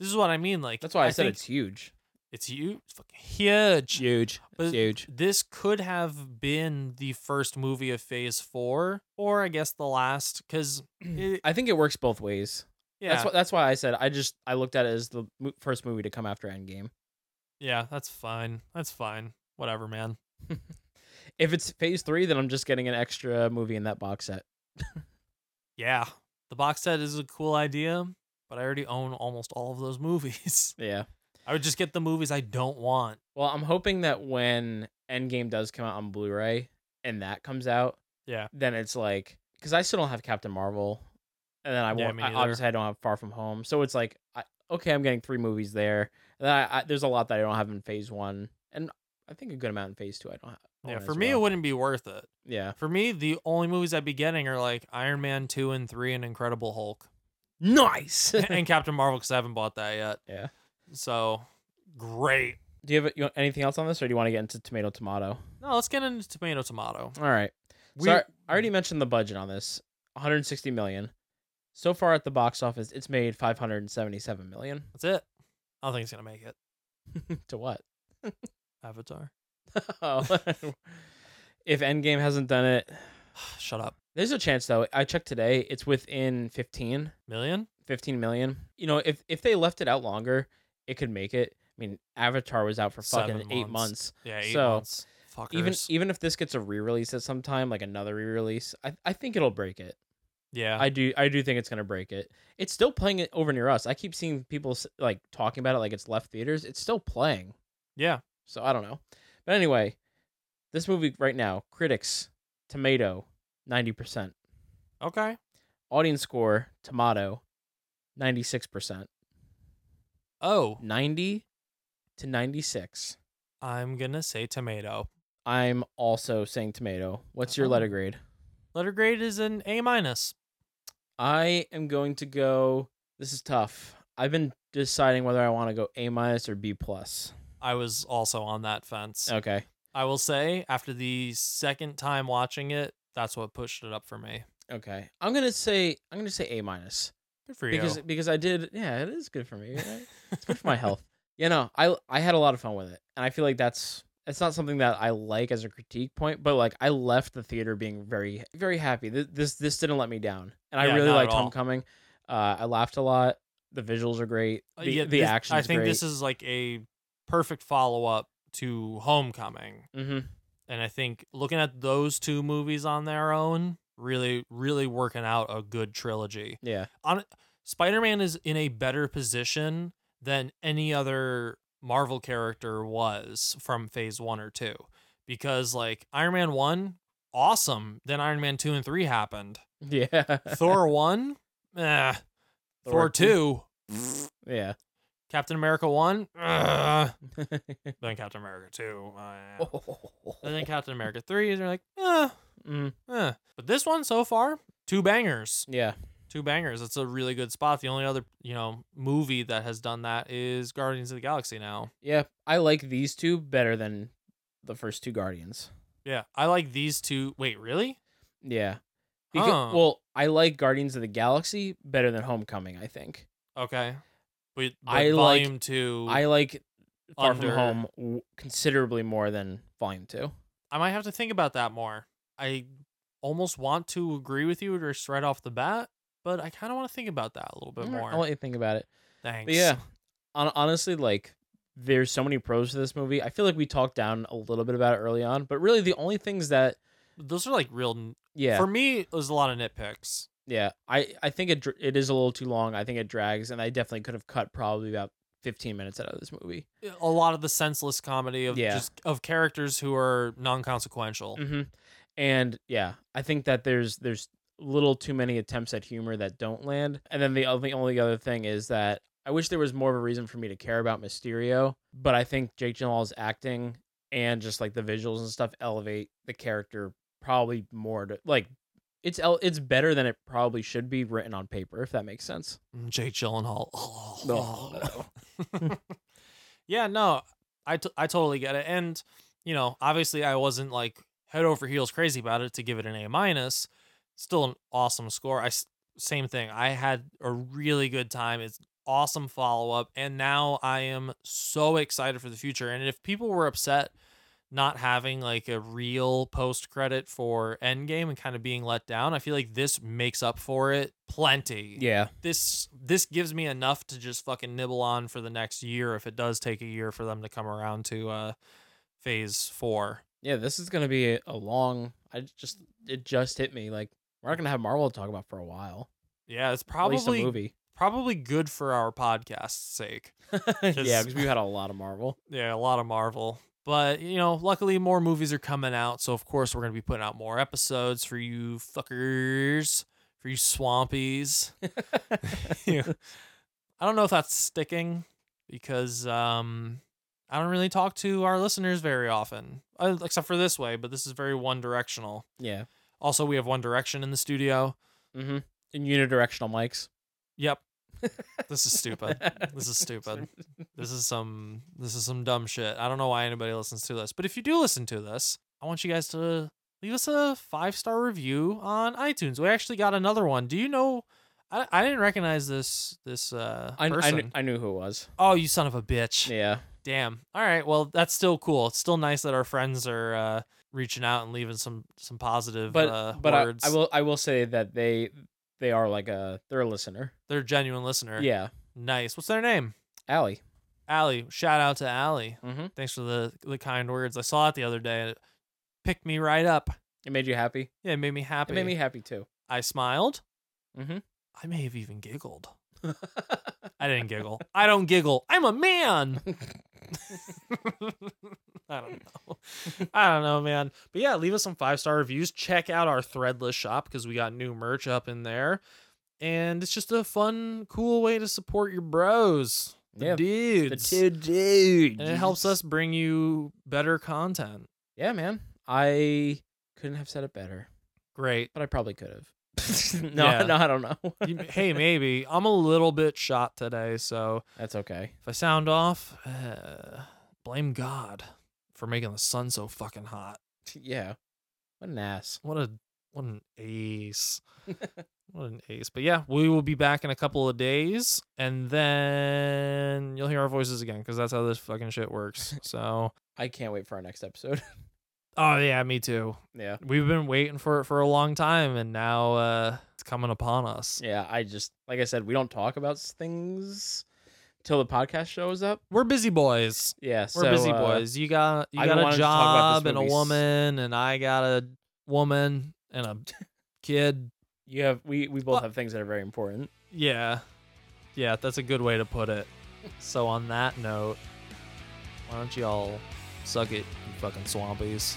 [SPEAKER 6] This is what I mean. Like
[SPEAKER 7] that's why I, said
[SPEAKER 6] think
[SPEAKER 7] it's huge,
[SPEAKER 6] it's huge, fucking huge.
[SPEAKER 7] huge,
[SPEAKER 6] But
[SPEAKER 7] huge.
[SPEAKER 6] This could have been the first movie of Phase Four, or I guess the last,
[SPEAKER 7] [CLEARS THROAT]
[SPEAKER 6] because yeah,
[SPEAKER 7] I think it works both ways. That's why, that's why I said I just I looked at it as the mo- first movie to come after Endgame.
[SPEAKER 6] yeah, that's fine. That's fine. Whatever, man.
[SPEAKER 7] If it's Phase Three, then I'm just getting an extra movie in that box set.
[SPEAKER 6] Yeah, the box set is a cool idea, but I already own almost all of those [LAUGHS] movies.
[SPEAKER 7] Yeah.
[SPEAKER 6] I would just get the movies I don't want.
[SPEAKER 7] Well, I'm hoping that when Endgame does come out on Blu-ray and that comes out,
[SPEAKER 6] Yeah,
[SPEAKER 7] then it's like because I still don't have Captain Marvel, and then I
[SPEAKER 6] Yeah,
[SPEAKER 7] won't.
[SPEAKER 6] me
[SPEAKER 7] I,
[SPEAKER 6] neither.
[SPEAKER 7] obviously, I don't have Far From Home, so it's like I, okay, I'm getting three movies there. And then I, I, there's a lot that I don't have in Phase One, and I think a good amount in Phase Two. I don't have.
[SPEAKER 6] yeah.
[SPEAKER 7] own
[SPEAKER 6] For
[SPEAKER 7] as
[SPEAKER 6] me,
[SPEAKER 7] well.
[SPEAKER 6] it wouldn't be worth it.
[SPEAKER 7] yeah,
[SPEAKER 6] For me, the only movies I'd be getting are like Iron Man two and three and Incredible
[SPEAKER 7] [LAUGHS]
[SPEAKER 6] Hulk
[SPEAKER 7] nice.
[SPEAKER 6] and Captain Marvel because I haven't bought that yet.
[SPEAKER 7] yeah.
[SPEAKER 6] So great.
[SPEAKER 7] [LAUGHS] Do you have you want anything else on this, or do you want to get into Tomato Tomato?
[SPEAKER 6] No, let's get into Tomato Tomato.
[SPEAKER 7] All right.
[SPEAKER 6] We-
[SPEAKER 7] so I, I already mentioned the budget on this, 160 million. So far at the box office, it's made 577 million. [LAUGHS]
[SPEAKER 6] That's it. I don't think it's gonna make it.
[SPEAKER 7] to what?
[SPEAKER 6] Avatar. [SIGHS]
[SPEAKER 7] Oh. [LAUGHS] if Endgame hasn't done it,
[SPEAKER 6] Shut up.
[SPEAKER 7] there's a chance though. I checked today; it's within 15,
[SPEAKER 6] Million?
[SPEAKER 7] 15 million. You know, if if they left it out longer, it could make it. I mean, Avatar was out for fucking
[SPEAKER 6] Seven
[SPEAKER 7] eight
[SPEAKER 6] months.
[SPEAKER 7] months.
[SPEAKER 6] Yeah, eight
[SPEAKER 7] So,
[SPEAKER 6] months. Fuckers.
[SPEAKER 7] Even even if this gets a re-release at some time, like another re-release, I I think it'll break it.
[SPEAKER 6] yeah.
[SPEAKER 7] I do I do think it's gonna break it. It's still playing it over near us. I keep seeing people s- like talking about it like it's left theaters. It's still playing.
[SPEAKER 6] yeah.
[SPEAKER 7] So I don't know. But anyway, this movie right now, critics, tomato, 90%.
[SPEAKER 6] Okay.
[SPEAKER 7] Audience score, tomato, 96%.
[SPEAKER 6] Oh,
[SPEAKER 7] 90 to 96.
[SPEAKER 6] I'm gonna say tomato.
[SPEAKER 7] I'm also saying tomato. What's your
[SPEAKER 6] Oh.
[SPEAKER 7] letter grade?
[SPEAKER 6] Letter grade is an A minus.
[SPEAKER 7] I am going to go this is tough. I've been deciding whether I want to go A minus or B plus.
[SPEAKER 6] I was also on that fence.
[SPEAKER 7] Okay.
[SPEAKER 6] I will say, after the second time watching it, that's what pushed it up for me.
[SPEAKER 7] Okay. I'm gonna say I'm gonna say A minus.
[SPEAKER 6] Good for
[SPEAKER 7] because
[SPEAKER 6] you.
[SPEAKER 7] because I did yeah it is good for me right?
[SPEAKER 6] [LAUGHS]
[SPEAKER 7] it's good for my health [LAUGHS] you know I I had a lot of fun with it and I feel like that's it's not something that I like as a critique point but like I left the theater being very very happy Th- this this didn't let me down and I
[SPEAKER 6] Yeah,
[SPEAKER 7] really
[SPEAKER 6] not at
[SPEAKER 7] liked
[SPEAKER 6] all.
[SPEAKER 7] Homecoming uh I laughed a lot the visuals are great
[SPEAKER 6] Uh,
[SPEAKER 7] the,
[SPEAKER 6] yeah,
[SPEAKER 7] the
[SPEAKER 6] this-
[SPEAKER 7] action
[SPEAKER 6] I think this is like a perfect follow up to Homecoming.
[SPEAKER 7] hmm
[SPEAKER 6] And I think looking at those two movies on their own, really, really working out a good trilogy.
[SPEAKER 7] yeah [LAUGHS]
[SPEAKER 6] on Spider-Man is in a better position than any other Marvel character was from phase 1 or 2 because like Iron Man 1 awesome then Iron Man 2 and 3 happened
[SPEAKER 7] yeah
[SPEAKER 6] Thor 1 eh. Thor,
[SPEAKER 7] Thor
[SPEAKER 6] 2
[SPEAKER 7] [LAUGHS] yeah [LAUGHS]
[SPEAKER 6] Captain America 1 eh. then Captain America 2 eh. and then Captain America 3 and they're like eh,
[SPEAKER 7] mm,
[SPEAKER 6] eh. but this one so far two bangers
[SPEAKER 7] yeah
[SPEAKER 6] two bangers. It's a really good spot. The only other you know movie that has done that is Guardians of the Galaxy. Now,
[SPEAKER 7] yeah I like these two better than the first two Guardians
[SPEAKER 6] yeah, I like these two. Wait, really?
[SPEAKER 7] yeah Because,
[SPEAKER 6] Oh.
[SPEAKER 7] Well, I like Guardians of the Galaxy better than Homecoming. I think.
[SPEAKER 6] Okay. We, but
[SPEAKER 7] I
[SPEAKER 6] volume
[SPEAKER 7] like
[SPEAKER 6] two.
[SPEAKER 7] I like Far
[SPEAKER 6] under-
[SPEAKER 7] From Home w- considerably more than Volume Two.
[SPEAKER 6] I might have to think about that more. I almost want to agree with you just right off the bat, but I kind of want to think about that a little bit
[SPEAKER 7] All right,
[SPEAKER 6] more.
[SPEAKER 7] I'll let you think about it.
[SPEAKER 6] Thanks.
[SPEAKER 7] But yeah, on, honestly, like there's so many pros to this movie. I feel like we talked down a little bit about it early on, but really the only things that
[SPEAKER 6] Those are like real. n-
[SPEAKER 7] Yeah.
[SPEAKER 6] For me, it was a lot of nitpicks.
[SPEAKER 7] yeah, I I think it dr- it is a little too long. I think it drags, and I definitely could have cut probably about 15 minutes out of this movie.
[SPEAKER 6] A lot of the senseless comedy of
[SPEAKER 7] Yeah.
[SPEAKER 6] just of characters who are non-consequential.
[SPEAKER 7] hmm And yeah, I think that there's there's little too many attempts at humor that don't land. And then the only only other thing is that I wish there was more of a reason for me to care about Mysterio, but I think Jake Gyllenhaal's acting and just like the visuals and stuff elevate the character probably more to like it's el- it's better than it probably should be written on paper if that makes sense.
[SPEAKER 6] Mm, Jake Gyllenhaal.
[SPEAKER 7] No.
[SPEAKER 6] [LAUGHS] yeah, no, I, t- I totally get it. And, you know, obviously I wasn't like head over heels crazy about it to give it an A minus. Still an awesome score. I s- same thing. I had a really good time. It's awesome follow up, and now I am so excited for the future. And if people were upset not having like a real post credit for Endgame and kind of being let down, I feel like this makes up for it plenty
[SPEAKER 7] Yeah.
[SPEAKER 6] this this gives me enough to just fucking nibble on for the next year if it does take a year for them to come around to uh phase four.
[SPEAKER 7] Yeah, this is gonna be a, a long. I j- just it just hit me like we're not gonna have Marvel to talk about for a while.
[SPEAKER 6] Yeah, it's
[SPEAKER 7] At
[SPEAKER 6] probably
[SPEAKER 7] least a movie.
[SPEAKER 6] probably good for our podcast's sake.
[SPEAKER 7] Eh, yeah, because we've had a lot of Marvel.
[SPEAKER 6] Yeah, a lot of Marvel. But, you know, luckily more movies are coming out, so of course we're going to be putting out more episodes for you fuckers, for you swampies. [LAUGHS] You- I don't know if that's sticking because um I don't really talk to our listeners very often, uh, except for this way, but this is very one directional.
[SPEAKER 7] Yeah.
[SPEAKER 6] Also, we have One Direction in the studio.
[SPEAKER 7] Mm-hmm. And unidirectional mics.
[SPEAKER 6] Yep. This is
[SPEAKER 7] [LAUGHS]
[SPEAKER 6] stupid. this is stupid. This is some this is some dumb shit. I don't know why anybody listens to this. But if you do listen to this, I want you guys to leave us a five-star review on iTunes. We actually got another one. Do you know I, I didn't recognize this this uh
[SPEAKER 7] I, I,
[SPEAKER 6] person.
[SPEAKER 7] knew, I knew who it was.
[SPEAKER 6] Oh, you son of a bitch.
[SPEAKER 7] Yeah.
[SPEAKER 6] Damn. All right. Well, that's still cool. It's still nice that our friends are uh, reaching out and leaving some some positive
[SPEAKER 7] But
[SPEAKER 6] uh,
[SPEAKER 7] but I,
[SPEAKER 6] words.
[SPEAKER 7] I will I will say that they they are like a they're a listener.
[SPEAKER 6] They're a genuine listener.
[SPEAKER 7] Yeah.
[SPEAKER 6] Nice. What's their name?
[SPEAKER 7] Allie.
[SPEAKER 6] Allie. Shout out to Allie.
[SPEAKER 7] Mm-hmm.
[SPEAKER 6] Thanks for the the kind words. I saw it the other day. and It picked me right up.
[SPEAKER 7] It made you happy.
[SPEAKER 6] Yeah, it made me happy.
[SPEAKER 7] It made me happy too.
[SPEAKER 6] I smiled.
[SPEAKER 7] Mm-hmm.
[SPEAKER 6] I may have even
[SPEAKER 7] [LAUGHS]
[SPEAKER 6] giggled. I didn't giggle. I don't giggle. I'm a
[SPEAKER 7] [LAUGHS]
[SPEAKER 6] man. I don't know. I don't know, man. But yeah, leave us some five star reviews. Check out our threadless shop because we got new merch up in there. And it's just a fun, cool way to support your bros. The
[SPEAKER 7] Yeah, the
[SPEAKER 6] dudes.
[SPEAKER 7] two dudes.
[SPEAKER 6] And it helps us bring you better content.
[SPEAKER 7] Yeah, man. I couldn't have said it better,
[SPEAKER 6] Great.
[SPEAKER 7] but I probably could have. [LAUGHS] no,
[SPEAKER 6] Yeah.
[SPEAKER 7] no, I don't know.
[SPEAKER 6] You- hey, maybe. I'm a little bit shot today, so
[SPEAKER 7] That's okay. [LAUGHS]
[SPEAKER 6] if I sound off, uh, blame God for making the sun so fucking hot.
[SPEAKER 7] Yeah. What an ass.
[SPEAKER 6] What a what an ace. what an ace. But yeah, we will be back in a couple of days and then you'll hear our voices again cuz that's how this fucking shit works. So,
[SPEAKER 7] I can't wait for our next episode. [LAUGHS]
[SPEAKER 6] oh yeah, me too.
[SPEAKER 7] yeah.
[SPEAKER 6] We've been waiting for it for a long time and now uh it's coming upon us.
[SPEAKER 7] Yeah. I just, like I said, we don't talk about s- things till the podcast shows up.
[SPEAKER 6] We're busy boys.
[SPEAKER 7] Yeah.
[SPEAKER 6] We're
[SPEAKER 7] so,
[SPEAKER 6] busy
[SPEAKER 7] uh,
[SPEAKER 6] boys. You got you
[SPEAKER 7] I've been
[SPEAKER 6] got a
[SPEAKER 7] wanting to talk about this
[SPEAKER 6] job and a
[SPEAKER 7] movie s-
[SPEAKER 6] woman and I got a woman and a kid.
[SPEAKER 7] You have, we, we both have things that are very important.
[SPEAKER 6] Yeah. Yeah, that's a good way to put it. So on that note, why don't y'all suck it, you fucking swampies?